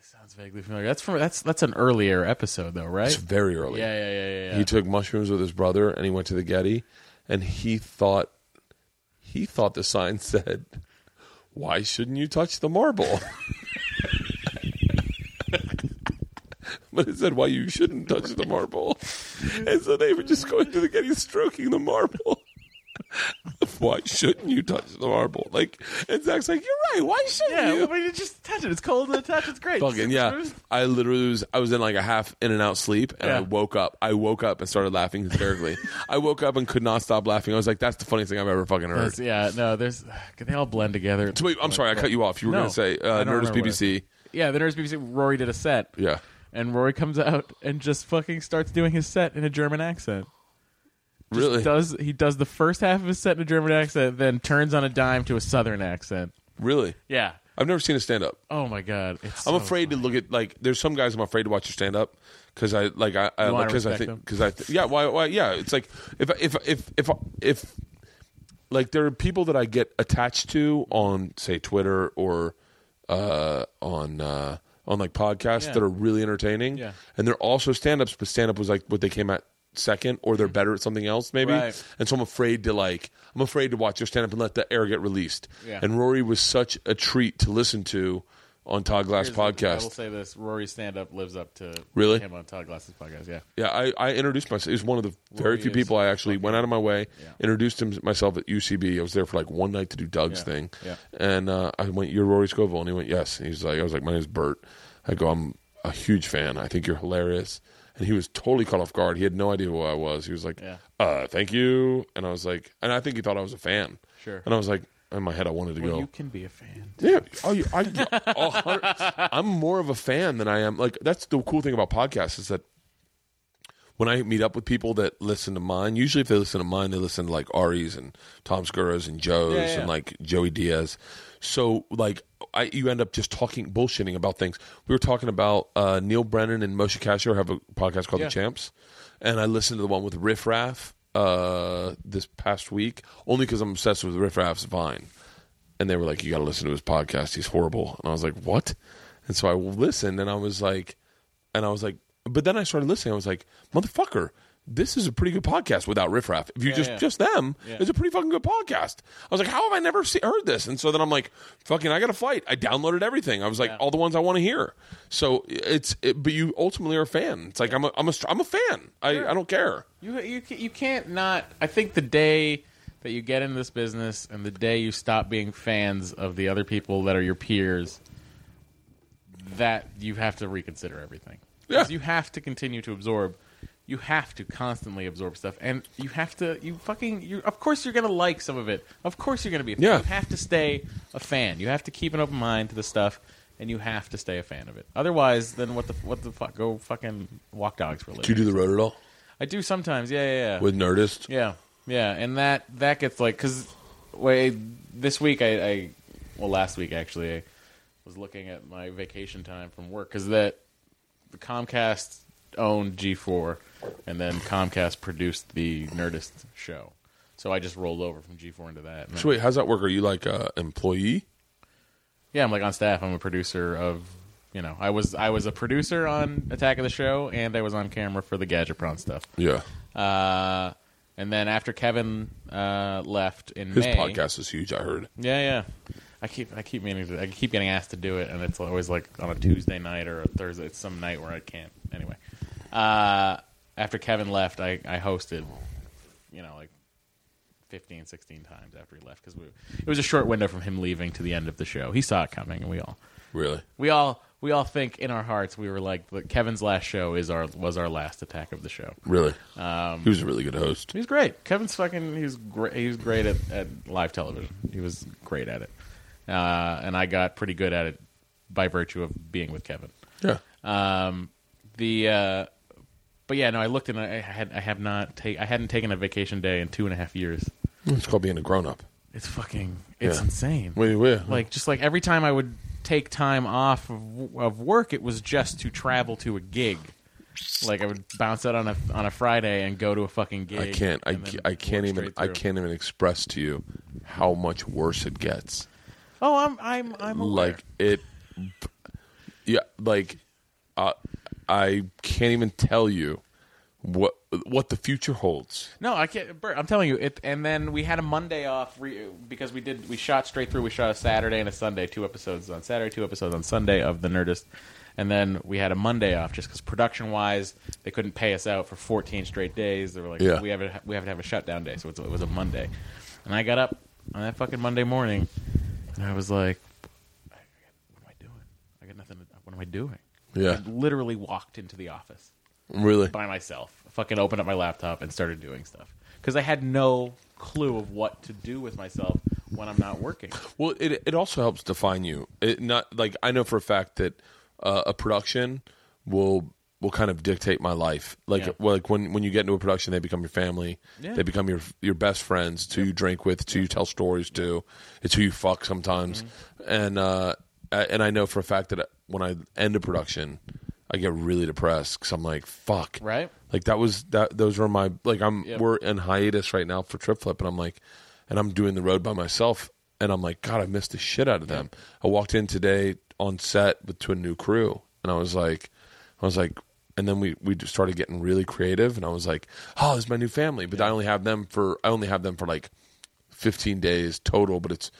Sounds vaguely familiar. That's from that's that's an earlier episode though, right?
It's very early.
Yeah, yeah, yeah, yeah. yeah.
He took mushrooms with his brother and he went to the Getty and he thought he thought the sign (laughs) said, "Why shouldn't you touch the marble?" (laughs) but it said, "Why you shouldn't touch the marble." And so they were just going to the Getty stroking the marble. (laughs) Why shouldn't you touch the marble? Like, and Zach's like, "You're right. Why shouldn't
yeah,
you?"
well, but you just touch it. It's cold to the touch. It's great.
Fucking yeah! I literally was I was in like a half in and out sleep, and I
Yeah.
woke up. I woke up and started laughing
(laughs)
hysterically. I woke up and could not stop laughing. I was like, "That's the funniest thing I've ever fucking heard."
That's- yeah, no, there's (sighs) they all blend together.
So wait, I'm sorry, I cut you off. You were
No,
going to say
I
uh,
don't
Nerdist
remember what I
BBC.
Yeah, the Nerds BBC. Rory did a set.
Yeah,
and Rory comes out and just fucking starts doing his set in a German accent.
really,
Does he does the first half of his set in a German accent, then turns on a dime to a Southern accent?
really.
Yeah.
I've never seen a stand up.
Oh my god. It's
I'm
so
afraid to
funny.
look at like. There's some guys I'm afraid to watch your stand up because I like I I-
You wanna
because I
respect
think
them?
because I th- yeah why why yeah it's like if if if if if like there are people that I get attached to on say Twitter or uh on uh on like podcasts
Yeah.
that are really entertaining
Yeah.
and they're also stand ups but stand up was like what they came at second or they're better at something else maybe
Mm-hmm. Right.
and so I'm afraid to like I'm afraid to watch your stand up and let the air get released
Yeah.
and Rory was such a treat to listen to on Todd Glass
Here's the- I will
podcast.
say this: Rory's stand-up lives up to
Really?
him on Todd Glass's podcast. Yeah,
Yeah, I, I introduced myself. He was one of the very
Rory
few
is
people I actually went out of my way,
Yeah.
introduced him myself at UCB. I was there for like one night to do Doug's
Yeah,
thing.
yeah.
And uh, I went, You're Rory Scovel. And he went, Yes. And he's like, I was like, My name's Bert. I go, I'm a huge fan. I think you're hilarious. And he was totally caught off guard. He had no idea who I was. He was like,
Yeah.
uh, Thank you. And I was like, And I think he thought I was a fan.
Sure.
And I was like, In my head, I wanted to
well,
go.
you can be a fan.
Yeah, oh, you- I, a hundred- I'm more of a fan than I am. Like that's the cool thing about podcasts is that when I meet up with people that listen to mine, usually if they listen to mine, they listen to like Ari's and Tom Skurro's and Joe's
Yeah, yeah.
and like Joey Diaz. So like I, you end up just talking bullshitting about things. We were talking about uh, Neil Brennan and Moshe Kasher have a podcast called
Yeah.
The Champs, and I listened to the one with Riff Raff uh, this past week only because I'm obsessed with Riff Raff's Vine. And they were like, "You got to listen to his podcast. He's horrible." And I was like, "What?" And so I listened, and I was like, and I was like, but then I started listening. I was like, motherfucker, this is a pretty good podcast without Riff Raff. If you just
yeah.
just them,
Yeah.
it's a pretty fucking good podcast. I was like, how have I never se- heard this? And so then I'm like, fucking, I got to fight. I downloaded everything. I was like, all the ones I want to hear. So it's, it, but you ultimately are a fan. It's like I'm a, I'm a, str- I'm a fan. I, I don't care.
You you ca- you can't not. I think the day that you get into this business and the day you stop being fans of the other people that are your peers, that you have to reconsider everything. 'Cause
Yeah.
you have to continue to absorb you have to constantly absorb stuff, and you have to. You fucking. You of course you're gonna like some of it. Of course you're gonna be. A fan.
Yeah.
You have to stay a fan. You have to keep an open mind to the stuff, and you have to stay a fan of it. Otherwise, then what the what the fuck? Go fucking walk dogs for a
Do you do
living.
the road at all
I do sometimes. Yeah, yeah, yeah.
with Nerdist?
Yeah, yeah, and that that gets like because way this week I, I well last week actually I was looking at my vacation time from work because that the Comcast owned G4 and then Comcast produced the Nerdist show, so I just rolled over from G4 into that. And
So wait, how's that work? Are you like uh, employee?
yeah, I'm like on staff. I'm a producer of. You know, I was I was a producer on Attack of the Show, and I was on camera for the Gadgetron stuff.
Yeah,
Uh, and then after Kevin uh, left in
his
May,
podcast is huge. I heard.
Yeah, yeah. I keep I keep meaning to I keep getting asked to do it, and it's always like on a Tuesday night or a Thursday. It's some night where I can't. Anyway, uh, after Kevin left, I I hosted, you know, like 15, 16 times after he left because we it was a short window from him leaving to the end of the show. He saw it coming, and we all
Really?
we all we all think in our hearts we were like "Look, Kevin's last show is our was our last attack of the show.
Really?
Um,
he was a really good host.
He's great. Kevin's fucking. He's great. He's great at, at live television. He was great at it, uh, and I got pretty good at it by virtue of being with Kevin.
Yeah.
Um, the uh, but yeah, no, I looked and I I had I have not take I hadn't taken a vacation day in two and a half years.
It's called being a grown up.
It's fucking. It's
Yeah.
insane.
Wait, wait.
Like just like every time I would take time off of, of work, it was just to travel to a gig. Like I would bounce out on a on a Friday and go to a fucking gig.
I can't. I,
and then
ca- I can't
work
even.
straight
I
through.
can't even express to you how much worse it gets.
Oh, I'm I'm I'm aware.
Like it. Yeah. Like, uh, I can't even tell you what what the future holds.
no, I can't. Bert, I'm telling you. It, and then we had a Monday off re, because we did we shot straight through. We shot a Saturday and a Sunday, two episodes on Saturday, two episodes on Sunday of the Nerdist, and then we had a Monday off just because production wise they couldn't pay us out for 14 straight days. They were like,
Yeah.
we have a, we have to have a shutdown day, so it's, it was a Monday, and I got up on that fucking Monday morning, and I was like, I- I got- what am I doing? I got nothing. To, what am I doing?
Yeah.
I literally walked into the office
Really.
by myself. I fucking opened up my laptop and started doing stuff because I had no clue of what to do with myself when I'm not working.
Well, it it also helps define you. It not like I know for a fact that uh, a production will will kind of dictate my life. Like
Yeah.
well, like when when you get into a production, they become your family.
Yeah.
They become your your best friends. It's who you drink with. It's who you tell stories to. It's who you fuck sometimes.
Mm-hmm.
And uh, a- and I know for a fact that when I end a production, I get really depressed because I'm like, fuck,
Right.
like that was that those were my like I'm
Yeah.
we're in hiatus right now for Trip Flip and I'm like and I'm doing the road by myself and I'm like god I missed the shit out of them. I walked in today on set with to a new crew and I was like I was like and then we we just started getting really creative and I was like oh this is my new family but I only have them for I only have them for like 15 days total but it's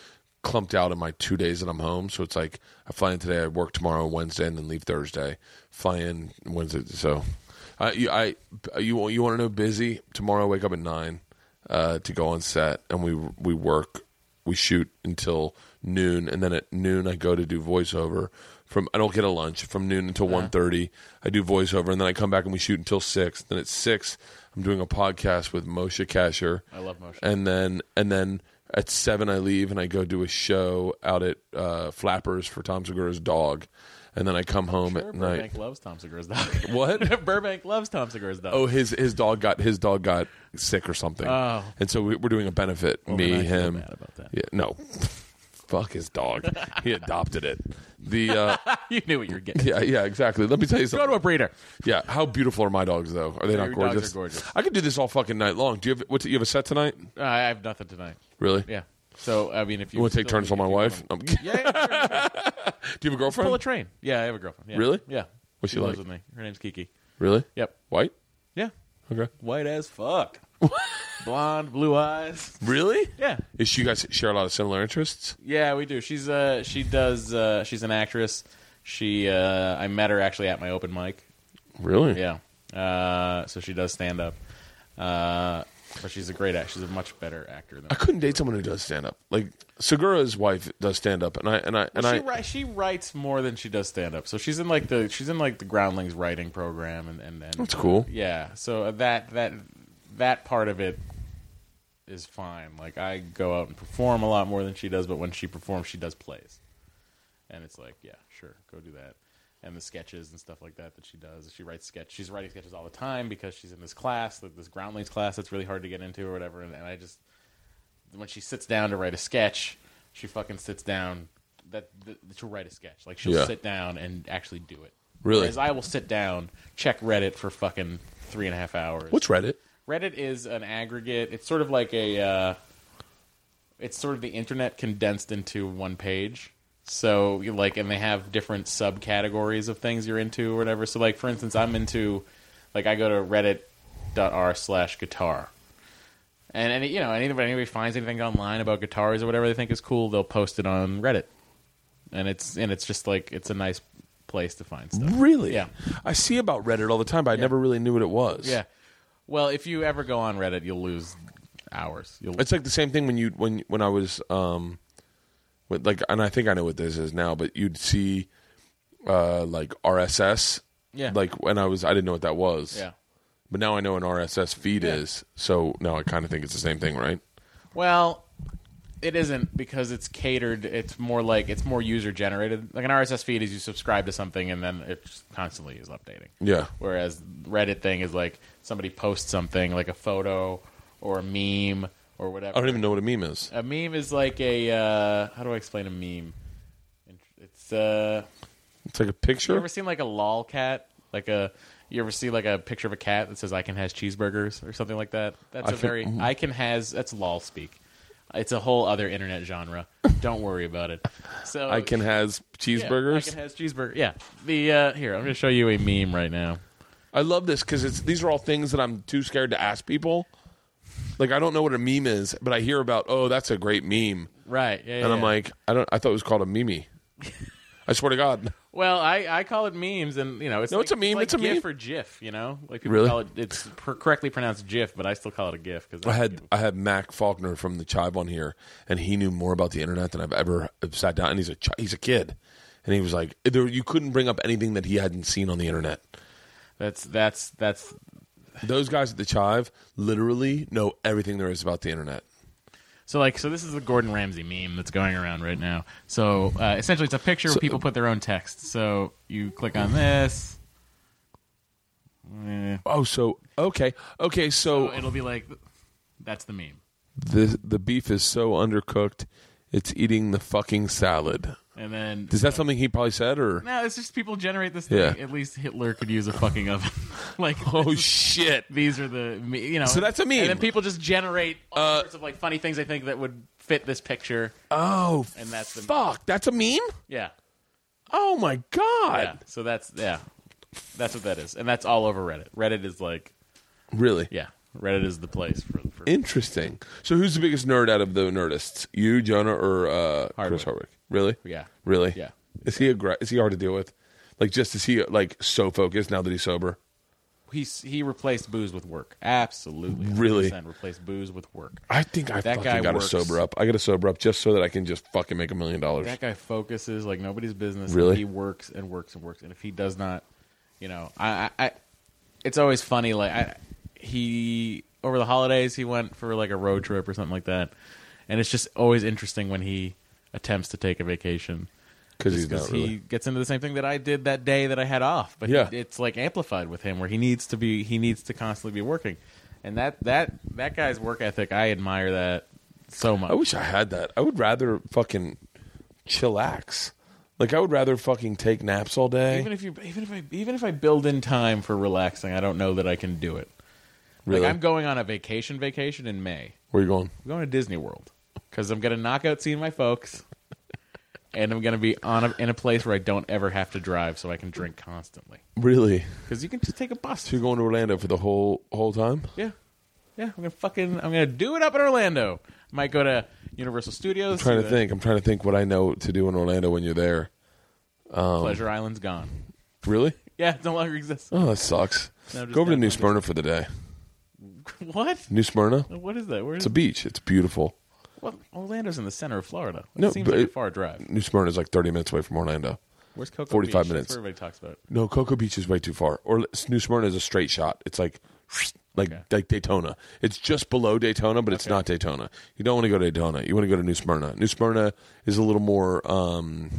clumped out in my 2 days that I'm home so it's like I fly in today I work tomorrow Wednesday and then leave Thursday fly in Wednesday so I you, I you you want to know busy? Tomorrow I wake up at nine uh, to go on set, and we we work, we shoot until noon, and then at noon I go to do voiceover. From I don't get a lunch from noon
Uh-huh.
until one thirty. I do voiceover, and then I come back and we shoot until six. Then at six I'm doing a podcast with Moshe Kasher.
I love Moshe.
And then and then at seven I leave and I go do a show out at uh, Flappers for Tom Segura's dog, and then I come home at night.
Burbank loves Tom Segura's dog. (laughs)
What?
Burbank loves Tom Segura's dog.
Oh, his his dog got his dog got sick or something.
Oh.
and so we, we're doing a benefit. me,
then I feel
him.
bad about that.
Yeah, no, (laughs) fuck his dog.
(laughs)
he adopted it. The uh,
you knew what you were getting.
yeah, yeah, exactly. Let me tell you
Go
something.
to a breeder.
yeah, how beautiful are my dogs though? Are they
Yeah,
not
your
gorgeous?
dogs are gorgeous.
I could do this all fucking night long. Do you have what? You have a set tonight?
Uh, I have nothing tonight.
Really?
Yeah. So I mean, if you,
You want to take
still-
turns on my
if you
wife?
wanna-
I'm kidding.
yeah, yeah, sure, sure.
do you have a
pull a
girlfriend?
train. Yeah, I have a girlfriend. Yeah.
Really?
Yeah.
What's she
lives
like?
with me. Her name's Kiki.
Really?
Yep.
White?
Yeah.
Okay.
White
(laughs)
as fuck. Blonde, blue eyes.
Really?
Yeah.
Is she guys share a lot of similar interests?
Yeah, we do. She's uh she does uh she's an actress. She uh I met her actually at my open mic.
Really?
Yeah. Uh so she does stand up. Uh But she's a great act. She's a much better actor than
I couldn't date someone who does stand up. Like Segura's wife does stand up, and I and I and
she,
I.
wri- she writes more than she does stand up. So she's in like the she's in like the Groundlings writing program and and, and
That's cool.
Yeah. So that that that part of it is fine. Like I go out and perform a lot more than she does, but when she performs, she does plays. And it's like, yeah, sure, go do that. And the sketches and stuff like that that she does. She writes sketch. She's writing sketches all the time because she's in this class, th- this Groundlings class that's really hard to get into or whatever. And, and I just when she sits down to write a sketch, she fucking sits down that, that to write a sketch. Like she'll
Yeah.
sit down and actually do it.
Really?
Whereas I will sit down, check Reddit for fucking three and a half hours.
What's Reddit?
Reddit is an aggregate. It's sort of like a. Uh, it's sort of the internet condensed into one page. So you like, and they have different subcategories of things you're into or whatever. So like, for instance, I'm into, like, I go to reddit.r slash guitar. And any, you know, anybody, anybody finds anything online about guitars or whatever they think is cool, they'll post it on Reddit. And it's and it's just like it's a nice place to find stuff.
Really?
Yeah.
I see about Reddit all the time, but I never really knew what it was.
(laughs) Yeah. Well, if you ever go on Reddit, you'll lose hours. You'll
It's like the same thing when you when when I was um with like and I think I know what this is now, but you'd see uh like RSS.
Yeah.
Like when I was I didn't know what that was.
yeah.
But now I know an RSS feed
Yeah.
is. So now I kind of think it's the same thing, right?
Well, it isn't because it's catered. It's more like it's more user generated. Like an RSS feed is you subscribe to something and then it just constantly is updating.
Yeah.
Whereas Reddit thing is like somebody posts something like a photo or a meme or whatever.
I don't even know what a meme is.
A meme is like a uh, how do I explain a meme? It's uh
It's like a picture.
You ever seen like a lol cat? Like a you ever see like a picture of a cat that says "I can has cheeseburgers" or something like that? That's a
can-
very "I can has" that's lol speak. It's a whole other internet genre. Don't worry about it. So
I can has
yeah,
cheeseburgers.
I can has cheeseburger. Yeah. The uh, here I'm going to show you a meme right now.
I love this because it's these are all things that I'm too scared to ask people. Like I don't know what a meme is, but I hear about oh that's a great meme,
Right. Yeah.
and
yeah,
I'm
yeah.
like I don't. I thought it was called a meme. I swear to God,
well, I, I call it memes, and you know, it's
No,
like,
it's a meme,
like
it's a
GIF
meme.
or GIF. You know, like people
Really?
call it. It's pr- correctly pronounced GIF, but I still call it a GIF because
I had I had Mac Faulkner from the Chive on here, and he knew more about the internet than I've ever sat down. And he's a chi- he's a kid, and he was like there, you couldn't bring up anything that he hadn't seen on the internet.
that's that's that's
Those guys at the Chive literally know everything there is about the internet.
So like, so this is the Gordon Ramsay meme that's going around right now. So uh, essentially, it's a picture where people put their own text. So you click on this,
Oh, so okay, okay, so
so it'll be like, that's the meme,
the the beef is so undercooked, it's eating the fucking salad.
and then
Is that something he probably said
(laughs)
or?
no, it's just people generate this thing.
Yeah.
At least Hitler could use a fucking oven. (laughs) like,
Oh
this is-
shit!
these are the me- you know.
So that's a meme.
And then people just generate all
Uh,
sorts of like funny things they think that would fit this picture.
Oh,
And that's the-
fuck. That's a meme.
Yeah,
Oh my god!
yeah. So that's yeah, that's what that is, and that's all over Reddit. Reddit is like
Really?
yeah, Reddit is the place for. for
Interesting. So who's the biggest nerd out of the nerdists? You, Jonah, or uh, Chris
Hardwick.
Hardwick? Really?
Yeah.
Really?
Yeah.
Is he a gra- is he hard to deal with? Like, just is he like so focused now that he's sober?
He's he replaced booze with work. Absolutely,
Really?
100% replaced booze with work.
I think I
That guy
fucking got to
works.
sober up. I got to sober up just so that I can just fucking make a million dollars.
That guy focuses like nobody's business.
Really?
he works and works and works. And if he does not, you know, I, I, I it's always funny. Like I, he over the holidays he went for like a road trip or something like that, and it's just always interesting when he attempts to take a vacation.
Because he's
Just
not
because
really.
he gets into the same thing that I did that day that I had off. But
Yeah.
he- it's like amplified with him, where he needs to be, he needs to constantly be working, and that that that guy's work ethic, I admire that so much.
I wish I had that. I would rather fucking chillax. Like I would rather fucking take naps all day.
even if you, even if I, even if I build in time for relaxing, I don't know that I can do it.
really?
Like I'm going on a vacation, vacation in May.
Where you going?
I'm going to Disney World because I'm going to knock out seeing my folks, (laughs) and I'm going to be on a, in a place where I don't ever have to drive, so I can drink constantly.
Really?
Because you can just take a bus.
So you're going to Orlando for the whole whole time?
Yeah. Yeah, I'm gonna fucking I'm gonna do it up in Orlando. Might go to Universal Studios.
I'm trying
see
to
the
think. I'm trying to think what I know to do in Orlando when you're there. Um,
Pleasure Island's gone.
Really?
Yeah, it no longer exists. (laughs)
Oh, that sucks.
No, just
Go over to
down
New
on Disney.
Smyrna for the day.
What?
New Smyrna.
What is that? Where is
It's a beach. It's beautiful.
well, Orlando's in the center of Florida. It
No,
seems
but
like a
it-
far drive.
New Smyrna is like 30 minutes away from Orlando.
Where's Cocoa
45
Beach?
minutes.
That's where everybody talks about.
No, Cocoa Beach is way too far. Or New Smyrna is a straight shot. It's like like
Okay.
like Daytona. It's just below Daytona, but it's not Daytona. You don't want to go to Daytona. You want to go to New Smyrna. New Smyrna is a little more um,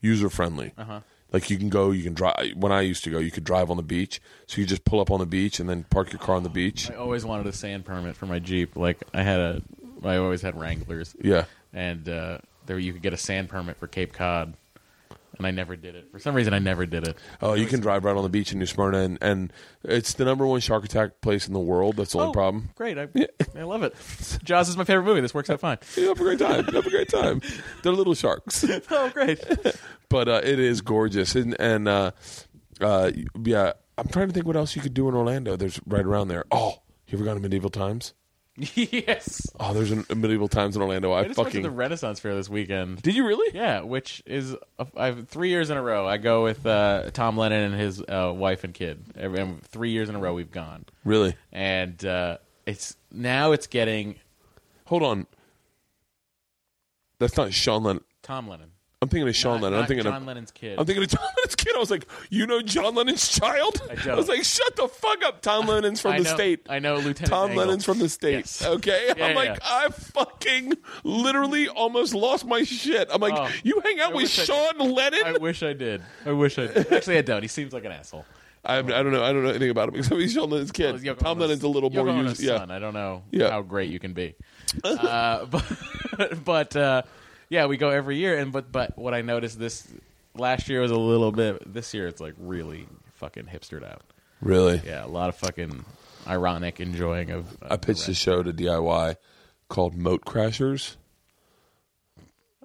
user friendly. Uh-huh. Like you can go, you can drive. When I used to go, you could drive on the beach. So you just pull up on the beach and then park your car on the beach.
I always wanted a sand permit for my Jeep. Like I had a, I always had Wranglers.
Yeah.
and uh, there you could get a sand permit for Cape Cod, and I never did it. For some reason, I never did it.
Oh, you can drive right on the beach in New Smyrna, and, and it's the number one shark attack place in the world. That's the only problem.
Oh, Great, I, I love it. Jaws is my favorite movie. This works out
(laughs)
fine.
You have a great time. You have a great time. They're little sharks.
(laughs) Oh, great.
but uh, it is gorgeous and and uh, uh, yeah i'm trying to think what else you could do in orlando there's right around there oh you ever gone to medieval times
yes.
oh there's an- a medieval times in orlando i,
I just
fucking
went to the Renaissance Fair this weekend.
did you really
Yeah, which is a- I've three years in a row. I go with uh, Tom Lennon and his uh, wife and kid. Every, and three years in a row, we've gone,
really
and uh, it's now it's getting
hold on that's not sean lennon
Tom Lennon.
i'm thinking of sean
Not-
lennon i'm
not
thinking
John
of
Lennon's kid.
I'm thinking of John Lennon's kid. I was like, you know John Lennon's child?
I don't.
was like, shut the fuck up. Tom Lennon's from
I
the
know-
state.
I know Lieutenant
Tom
Dangle.
Lennon's from the state.
Yes.
Okay,
Yeah,
I'm
yeah,
like,
yeah.
I fucking literally almost lost my shit. I'm like,
Oh.
you hang out
I
with
wish I-
Sean Lennon?
I wish I did. I wish I did. Actually, I don't. He seems like an asshole.
I, I don't know. I don't know anything about him (laughs) except he's Sean Lennon's kid.
Oh, Yoko
Tom
Ono's-
Lennon's a little more
Yoko
used.
Ono's
Yeah,
son. I don't know
Yeah.
how great you
(laughs)
can be. uh, but (laughs) but uh, yeah, we go every year. And but but what I noticed this last year was a little bit. This year it's like really fucking hipstered out.
really.
Yeah, a lot of fucking ironic enjoying of. of
I pitched
the
a show to DIY called Moat Crashers.
rest.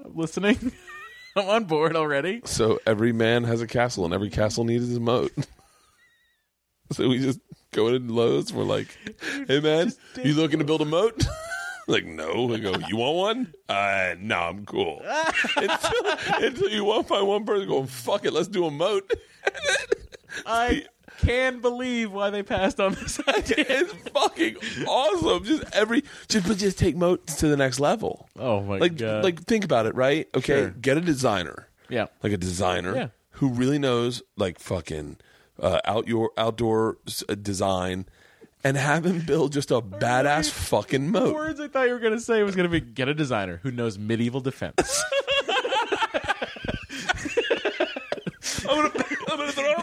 I'm listening. (laughs) I'm on board already.
So every man has a castle, and every castle needs his moat. (laughs) so we just go in and Lowe's. We're like, "Hey man, you looking to build a moat?" (laughs) like, no. I go, "You want one?" Uh, no, I'm
(laughs)
cool. until, until you won't find one person going, "Fuck it, let's do a moat." (laughs)
I can believe why they passed on this idea.
(laughs) it's fucking awesome. Just every, just but just take moats to the next level.
Oh my
like,
god!
like think about it, right? Okay,
Sure.
get a designer.
yeah.
like a designer
Yeah.
who really knows like fucking uh, outdoor outdoor s- uh, design and have him build (laughs) just a badass fucking moat.
words I thought you were going to say was going to be get a designer who knows medieval defense.
I'm gonna, (laughs) I'm gonna throw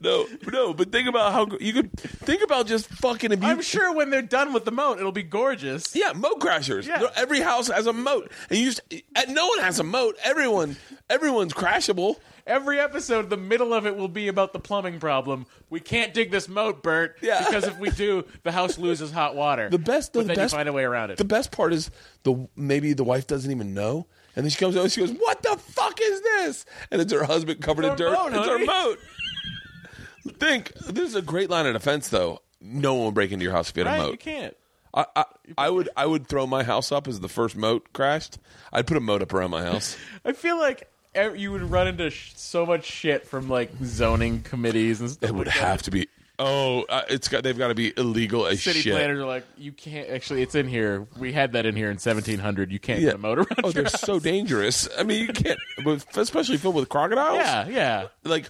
no, no, but think about how gr- you could think about just fucking if you.
I'm sure when they're done with the moat, it'll be gorgeous.
Yeah, moat crashers.
Yeah.
Every house has a moat, and you just and no one has a moat. Everyone, everyone's crashable.
Every episode, the middle of it will be about the plumbing problem. We can't dig this moat, Bert,
Yeah.
because if we do, the house loses hot water.
The best, the
but then
best,
you find a way around it.
The best part is the maybe the wife doesn't even know, and then she comes over and she goes, "What the fuck is this?" And it's her husband covered in
It's our
dirt.
moat,
it's
honey.
our moat. Think this is a great line of defense, though. No one will break into your house if you had
right?
a
You
moat.
can't.
I, I, I would, I would throw my house up as the first moat crashed. I'd put a moat up around my
(laughs)
house.
I feel like ev- you would run into sh- so much shit from like zoning committees and stuff.
It would
like that.
have to be. Oh, uh, it's got. They've got to be illegal as
City
shit.
planners are like, you can't. Actually, it's in here. We had that in here in 1700. You can't
Yeah.
get a moat around.
Oh, (laughs)
your
they're
house.
so dangerous. I mean, you can't, but especially filled with crocodiles.
Yeah, yeah.
like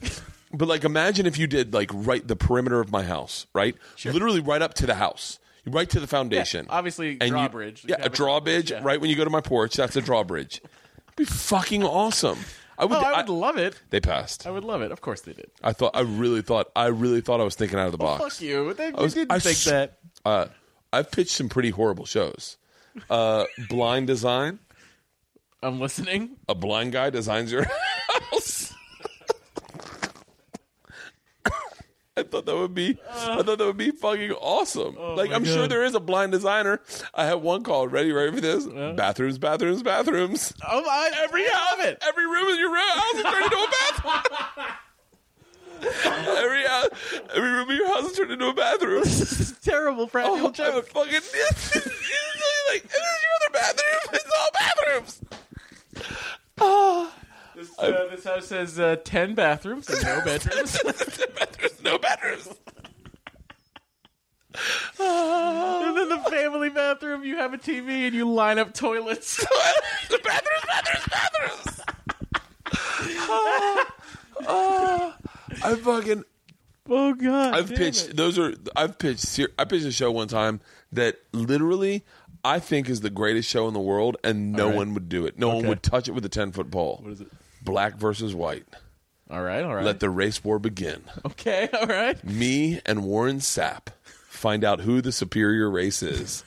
but like imagine if you did like right the perimeter of my house right literally right up to the house right to the foundation
obviously,
you-
drawbridge. You
yeah a
have a
drawbridge
drawbridge, yeah.
right when you go to my porch that's a drawbridge It'd be fucking awesome i would,
Oh, I would
I-
love it.
they passed
I would love it. Of course they did.
i thought i really thought i really thought i was thinking out of the box
Oh, Fuck you. They,
I was-
you didn't
I
think
s-
that.
uh, i've pitched some pretty horrible shows uh, blind design
I'm listening.
a blind guy designs your (laughs) house. I thought that would be, I thought that would be fucking awesome. like
Oh my
I'm sure
God.
there is a blind designer. I had one called ready, ready for this. Bathrooms, bathrooms, bathrooms.
Oh,
(laughs)
I, every I love it.
Every room in your room- house is turned into a bathroom. (laughs) every house, every room in your house is turned into a bathroom.
This is terrible practical
Oh, (laughs) I
joke.
fucking it's, it's, it's really like this is your other bathroom. It's all bathrooms. (sighs) Ah.
This, uh, this house has uh, ten (laughs) bathrooms and no bedrooms.
There's no bathrooms.
bathroom, you have a TV, and you line up
(laughs)
toilets.
the bathrooms, bathrooms, bathrooms. oh, I fucking
oh god,
I've
damn
pitched
it.
those are I've pitched ser- I pitched a show one time that literally I think is the greatest show in the world and no
right.
one would do it. No one
Okay.
would touch it with a 10-foot pole. What
is it?
Black versus white.
All right, all right.
Let the race war begin.
okay,
(laughs)
all right.
Me and Warren Sapp find out who the superior race is.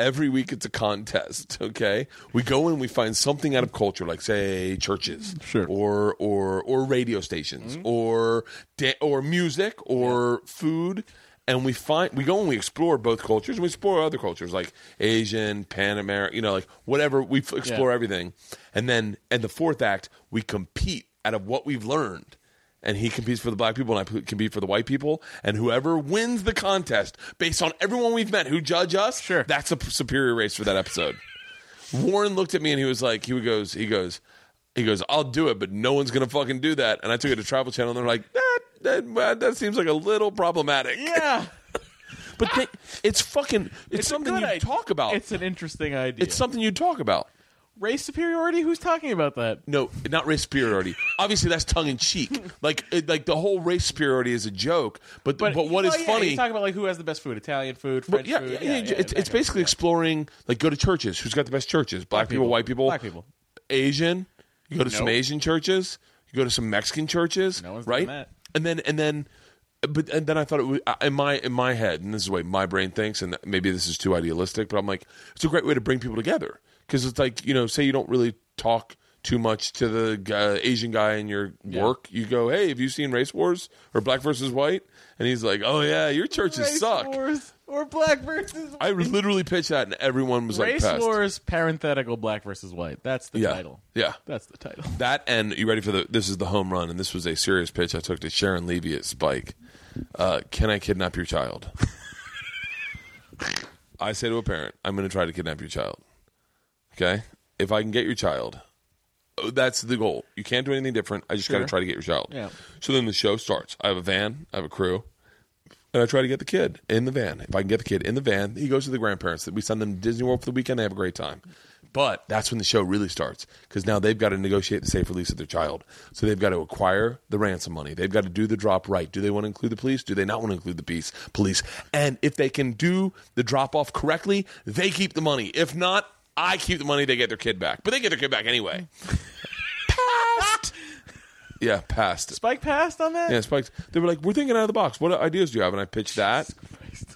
Every week it's a contest, (laughs) okay? We go in, we find something out of culture, like say churches,
Sure.
or or or radio stations, or da- or music, or food, and we find we go and we explore both cultures, and we explore other cultures like Asian, Pan American, you know, like whatever. We f- explore everything, and then and the fourth act we compete out of what we've learned and he competes for the black people and I p- compete for the white people. And whoever wins the contest, based on everyone we've met who judge us,
Sure.
that's a p- superior race for that episode. (laughs) Warren looked at me and he was like, he goes, he goes, he goes, I'll do it, but no one's gonna fucking do that. And I took it to Travel Channel, and they're like, that that, well, that seems like a little problematic.
Yeah,
But they, it's
(laughs)
fucking, it's,
a
something
good
you
idea.
talk about.
it's an interesting idea.
Oh. it's something you talk about.
race superiority. Who's talking about that?
No, not race superiority. Obviously, that's tongue in cheek. Like, it, like the whole race superiority is a joke. But but, what
oh,
is
yeah,
funny?
You talk about like who has the best food, Italian food,
But
French
yeah,
food.
yeah, yeah, it's,
that
it's
kind of-
basically exploring like go to churches. Who's got the best churches? Black, people,
people.
white people,
Black people.
Asian. You go to some
Nope.
Asian churches. You go to some Mexican churches.
No one's done
right.
that.
And then and then, but and then I thought it was, in my in my head, and this is the way my brain thinks, and maybe this is too idealistic, but I'm like, it's a great way to bring people together because it's like you know, say you don't really talk too much to the guy, Asian guy in your work. You go, hey, have you seen Race Wars or Black versus White? And he's like, oh yeah, your churches
race
suck.
wars or black versus
I literally pitched that, and everyone was like,
race
"Passed."
wars parenthetical black versus white. That's the
Yeah,
title.
yeah.
that's the title.
That and you ready for the? This is the home run, and this was a serious pitch I took to Sharon Levy at Spike. Uh, Can I kidnap your child? I say to a parent, I'm going to try to kidnap your child. Okay, if I can get your child, oh, that's the goal. You can't do anything different. I just got to
Sure.
try to get your child.
Yeah.
So then the show starts. I have a van. I have a crew. And I try to get the kid in the van. If I can get the kid in the van, he goes to the grandparents. We send them to Disney World for the weekend. They have a great time. But that's when the show really starts because now they've got to negotiate the safe release of their child. So they've got to acquire the ransom money. They've got to do the drop right. Do they want to include the police? Do they not want to include the police? Police. And if they can do the drop off correctly, they keep the money. If not, I keep the money. They get their kid back. But they get their kid back anyway. passed. (laughs) Yeah, passed.
(laughs) Spike passed on that.
Yeah, Spikes. They were like, "We're thinking out of the box. What ideas do you have?" And I pitched that,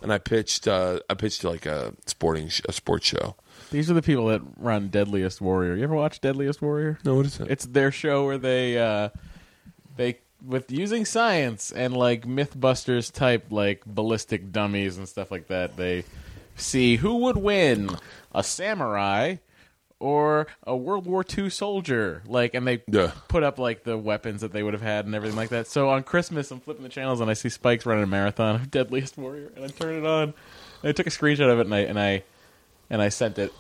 and I pitched, uh, I pitched like a sporting, sh- a sports show.
These are the people that run Deadliest Warrior. You ever watch Deadliest Warrior?
No, what is that?
It's their show where they uh they with using science and like Mythbusters type like ballistic dummies and stuff like that. They see who would win, a samurai or a World War II soldier. Like and they
Yeah.
put up like the weapons that they would have had and everything like that. So on Christmas I'm flipping the channels and I see Spike's running a marathon (laughs) of Deadliest Warrior and I turn it on. And I took a screenshot of it and I and I and I sent it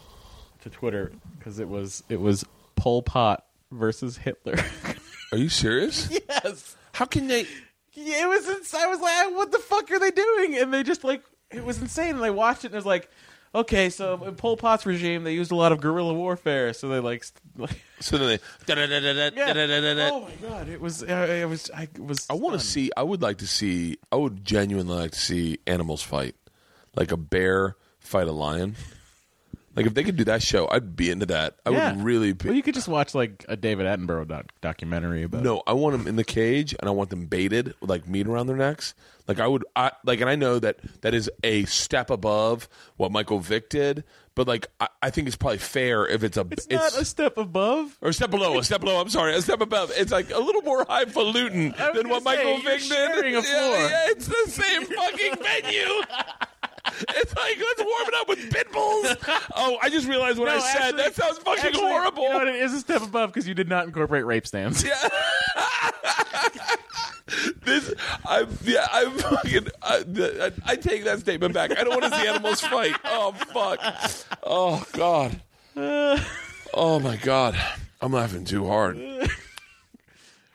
to Twitter because it was it was Pol Pot versus Hitler. (laughs)
Are you serious?
yes,
How can they?
it was. ins- I was like, what the fuck are they doing? And they just like it was insane. And I watched it and I was like, okay, so in Pol Pot's regime, they used a lot of guerrilla warfare, so they like. st- (laughs) like
So then they.
yeah. Oh my god! It was. I, I was. I was.
I want to
stunned.
see. I would like to see. I would genuinely like to see animals fight, like a bear fight a lion. Like if they could do that show, I'd be into that. I
Yeah.
would really be.
Well, you could just watch like a David Attenborough doc- documentary about.
No, I want them in the cage, and I want them baited with like meat around their necks. Like I would, I like, and I know that that is a step above what Michael Vick did, but like I, I think it's probably fair if it's a
It's, not a step above.
or a step below, a step below. I'm sorry, a step above. It's like a little more highfalutin
was
than what
gonna say,
Michael
you're
Vick
sharing
did.
a floor.
Yeah, yeah, it's the same fucking venue. (laughs) It's like let's warm it up with pit bulls. Oh, I just realized what I
No,
said.
actually-
that sounds fucking
Actually,
horrible.
You know what? It is a step above because you did not incorporate rape stands.
Yeah. this, I, yeah, I fucking, I, the- I, I take that statement back. I don't want to see animals fight. Oh fuck. Oh god. Oh my god. I'm laughing too hard.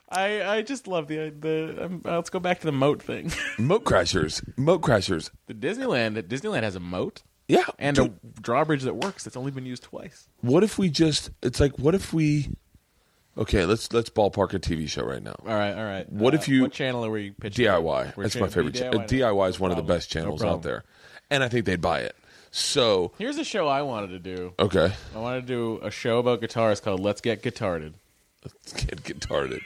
I, I just love the the. Um, uh, let's go back to the moat thing. (laughs)
Moat crashers. Moat crashers.
the Disneyland Disneyland has a moat.
Yeah.
and
dude,
a drawbridge that works that's only been used twice.
what if we just? It's like what if we? Okay, let's let's ballpark a TV show right now.
All right, all right.
What
Uh,
if you-
What channel are we pitching?
DIY.
We're
That's my
channel-
favorite.
DIY
DIY, DIY is one of the
problem.
best channels
No
out
problem.
there, and I think they'd buy it. So
Here's a show I wanted to do.
okay, (laughs)
I wanted to do a show about guitars called "Let's Get Guitarded."
let's get get started.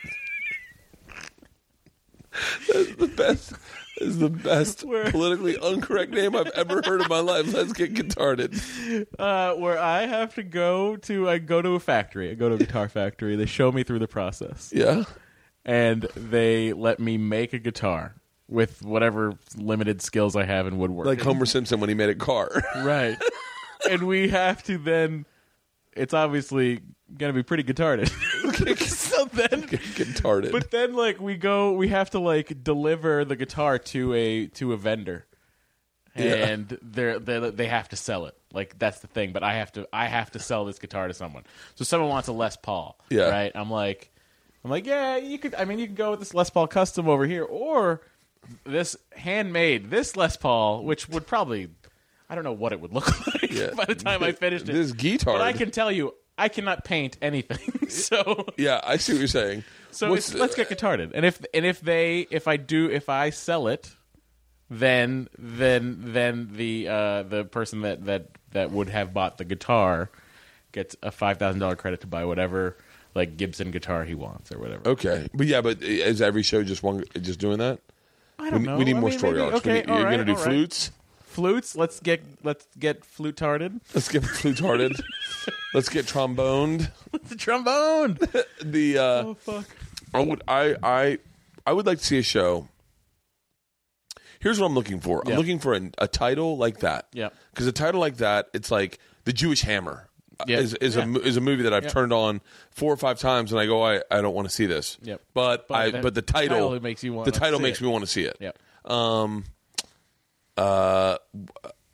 That's the best. Is the best politically incorrect name I've ever heard in my life. Let's get guitarded.
Uh, where I have to go to, I go to a factory. I go to a guitar factory. They show me through the process,
Yeah.
and they let me make a guitar with whatever limited skills I have in woodworking.
Like Homer Simpson when he made a car. (laughs)
Right. (laughs) and we have to then. It's obviously going to be pretty guitarded. (laughs) so then,
guitarded.
but then, like we go, we have to like deliver the guitar to a to a vendor, and they're, they they have to sell it. Like that's the thing. But I have to I have to sell this guitar to someone. So someone wants a Les Paul.
Yeah.
Right. I'm like, I'm like, yeah, you could. I mean, you could go with this Les Paul custom over here, or this handmade this Les Paul, which would probably. I don't know what it would look (laughs) like
Yeah.
by the time I finished it.
This guitar.
But I can tell you, I cannot paint anything. (laughs) so
Yeah, I see what you're saying.
so
What's
it's,
the-
let's get guitarded. And if and if they if I do if I sell it, then then then the uh, the person that that that would have bought the guitar gets a five thousand dollar credit to buy whatever like Gibson guitar he wants or whatever.
okay, but yeah, but is every show just one just doing that?
I
We,
don't know.
we need
I
more
mean,
story
maybe-
arcs. We
Okay,
need-
all
you're
right,
gonna do
all right.
flutes.
Flutes. Let's get let's get flute
(laughs)
tarded.
Let's get flutarded. let's get tromboned.
the trombone.
The uh,
oh
(laughs)
fuck.
I would I I I would like to see a show. Here's what I'm looking for.
Yeah.
I'm looking for a, a title like that.
Yeah.
Because a title like that, it's like the Jewish Hammer. uh,
Yeah.
Is is
Yeah.
a mo- is a movie that I've
Yeah.
turned on four or five times and I go I, I don't want to see this.
Yep.
But,
But
I
the
but the title,
title makes you wanna
the title
see
makes
it.
me want to see it.
Yep.
Um. Uh,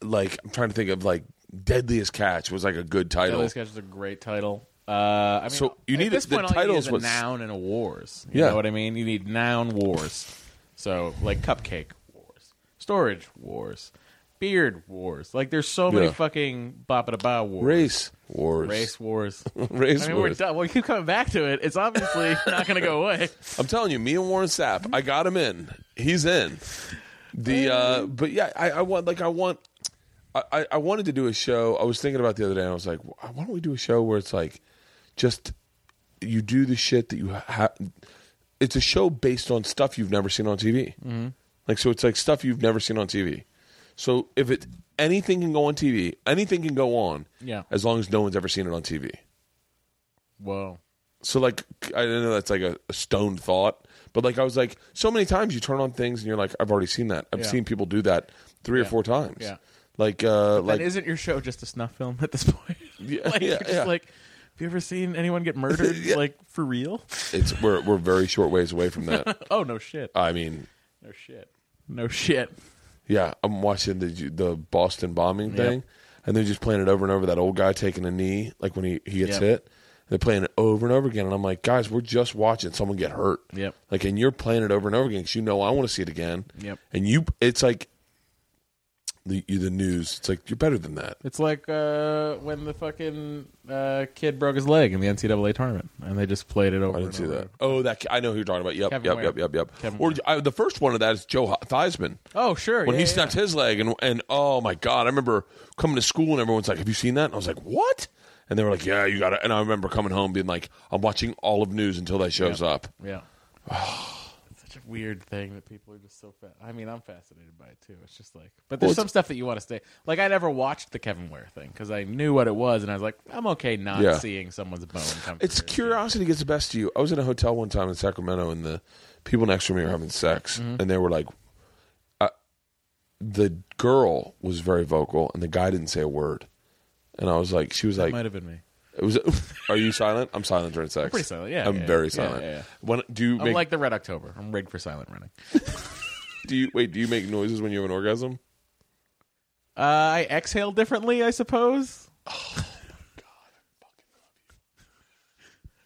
like I'm trying to think of like Deadliest Catch was like a good title.
Deadliest Catch is a great title. Uh, I mean,
So you need
at this
the
point, all you need
titles
is a
was-
noun and a wars. You
Yeah.
know what I mean? You need noun wars. So like cupcake wars, storage wars, beard wars. Like there's so many
Yeah.
fucking bop da ba wars,
Race Wars.
race wars.
(laughs) Race
I mean, we're
Wars.
done. We keep coming back to it. It's
(laughs)
obviously not going to go away.
I'm telling you, me and Warren Sapp, I got him in. He's in. The uh but yeah, I, I want like I want I- I, I wanted to do a show. I was thinking about the other day and I was like, why don't we do a show where it's like just you do the shit that you have it's a show based on stuff you've never seen on TV. Mm-hmm. Like so it's like stuff you've never seen on TV. So if it anything can go on TV, anything can go on
Yeah.
as long as no one's ever seen it on TV.
Whoa.
So like I know that's like a, a stone thought, but like I was like so many times you turn on things and you're like I've already seen that. I've
Yeah.
seen people do that three
Yeah.
or four times.
Yeah.
Like uh
Like,
like
and isn't your show just a snuff film at this point?
(laughs) Yeah,
(laughs) like,
yeah,
you're just
yeah.
like, have you ever seen anyone get
(laughs)
murdered?
Yeah.
Like for real?
it's we're we're very short ways away from that.
(laughs) Oh no shit.
I mean,
No shit. No shit.
yeah, I'm watching the the Boston bombing thing and they're just playing it over and over that old guy taking a knee like when he he gets
Yep.
hit. They're playing it over and over again and I'm like, "Guys, we're just watching someone get hurt."
Yep.
Like and you're playing it over and over again cuz you know I want to see it again.
Yep.
And you it's like the, you- the news. It's like you're better than that.
It's like uh, when the fucking uh, kid broke his leg in the NCAA tournament, and they just played it over.
I didn't
and
see
over.
that. Oh, that I know who you're talking about. Yep,
Kevin
yep,
Ware.
yep, yep, yep,
Kevin
Or
Ware.
I, the first one of that is Joe Theismann
Oh sure,
when he
yeah, yeah,
snapped his leg, and and oh my god, I remember coming to school and everyone's like, "Have you seen that?" And I was like, "What?" And they were like, "Yeah, you got it." And I remember coming home being like, "I'm watching all of news until that shows up."
Yeah.
(sighs)
It's such a weird thing that people are just so. Fa- I mean, I'm fascinated by it too. It's just like, but there's
Well, it's-
some stuff that you want to stay. Like I never watched the Kevin Ware thing because I knew what it was, and I was like, I'm okay not
Yeah.
seeing someone's bone come.
It's
through.
curiosity gets the best of you. I was in a hotel one time in Sacramento, and the people next to me were having sex,
Mm-hmm.
and they were like, uh, "The girl was very vocal, and the guy didn't say a word." And I was like, "She was like."
Might have been me.
It was. (laughs) Are you silent? I'm silent during sex.
pretty silent, yeah,
I'm
yeah,
very
yeah,
silent.
yeah, yeah.
When do you
I'm
make?
like the Red October. I'm rigged for silent running.
do you wait? Do you make noises when you have an orgasm?
Uh, I exhale differently, I suppose.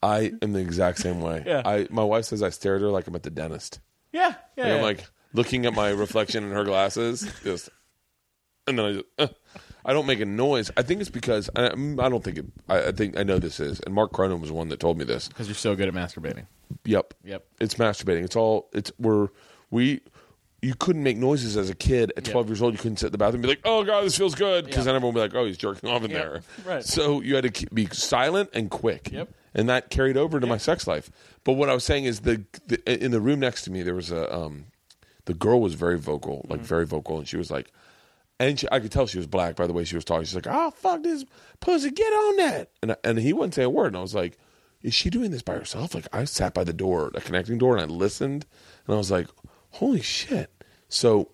I am the exact same way.
(laughs) Yeah.
I my wife says I stare at her like I'm at the dentist.
Yeah, yeah.
Like,
yeah.
I'm like looking at my reflection in her glasses, just, and then I just. uh, I don't make a noise. I think it's because I, mm, I don't think it. I, I think I know this is, and Mark Cronin was the one that told me this.
because you're so good at masturbating.
Yep.
Yep.
It's masturbating. It's all. It's we're we. You couldn't make noises as a kid at
Yeah.
12 years old. You couldn't sit in the bathroom and be like, "Oh God, this feels good," because
Yeah.
then everyone would be like, "Oh, he's jerking off in
Yeah.
there."
Right.
So you had to keep, be silent and quick.
Yep.
And that carried over to my sex life. But what I was saying is the, the in the room next to me there was a um, the girl was very vocal, like very vocal, and she was like, and she, I could tell she was black by the way she was talking. She's like, "Oh fuck this pussy, get on that," and I- and he wouldn't say a word. And I was like, "Is she doing this by herself?" Like I sat by the door, a connecting door, and I listened, and I was like, "Holy shit!" So,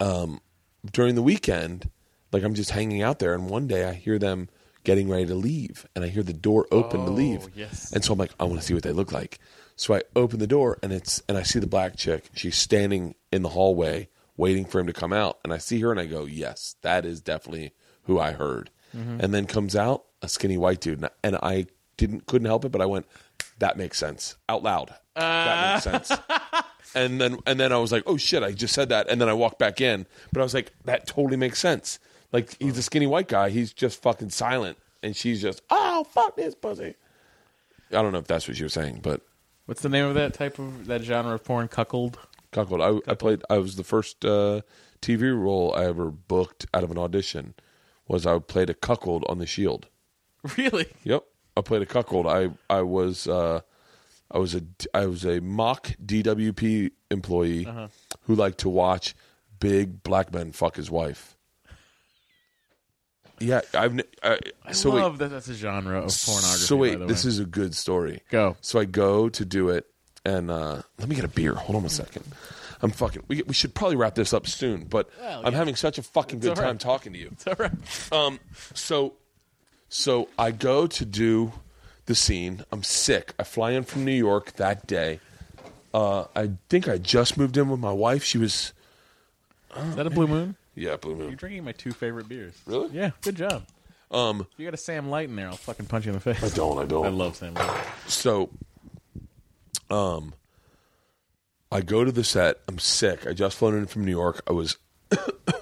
um, during the weekend, like I'm just hanging out there, and one day I hear them getting ready to leave, and I hear the door open to leave.
yes.
And so I'm like, I want to see what they look like. So I open the door and it's and I see the black chick. She's standing in the hallway waiting for him to come out. And I see her and I go, Yes, that is definitely who I heard. And then comes out a skinny white dude. And I, and I didn't couldn't help it, but I went, That makes sense. Out loud. That makes sense. And then and then I was like, Oh shit, I just said that. And then I walked back in. But I was like, That totally makes sense. Like he's a skinny white guy. He's just fucking silent. And she's just, Oh fuck this pussy. I don't know if that's what you were saying, but
What's the name of that type of that genre of porn? Cuckold.
cuckold. I, I played. I was the first uh, TV role I ever booked out of an audition. Was I played a cuckold on the Shield?
(laughs) Really?
Yep, I played a cuckold. I I was uh, I was a I was a mock DWP employee
Uh-huh.
who liked to watch big black men fuck his wife. Yeah, I've n- I,
I
so wait,
love that. That's a genre of pornography.
so wait,
by the
this
way.
is a good story.
Go.
So I go to do it, and uh, let me get a beer. Hold on a second. I'm fucking. We, we should probably wrap this up soon, but
Well,
I'm
yeah.
having such a fucking good
all right.
time talking to you.
It's all right.
Um. So, so I go to do the scene. I'm sick. I fly in from New York that day. Uh, I think I just moved in with my wife. She was
Is that a blue moon?
yeah, blue
You're
moon.
drinking my two favorite beers.
Really?
Yeah. Good job.
Um.
If you got a Sam Light in there, I'll fucking punch you in the face.
I don't. I don't.
I love Sam Light.
So, um, I go to the set. I'm sick. I just flown in from New York. I was, (coughs)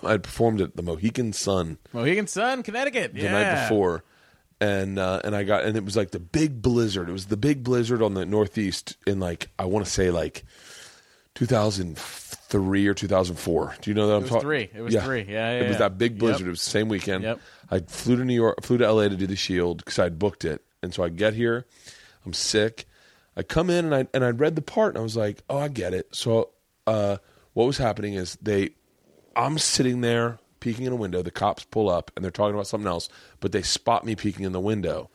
I had performed at the Mohican Sun
Mohegan Sun, Connecticut.
the night before, and uh, and I got and it was like the big blizzard. It was the big blizzard on the Northeast in like I want to say like 2003 or 2004. Do you know that I'm
was
talking?
three. It was three. Yeah, yeah,
It was
yeah.
that big blizzard.
Yep.
It was the same weekend.
Yep.
I flew to New York, flew to LA to do the Shield because I'd booked it, and so I get here, I'm sick. I come in and I and I read the part and I was like, oh, I get it. So uh, what was happening is they, I'm sitting there peeking in a window. The cops pull up and they're talking about something else, but they spot me peeking in the window.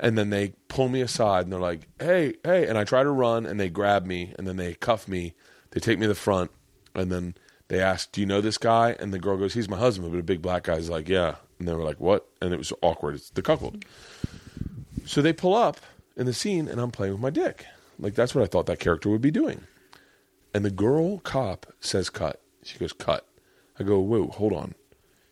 And then they pull me aside and they're like, hey, hey. And I try to run and they grab me and then they cuff me. They take me to the front and then they ask, do you know this guy? And the girl goes, he's my husband. But a big black guy's like, yeah. And they were like, what? And it was awkward. It's the cuckold. So they pull up in the scene and I'm playing with my dick. Like that's what I thought that character would be doing. And the girl cop says cut. She goes, cut. I go, whoa, hold on.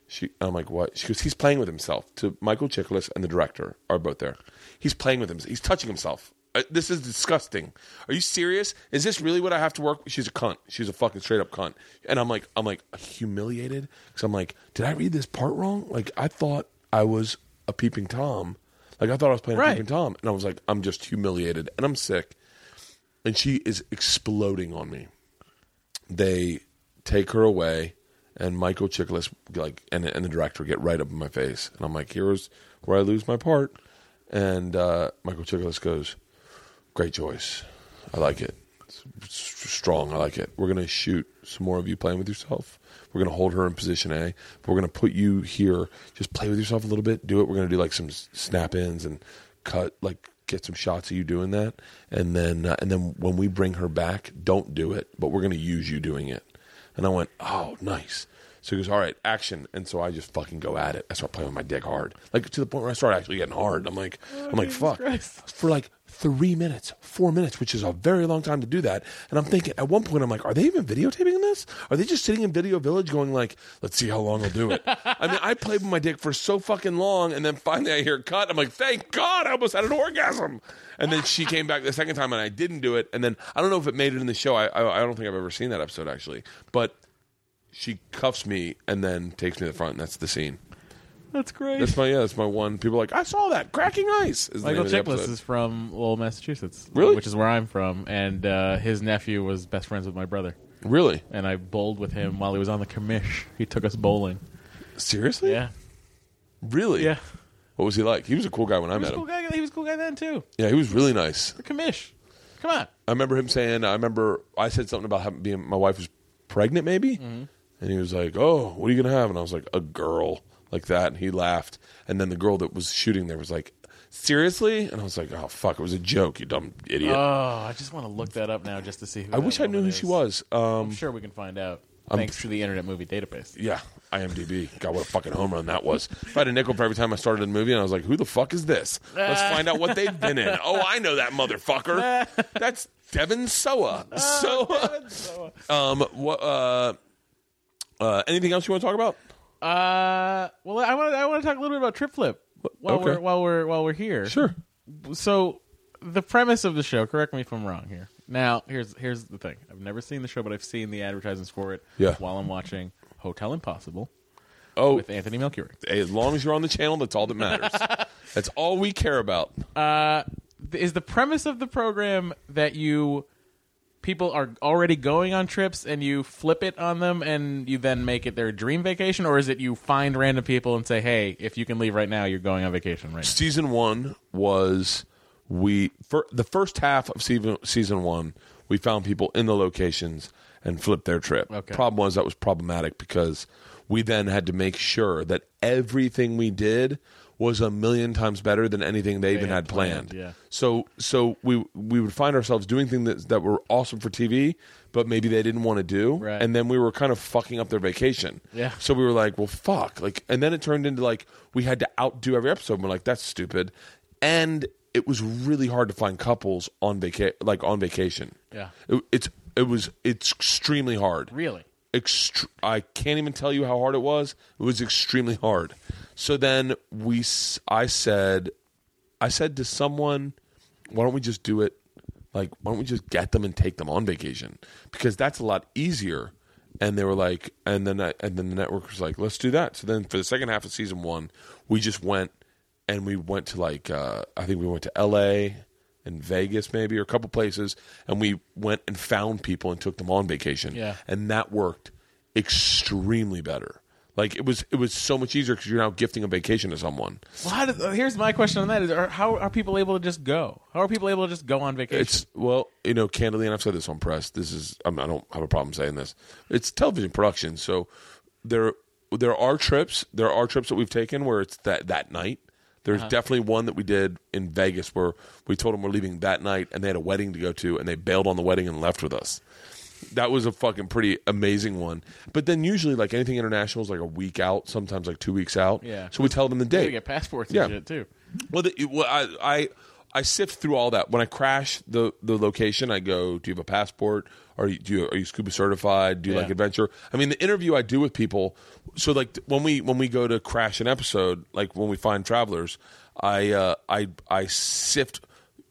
She, I'm like, what? She goes, he's playing with himself. To Michael Chiklis and the director are both there. He's playing with himself. He's touching himself. Uh, this is disgusting. Are you serious? Is this really what I have to work? She's a cunt. She's a fucking straight up cunt. And I'm like, I'm like humiliated because I'm like, did I read this part wrong? Like I thought I was a peeping tom. Like I thought I was playing a
Right.
peeping tom, and I was like, I'm just humiliated and I'm sick. And she is exploding on me they take her away, and Michael Chiklis like and and the director get right up in my face, and I'm like, here's where I lose my part, and uh, Michael Chiklis goes, great choice, I like it, it's, it's strong, I like it. We're gonna shoot some more of you playing with yourself. We're gonna hold her in position A. But we're gonna put you here. Just play with yourself a little bit. Do it. We're gonna do like some snap ins and cut like get some shots of you doing that and then uh, and then when we bring her back don't do it but we're going to use you doing it and i went oh nice so he goes all right action and so i just fucking go at it i start playing with my dick hard like to the point where i start actually getting hard i'm like i'm like fuck
Christ.
for like three minutes four minutes which is a very long time to do that and i'm thinking at one point i'm like are they even videotaping this are they just sitting in video village going like let's see how long i'll
(laughs)
do it i mean i played with my dick for so fucking long and then finally i hear cut i'm like thank god i almost had an orgasm and then she came back the second time and i didn't do it and then i don't know if it made it in the show i, I, I don't think i've ever seen that episode actually but she cuffs me and then takes me to the front, and that's the scene.
That's great.
That's my yeah. That's my one. People are like I saw that cracking ice. Is the
Michael
name of the
Chiklis
episode.
is from Lowell, Massachusetts,
Really?
which is where I'm from, and uh, his nephew was best friends with my brother,
really
and I bowled with him while he was on the commish. He took us bowling.
seriously.
Yeah,
Really.
yeah.
What was he like? He was a cool guy when I
He was
met
a cool
him.
guy. He was a cool guy then too.
Yeah, he was really nice.
The commish. Come on.
I remember him saying, I remember I said something about having, being my wife was pregnant, maybe,
Mm-hmm.
and he was like, "Oh, what are you gonna have?" And I was like, "A girl," like that, and he laughed. And then the girl that was shooting there was like, "Seriously?" And I was like, "Oh fuck, it was a joke, you dumb idiot."
Oh, I just want to look that up now just to see who.
I
that
wish I knew
woman
who
is.
she was. Um,
I'm sure we can find out thanks to the Internet Movie (laughs) Database.
yeah, IMDb. God, what a fucking home run that was. If I had a nickel for every time I started a movie, and I was like, "Who the fuck is this?" Let's find out what they've been in. Oh, I know that motherfucker. That's Devin Soa. Soa.
(laughs)
Um, what, uh, uh, anything else you want to talk about?
Uh, well, I want to I want to talk a little bit about Trip Flip while
Okay.
we're while we're while we're here. So, the premise of the show. Correct me if I'm wrong here. Now, here's here's the thing. I've never seen the show, but I've seen the advertisements for it.
Yeah.
While I'm watching Hotel Impossible
Oh,
with Anthony Melchior.
as long as you're on the channel, that's all that matters. that's all we care about.
is the premise of the program that you people are already going on trips and you flip it on them and you then make it their dream vacation or is it you find random people and say hey if you can leave right now you're going on vacation right
Season one was we for the first half of season season one, we found people in the locations and flipped their trip.
Okay.
Problem was that was problematic because we then had to make sure that everything we did was a million times better than anything they, even
had
had planned.
planned, yeah.
So so we we would find ourselves doing things that, that were awesome for TV, but maybe they didn't want to do,
Right.
and then we were kind of fucking up their vacation.
Yeah.
So we were like, well, fuck. Like, and then it turned into like we had to outdo every episode. And we're like, that's stupid, and it was really hard to find couples on vaca- like on vacation.
Yeah.
It, it's it was it's extremely hard.
Really?
Ext- I can't even tell you how hard it was. It was extremely hard. So then we, s- I said, I said to someone, why don't we just do it? Like, why don't we just get them and take them on vacation? Because that's a lot easier. And they were like, and then I, and then the network was like, let's do that. So then for the second half of season one, we just went and we went to like, uh, I think we went to L.A. and Vegas maybe or a couple places, and we went and found people and took them on vacation.
Yeah.
and that worked extremely better. Like it was, it was so much easier because you're now gifting a vacation to someone.
well, how does, uh, here's my question on that is are, how are people able to just go how are people able to just go on vacation
It's well, you know, candidly, and I've said this on press. This is I'm, I don't have a problem saying this. It's television production, so there there are trips. There are trips that we've taken where it's that that night.
Uh-huh.
There's definitely one that we did in Vegas where we told them we're leaving that night, and they had a wedding to go to, and they bailed on the wedding and left with us. That was a fucking pretty amazing one. But then usually, like anything international, is like a week out, sometimes like two weeks out.
Yeah.
So we tell them the
you
date.
gotta get passports and
Yeah.
shit too
Well, the, well I, I I sift through all that when I crash the the location. I go, do you have a passport? Are you do you, are you scuba certified? Do you
Yeah.
like adventure? I mean, the interview I do with people. So like th- when we when we go to crash an episode, like when we find travelers, I uh, I I sift.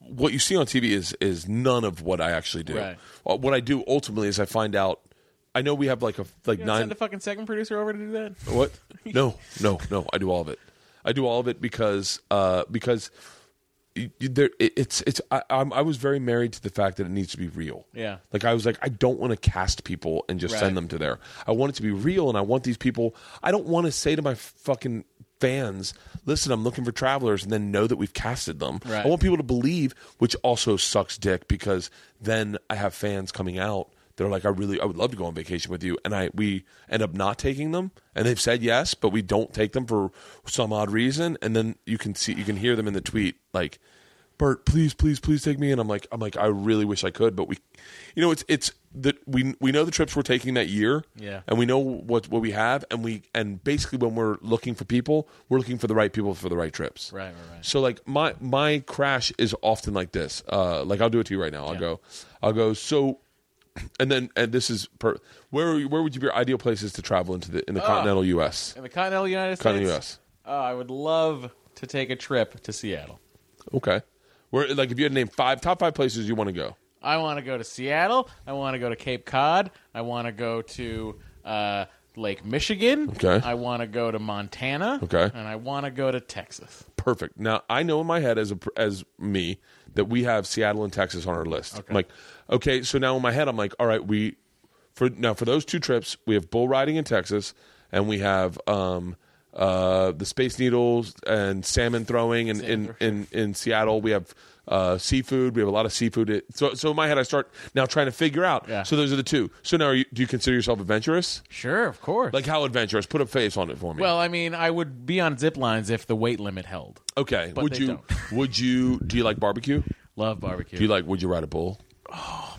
What you see on TV is is none of what I actually do.
Right.
Uh, What I do ultimately is I find out. I know we have like a like
you don't
nine.
send a fucking second producer over to do that (laughs)
What? No, no, no. I do all of it. I do all of it because uh, because y- y- there it- it's it's I, I'm, I was very married to the fact that it needs to be real.
Yeah.
Like I was like I don't want to cast people and just
Right.
send them to there. I want it to be real, and I want these people. I don't want to say to my fucking fans, "Listen, I'm looking for travelers," and then know that we've casted them.
Right.
I want people to believe, which also sucks dick because then I have fans coming out that are like, I really, I would love to go on vacation with you, and I we end up not taking them, and they've said yes, but we don't take them for some odd reason, and then you can see, you can hear them in the tweet like. Bert, please, please, please take me. And I'm like, I'm like, I really wish I could, but we, you know, it's it's that we we know the trips we're taking that year,
Yeah.
and we know what what we have, and we and basically when we're looking for people, we're looking for the right people for the right trips,
Right, right, right.
so like my my crash is often like this. Uh, like I'll do it to you right now. I'll go, I'll go. So, (clears throat) and then and this is per, where where would you be your ideal places to travel into the in
Ah.
the continental U.S.
in the continental United States
Continental US.
oh, I would love to take a trip to Seattle
Okay, where like if you had to name five top five places you want to go.
I want to go to Seattle. I want to go to Cape Cod. I want to go to uh, Lake Michigan.
Okay.
I want to go to Montana.
Okay.
And I want to go to Texas.
perfect. Now I know in my head as a as me that we have Seattle and Texas on our list. I'm like, okay, so now in my head I'm like, all right, we for now for those two trips we have bull riding in Texas and we have um uh the Space Needles and salmon throwing in in, in in Seattle we have. Uh, seafood. We have a lot of seafood. It, so, so in my head, I start now trying to figure out.
Yeah.
So those are the two. So now, are you, do you consider yourself adventurous?
Sure, of course.
Like how adventurous? Put a face on it for me.
well, I mean, I would be on zip lines if the weight limit held.
okay.
but
would
they
you?
don't.
Would you? Do you like barbecue?
Love barbecue. Oh,
Do you like? Would you ride a bull?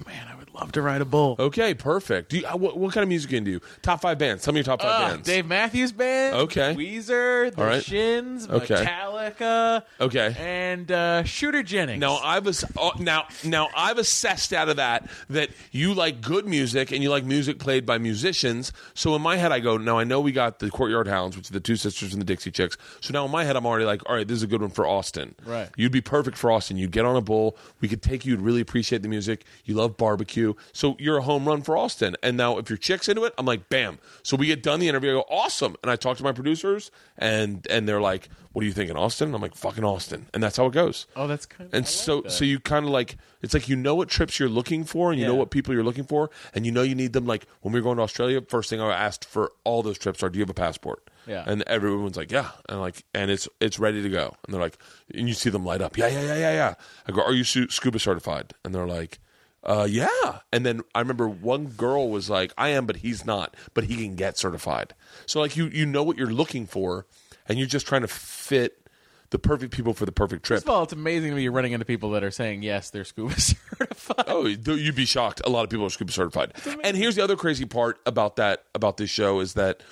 Man, I would love to ride a bull.
Okay, perfect. Do you, uh, what, what kind of music can you do? Top five bands. Tell me your top five
Uh,
bands.
Dave Matthews Band,
Okay.
Weezer, The
All right.
Shins,
Okay.
Metallica,
Okay.
and uh, Shooter Jennings.
Now I've ass- oh, now now I've assessed out of that that you like good music and you like music played by musicians. So in my head I go, now I know we got the Courtyard Hounds, which are the two sisters and the Dixie Chicks. So now in my head I'm already like, all right, this is a good one for Austin.
Right.
You'd be perfect for Austin. You'd get on a bull. We could take you. You'd really appreciate the music. You love barbecue. So you're a home run for Austin. And now if your chick's into it, I'm like, bam. So we get done the interview. I go, awesome. And I talk to my producers and and they're like, what do you think in Austin? And I'm like, fucking Austin. And that's how it goes.
oh, that's kind of
And so, so you kind of like it's like you know what trips you're looking for, and you know
Yeah.
what people you're looking for, and you know you need them. Like when we were going to Australia, first thing I asked for all those trips are, "Do you have a passport?"
Yeah.
and everyone's like, "Yeah," and like, and it's it's ready to go, and they're like, and you see them light up, "Yeah, yeah, yeah, yeah, yeah." I go, "Are you su- scuba certified?" And they're like. Uh yeah, and then I remember one girl was like, "I am, but he's not, but he can get certified." So like you you know what you're looking for, and you're just trying to fit the perfect people for the perfect trip.
First of all, it's amazing to be running into people that are saying yes, they're scuba (laughs) certified.
Oh, th- you'd be shocked. A lot of people are scuba certified. And here's the other crazy part about that about this show is that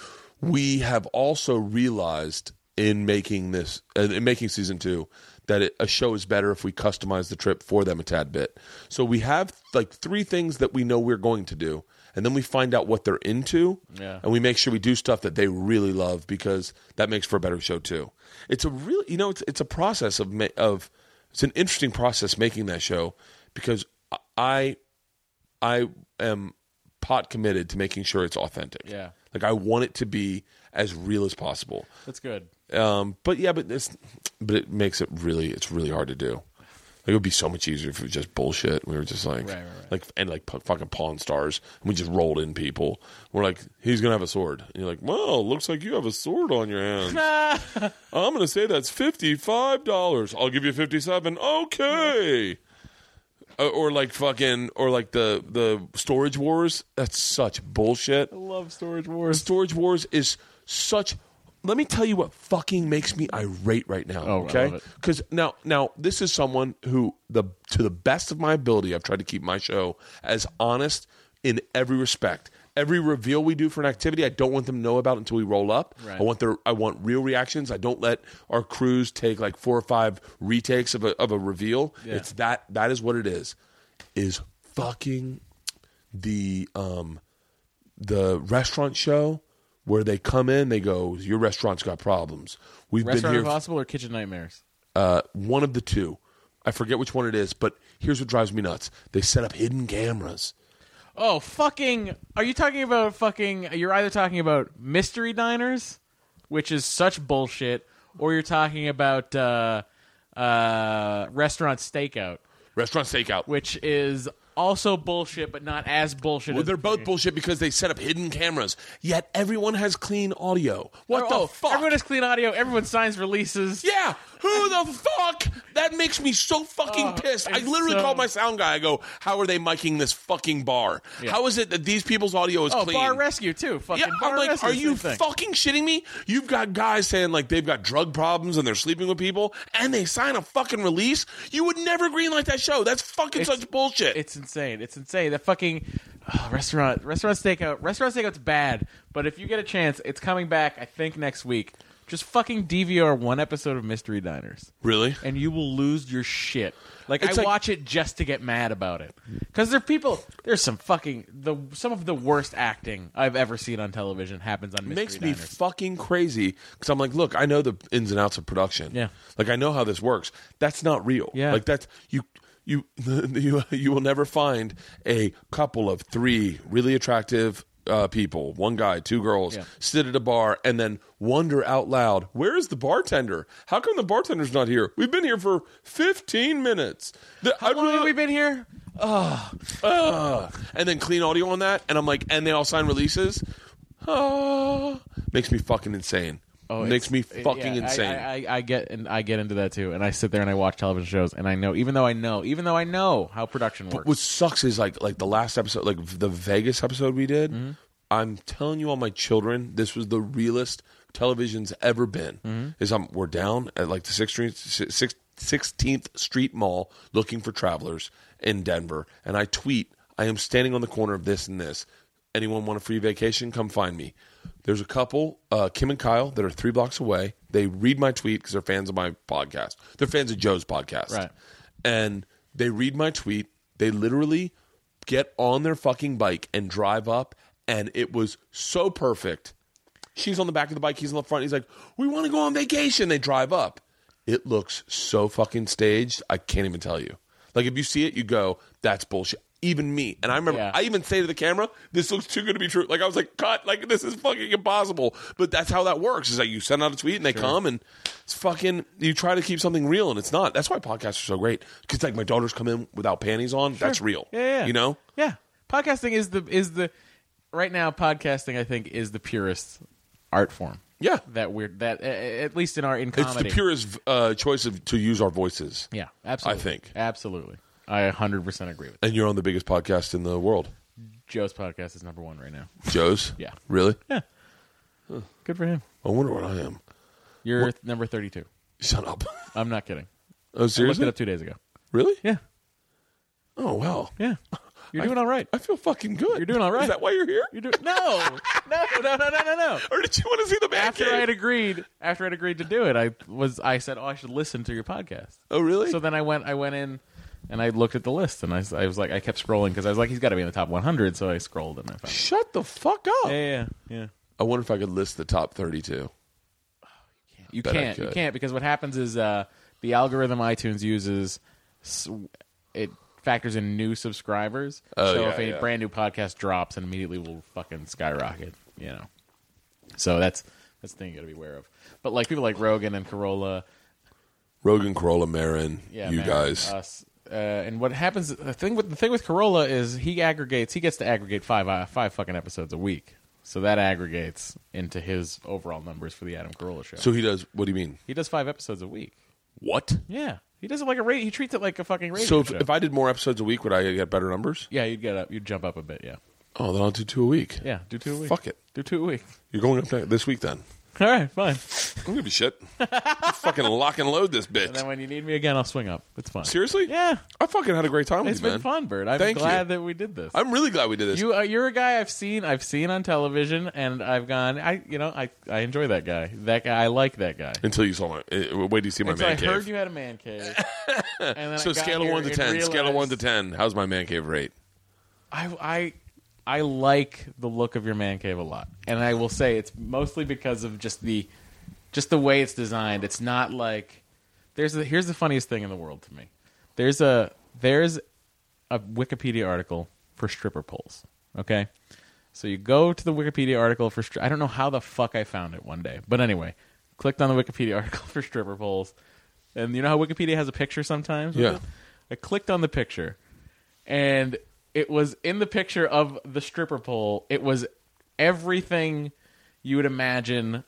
we have also realized in making this uh, in making season two that it, a show is better if we customize the trip for them a tad bit. So we have like three things that we know we're going to do, and then we find out what they're into,
Yeah.
and we make sure we do stuff that they really love because that makes for a better show too. It's a real, you know, it's it's a process of ma- of it's an interesting process making that show because I I am pot committed to making sure it's authentic.
Yeah.
like I want it to be as real as possible.
That's (laughs) good.
Um, but yeah, but it's but it makes it really it's really hard to do. Like it would be so much easier if it was just bullshit. We were just like
Right, right, right.
like and like pu- fucking pawn stars, and we just rolled in people. We're like, he's gonna have a sword, and you're like, well, looks like you have a sword on your
(laughs)
hand. I'm gonna say that's fifty five dollars. I'll give you fifty seven. Okay. Uh, or like fucking, or like the the storage wars. That's such bullshit.
Love Storage Wars.
Storage Wars is such. Let me tell you what fucking makes me irate right now.
Oh, I love
okay,
it.
because now, now this is someone who the to the best of my ability, I've tried to keep my show as honest in every respect. Every reveal we do for an activity, I don't want them to know about until we roll up.
Right.
I want their, I want real reactions. I don't let our crews take like four or five retakes of a of a reveal.
Yeah.
It's that that is what it is. Is fucking the um the restaurant show where they come in, they go, "Your restaurant's got problems." We've been
Restaurant
here,
Impossible or Kitchen Nightmares?
uh, one of the two. I forget which one it is, but here's what drives me nuts: they set up hidden cameras.
Oh, fucking. Are you talking about fucking. You're either talking about Mystery Diners, which is such bullshit, or you're talking about uh, uh, Restaurant Stakeout,
Restaurant stakeout.
which is also bullshit, but not as bullshit
Well,
as Oh,
they're both bullshit because they set up hidden cameras. Yet everyone has clean audio. What
Oh,
the fuck?
Everyone has clean audio. Everyone signs releases.
Yeah, who the fuck? That makes me so fucking pissed. I
Oh, it's
literally
so-
called my sound guy. I go, "How are they miking this fucking bar? How is it that these people's audio is
Oh,
clean?"
Bar Rescue too. Fucking
Yeah,
Bar
I'm like,
Rescue,
are you
same thing.
fucking shitting me? You've got guys saying like they've got drug problems and they're sleeping with people, and they sign a fucking release. You would never greenlight that show. That's fucking
It's-
such bullshit.
It's insane. It's insane. The fucking oh, restaurant, restaurant stakeout, restaurant stakeout's bad. But if you get a chance, it's coming back. I think next week. Just fucking DVR one episode of Mystery Diners,
really?
and you will lose your shit. Like
It's
I
like-
watch it just to get mad about it, because there are people. There's some fucking the some of the worst acting I've ever seen on television happens on Mystery
makes me
Diners.
fucking crazy because I'm like, look, I know the ins and outs of production.
Yeah.
like I know how this works. That's not real.
Yeah.
like that's you. (laughs) You, you you will never find a couple of three really attractive uh, people, one guy, two girls,
Yeah.
sit at a bar and then wonder out loud, where is the bartender? How come the bartender's not here? We've been here for 15 minutes. The-
How
I
long have
really-
we been here?
Ah. and then clean audio on that, and I'm like, and they all sign releases. Ah. makes me fucking insane. makes
Oh, it's-
me
it-
fucking
yeah, I-
insane.
I, I, I get and I get into that too, and I sit there and I watch television shows, and I know, even though I know, even though I know how production works.
What sucks is like like the last episode, like the Vegas episode we did.
Mm-hmm.
I'm telling you, all my children, this was the realest television's ever been.
Mm-hmm.
Is I'm we're down at like the sixteenth sixteenth Street Mall looking for travelers in Denver, and I tweet, I am standing on the corner of this and this. Anyone want a free vacation? Come find me. There's a couple, uh, Kim and Kyle, that are three blocks away. They read my tweet because they're fans of my podcast. They're fans of Joe's podcast
Right.
and they read my tweet. They literally get on their fucking bike and drive up, and it was so perfect. She's on the back of the bike, he's on the front. He's like, "We want to go on vacation." They drive up. It looks so fucking staged. I can't even tell you. Like if you see it, you go, "That's bullshit." Even me, and I remember
Yeah.
I even say to the camera, "This looks too good to be true." Like I was like, "Cut!" Like this is fucking impossible. But that's how that works. Is that you send out a tweet and they come and it's fucking. You try to keep something real and it's not. That's why podcasts are so great because like my daughters come in without panties on. That's real.
Yeah, yeah, yeah.
You know.
Yeah, podcasting is the is the right now. Podcasting, I think, is the purest art form.
Yeah.
that weird. That a- a- at least in our in
It's
comedy.
the purest uh, choice of, to use our voices.
Yeah, absolutely.
I think.
absolutely. I 100% agree with that.
And you're on the biggest podcast in the world,
Joe's podcast is number one right now.
Joe's.
(laughs) Yeah.
Really?
Good for him.
I wonder what I am.
You're number 32.
Shut up. (laughs)
I'm not kidding.
Oh,
I looked
seriously?
it up two days ago.
Really?
Yeah,
Oh, wow.
yeah. You're doing all right.
I feel fucking good.
You're doing all right.
Is that why you're here?
You're doing no, no, no, no, no, no, no.
Or did you want to see the man
After
cave?
I had agreed, after I'd agreed to do it, I was I said, "Oh, I should listen to your podcast."
Oh, really?
So then I went, I went in, and I looked at the list, and I, s- I was like, I kept scrolling because I was like, he's got to be in the top 100. So I scrolled and I found.
Shut the fuck up.
Yeah, yeah, yeah.
I wonder if I could list the top 32.
You
Bet I
can't, you
could.
can't, because what happens is uh, the algorithm iTunes uses, s- it factors in new subscribers.
Oh,
so
yeah,
if a
yeah.
brand new podcast drops, and immediately will fucking skyrocket. You know, so that's that's the thing you got to be aware of. But like people like Rogan and Corolla,
Rogan, Corolla, Marin,
yeah,
you
man,
guys.
us. Uh, and what happens? The thing with the thing with Corolla is he aggregates. He gets to aggregate five uh, five fucking episodes a week, so that aggregates into his overall numbers for the Adam Carolla show.
so he does, what do you mean?
he does five episodes a week.
What?
Yeah, he does it like a rate. He treats it like a fucking radio.
So if,
show.
if I did more episodes a week, would I get better numbers?
yeah, you'd get up, you'd jump up a bit. Yeah,
Oh, then I'll do two a week.
yeah, do two a week.
Fuck it.
do two a week.
You're going up ne- this week then.
All right, fine.
I'm going to be
(laughs)
shit. fucking lock and load this bitch.
And then when you need me again, I'll swing up. It's fun.
Seriously?
Yeah,
I fucking had a great time with
it's
you,
been
man.
fun, Bird. I'm
Thank you.
glad that we did this.
I'm really glad we did this.
You, uh, you're a guy I've seen, I've seen on television, and I've gone. I, you know, I, I enjoy that guy. That guy, I like that guy.
Until you saw my, uh, wait till you see my
Until
man
I
cave.
heard you had a man cave.
(laughs)
and then
so
I got
scale of
here
one to
and
ten. Scale of
realized
one to ten. How's my man cave rate?
I, I, I like the look of your man cave a lot, and I will say it's mostly because of just the, just the way it's designed. It's not like there's a, here's the funniest thing in the world to me. There's a there's a Wikipedia article for stripper poles. Okay, so you go to the Wikipedia article for stri- I don't know how the fuck I found it one day, but anyway, clicked on the Wikipedia (laughs) article for stripper poles, and you know how Wikipedia has a picture sometimes. with
Yeah.
it? I clicked on the picture, and it was in the picture of the stripper pole. It was everything you would imagine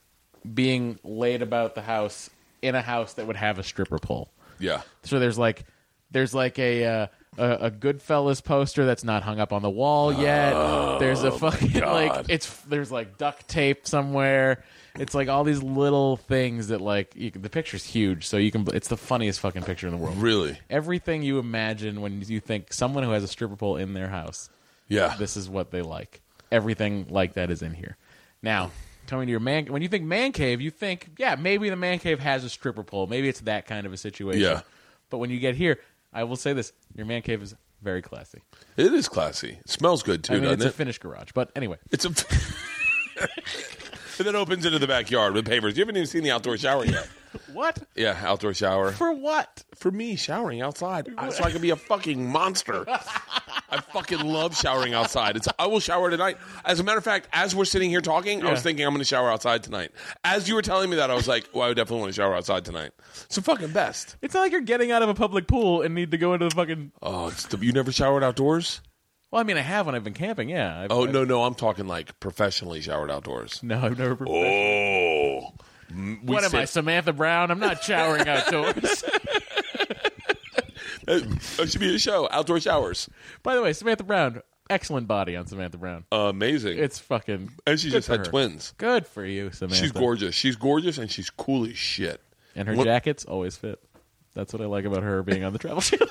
being laid about the house in a house that would have a stripper pole.
Yeah.
So there's like there's like a uh, a, a Goodfellas poster that's not hung up on the wall yet. there's a fucking like
God.
it's there's like duct tape somewhere. It's like all these little things that like you, can- the picture's huge, so you can. It's the funniest fucking picture in the world.
Really?
Everything you imagine when you think someone who has a stripper pole in their house,
Yeah.
this is what they like. Everything like that is in here. Now, coming to your man, when you think man cave, you think, yeah, maybe the man cave has a stripper pole. Maybe it's that kind of a situation.
Yeah.
But when you get here, I will say this: your man cave is very classy.
It is classy. It smells good too,
I mean, it's
doesn't
a
it?
finished garage, but anyway,
it's a. (laughs) and then opens into the backyard with pavers. You haven't even seen the outdoor shower (laughs) yet.
what
yeah, outdoor shower.
for what?
For me, showering outside I- so I can be a fucking monster. (laughs) I fucking love showering outside. It's I will shower tonight. As a matter of fact, as we're sitting here talking, I was
Yeah.
thinking I'm going to shower outside tonight. As you were telling me that, I was like, well, I would definitely want to shower outside tonight. It's the fucking best.
It's not like you're getting out of a public pool and need to go into the fucking.
Oh, it's the, you never showered outdoors?
Well, I mean, I have when I've been camping. Yeah. I've,
Oh
I've-
no, no, I'm talking like professionally showered outdoors.
no, I've never.
Oh, M- we
what am
sit-
I, Samantha Brown? I'm not showering
(laughs)
outdoors.
That should uh, be a show. Outdoor showers,
By the way, Samantha Brown, excellent body on Samantha Brown.
amazing.
It's fucking.
and she
good
just
for
had
her.
twins.
Good for you, Samantha.
She's gorgeous. She's gorgeous, and she's cool as shit.
And her
Look-
jackets always fit. That's what I like about her being on the travel channel.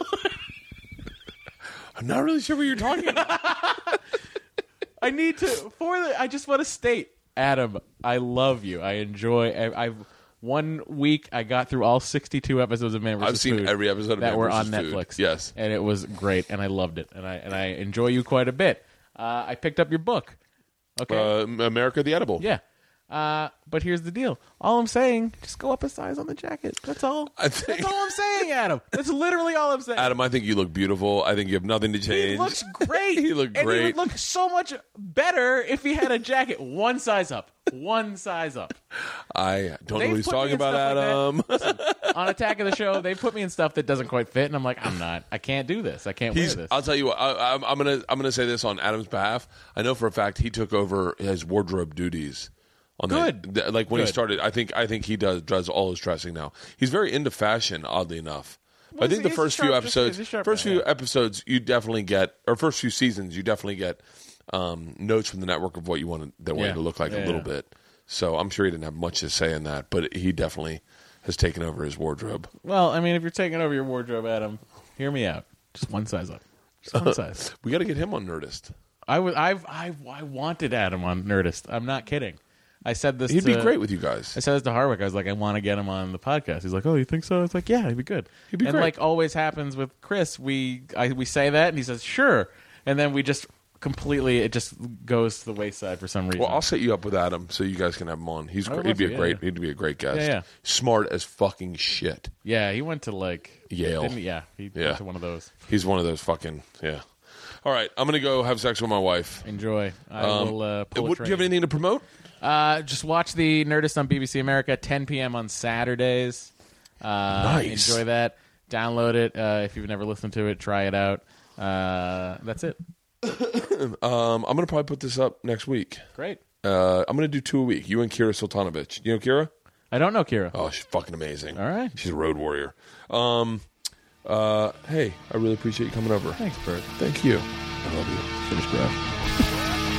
I'm not really sure what you're talking about.
(laughs) I need to for the. I just want to state, Adam, I love you. I enjoy. I, I've one week I got through all sixty-two episodes of Man vs.
I've seen
Food
every episode of
that
Man
were
vs.
on
Food.
Netflix.
Yes.
and it was great, and I loved it, and I and I enjoy you quite a bit. Uh, I picked up your book. Okay.
Uh, America the Edible.
yeah. Uh, but here's the deal. All I'm saying, just go up a size on the jacket. That's all.
I think-
That's all I'm saying, Adam. That's literally all I'm saying.
Adam, I think you look beautiful. I think you have nothing to change. (laughs)
He looks great.
He looked
And he
great.
would look so much better if he had a jacket one size up. One size up.
I don't know
They've
what he's
put me
talking
in
about, Adam.
stuff On Attack of the Show, they put me in stuff that doesn't quite fit, and I'm like, I'm not. I can't do this. I can't
He's,
wear this.
I'll tell you what. I, I'm, I'm gonna. I'm gonna say this on Adam's behalf. I know for a fact he took over his wardrobe duties. On
Good.
The, the- like when he
Good.
started, I think. I think he does does all his dressing now. He's very into fashion, oddly enough. But I
Well,
think the
he's a
first few
sharp- he's a
episodes,
sharp
first
guy,
few
yeah.
episodes, you definitely get, or first few seasons, you definitely get um, notes from the network of what you wanted. They wanted
Yeah.
to look like
Yeah,
a little
yeah.
bit. So I'm sure he didn't have much to say in that, but he definitely has taken over his wardrobe.
well, I mean, if you're taking over your wardrobe, Adam, hear me out. Just one size up.
(laughs)
Just one size.
We got to get him on Nerdist.
I was. I've. I. I wanted Adam on Nerdist. I'm not kidding. I said this.
He'd be
to-
great with you guys.
I said this to Harwick. I was like, I want to get him on the podcast. He's like, Oh, you think so? I was like, Yeah, he'd be good. He'd
be
and
great.
like always happens with Chris, we I, we say that and he says, Sure, and then we just completely it just goes to the wayside for some reason.
Well, I'll set you up with Adam so you guys can have him on. He's
I would
great. he'd be
love
a
to,
great
yeah.
he'd be a great guest.
Yeah, yeah.
Smart as fucking shit.
yeah, he went to like
Yale.
didn't he? yeah, he
Yeah.
went to one of those.
He's one of those fucking yeah. All right, I'm gonna go have sex with my wife.
Enjoy. I will uh, pull a
What, Um, do you have
train.
anything to promote?
Uh, just watch the Nerdist on BBC America, 10 p.m. on Saturdays. Uh,
Nice.
Enjoy that. Download it uh, if you've never listened to it. Try it out. Uh, that's it.
Um, I'm gonna probably put this up next week.
Great.
Uh, I'm gonna do two a week. You and Kira Sultanovich. You know Kira?
I don't know Kira.
Oh, she's fucking amazing.
All right.
She's a road warrior. Um, uh, hey, I really appreciate you coming over.
Thanks, Bert.
Thank you. I love you. Finish graph.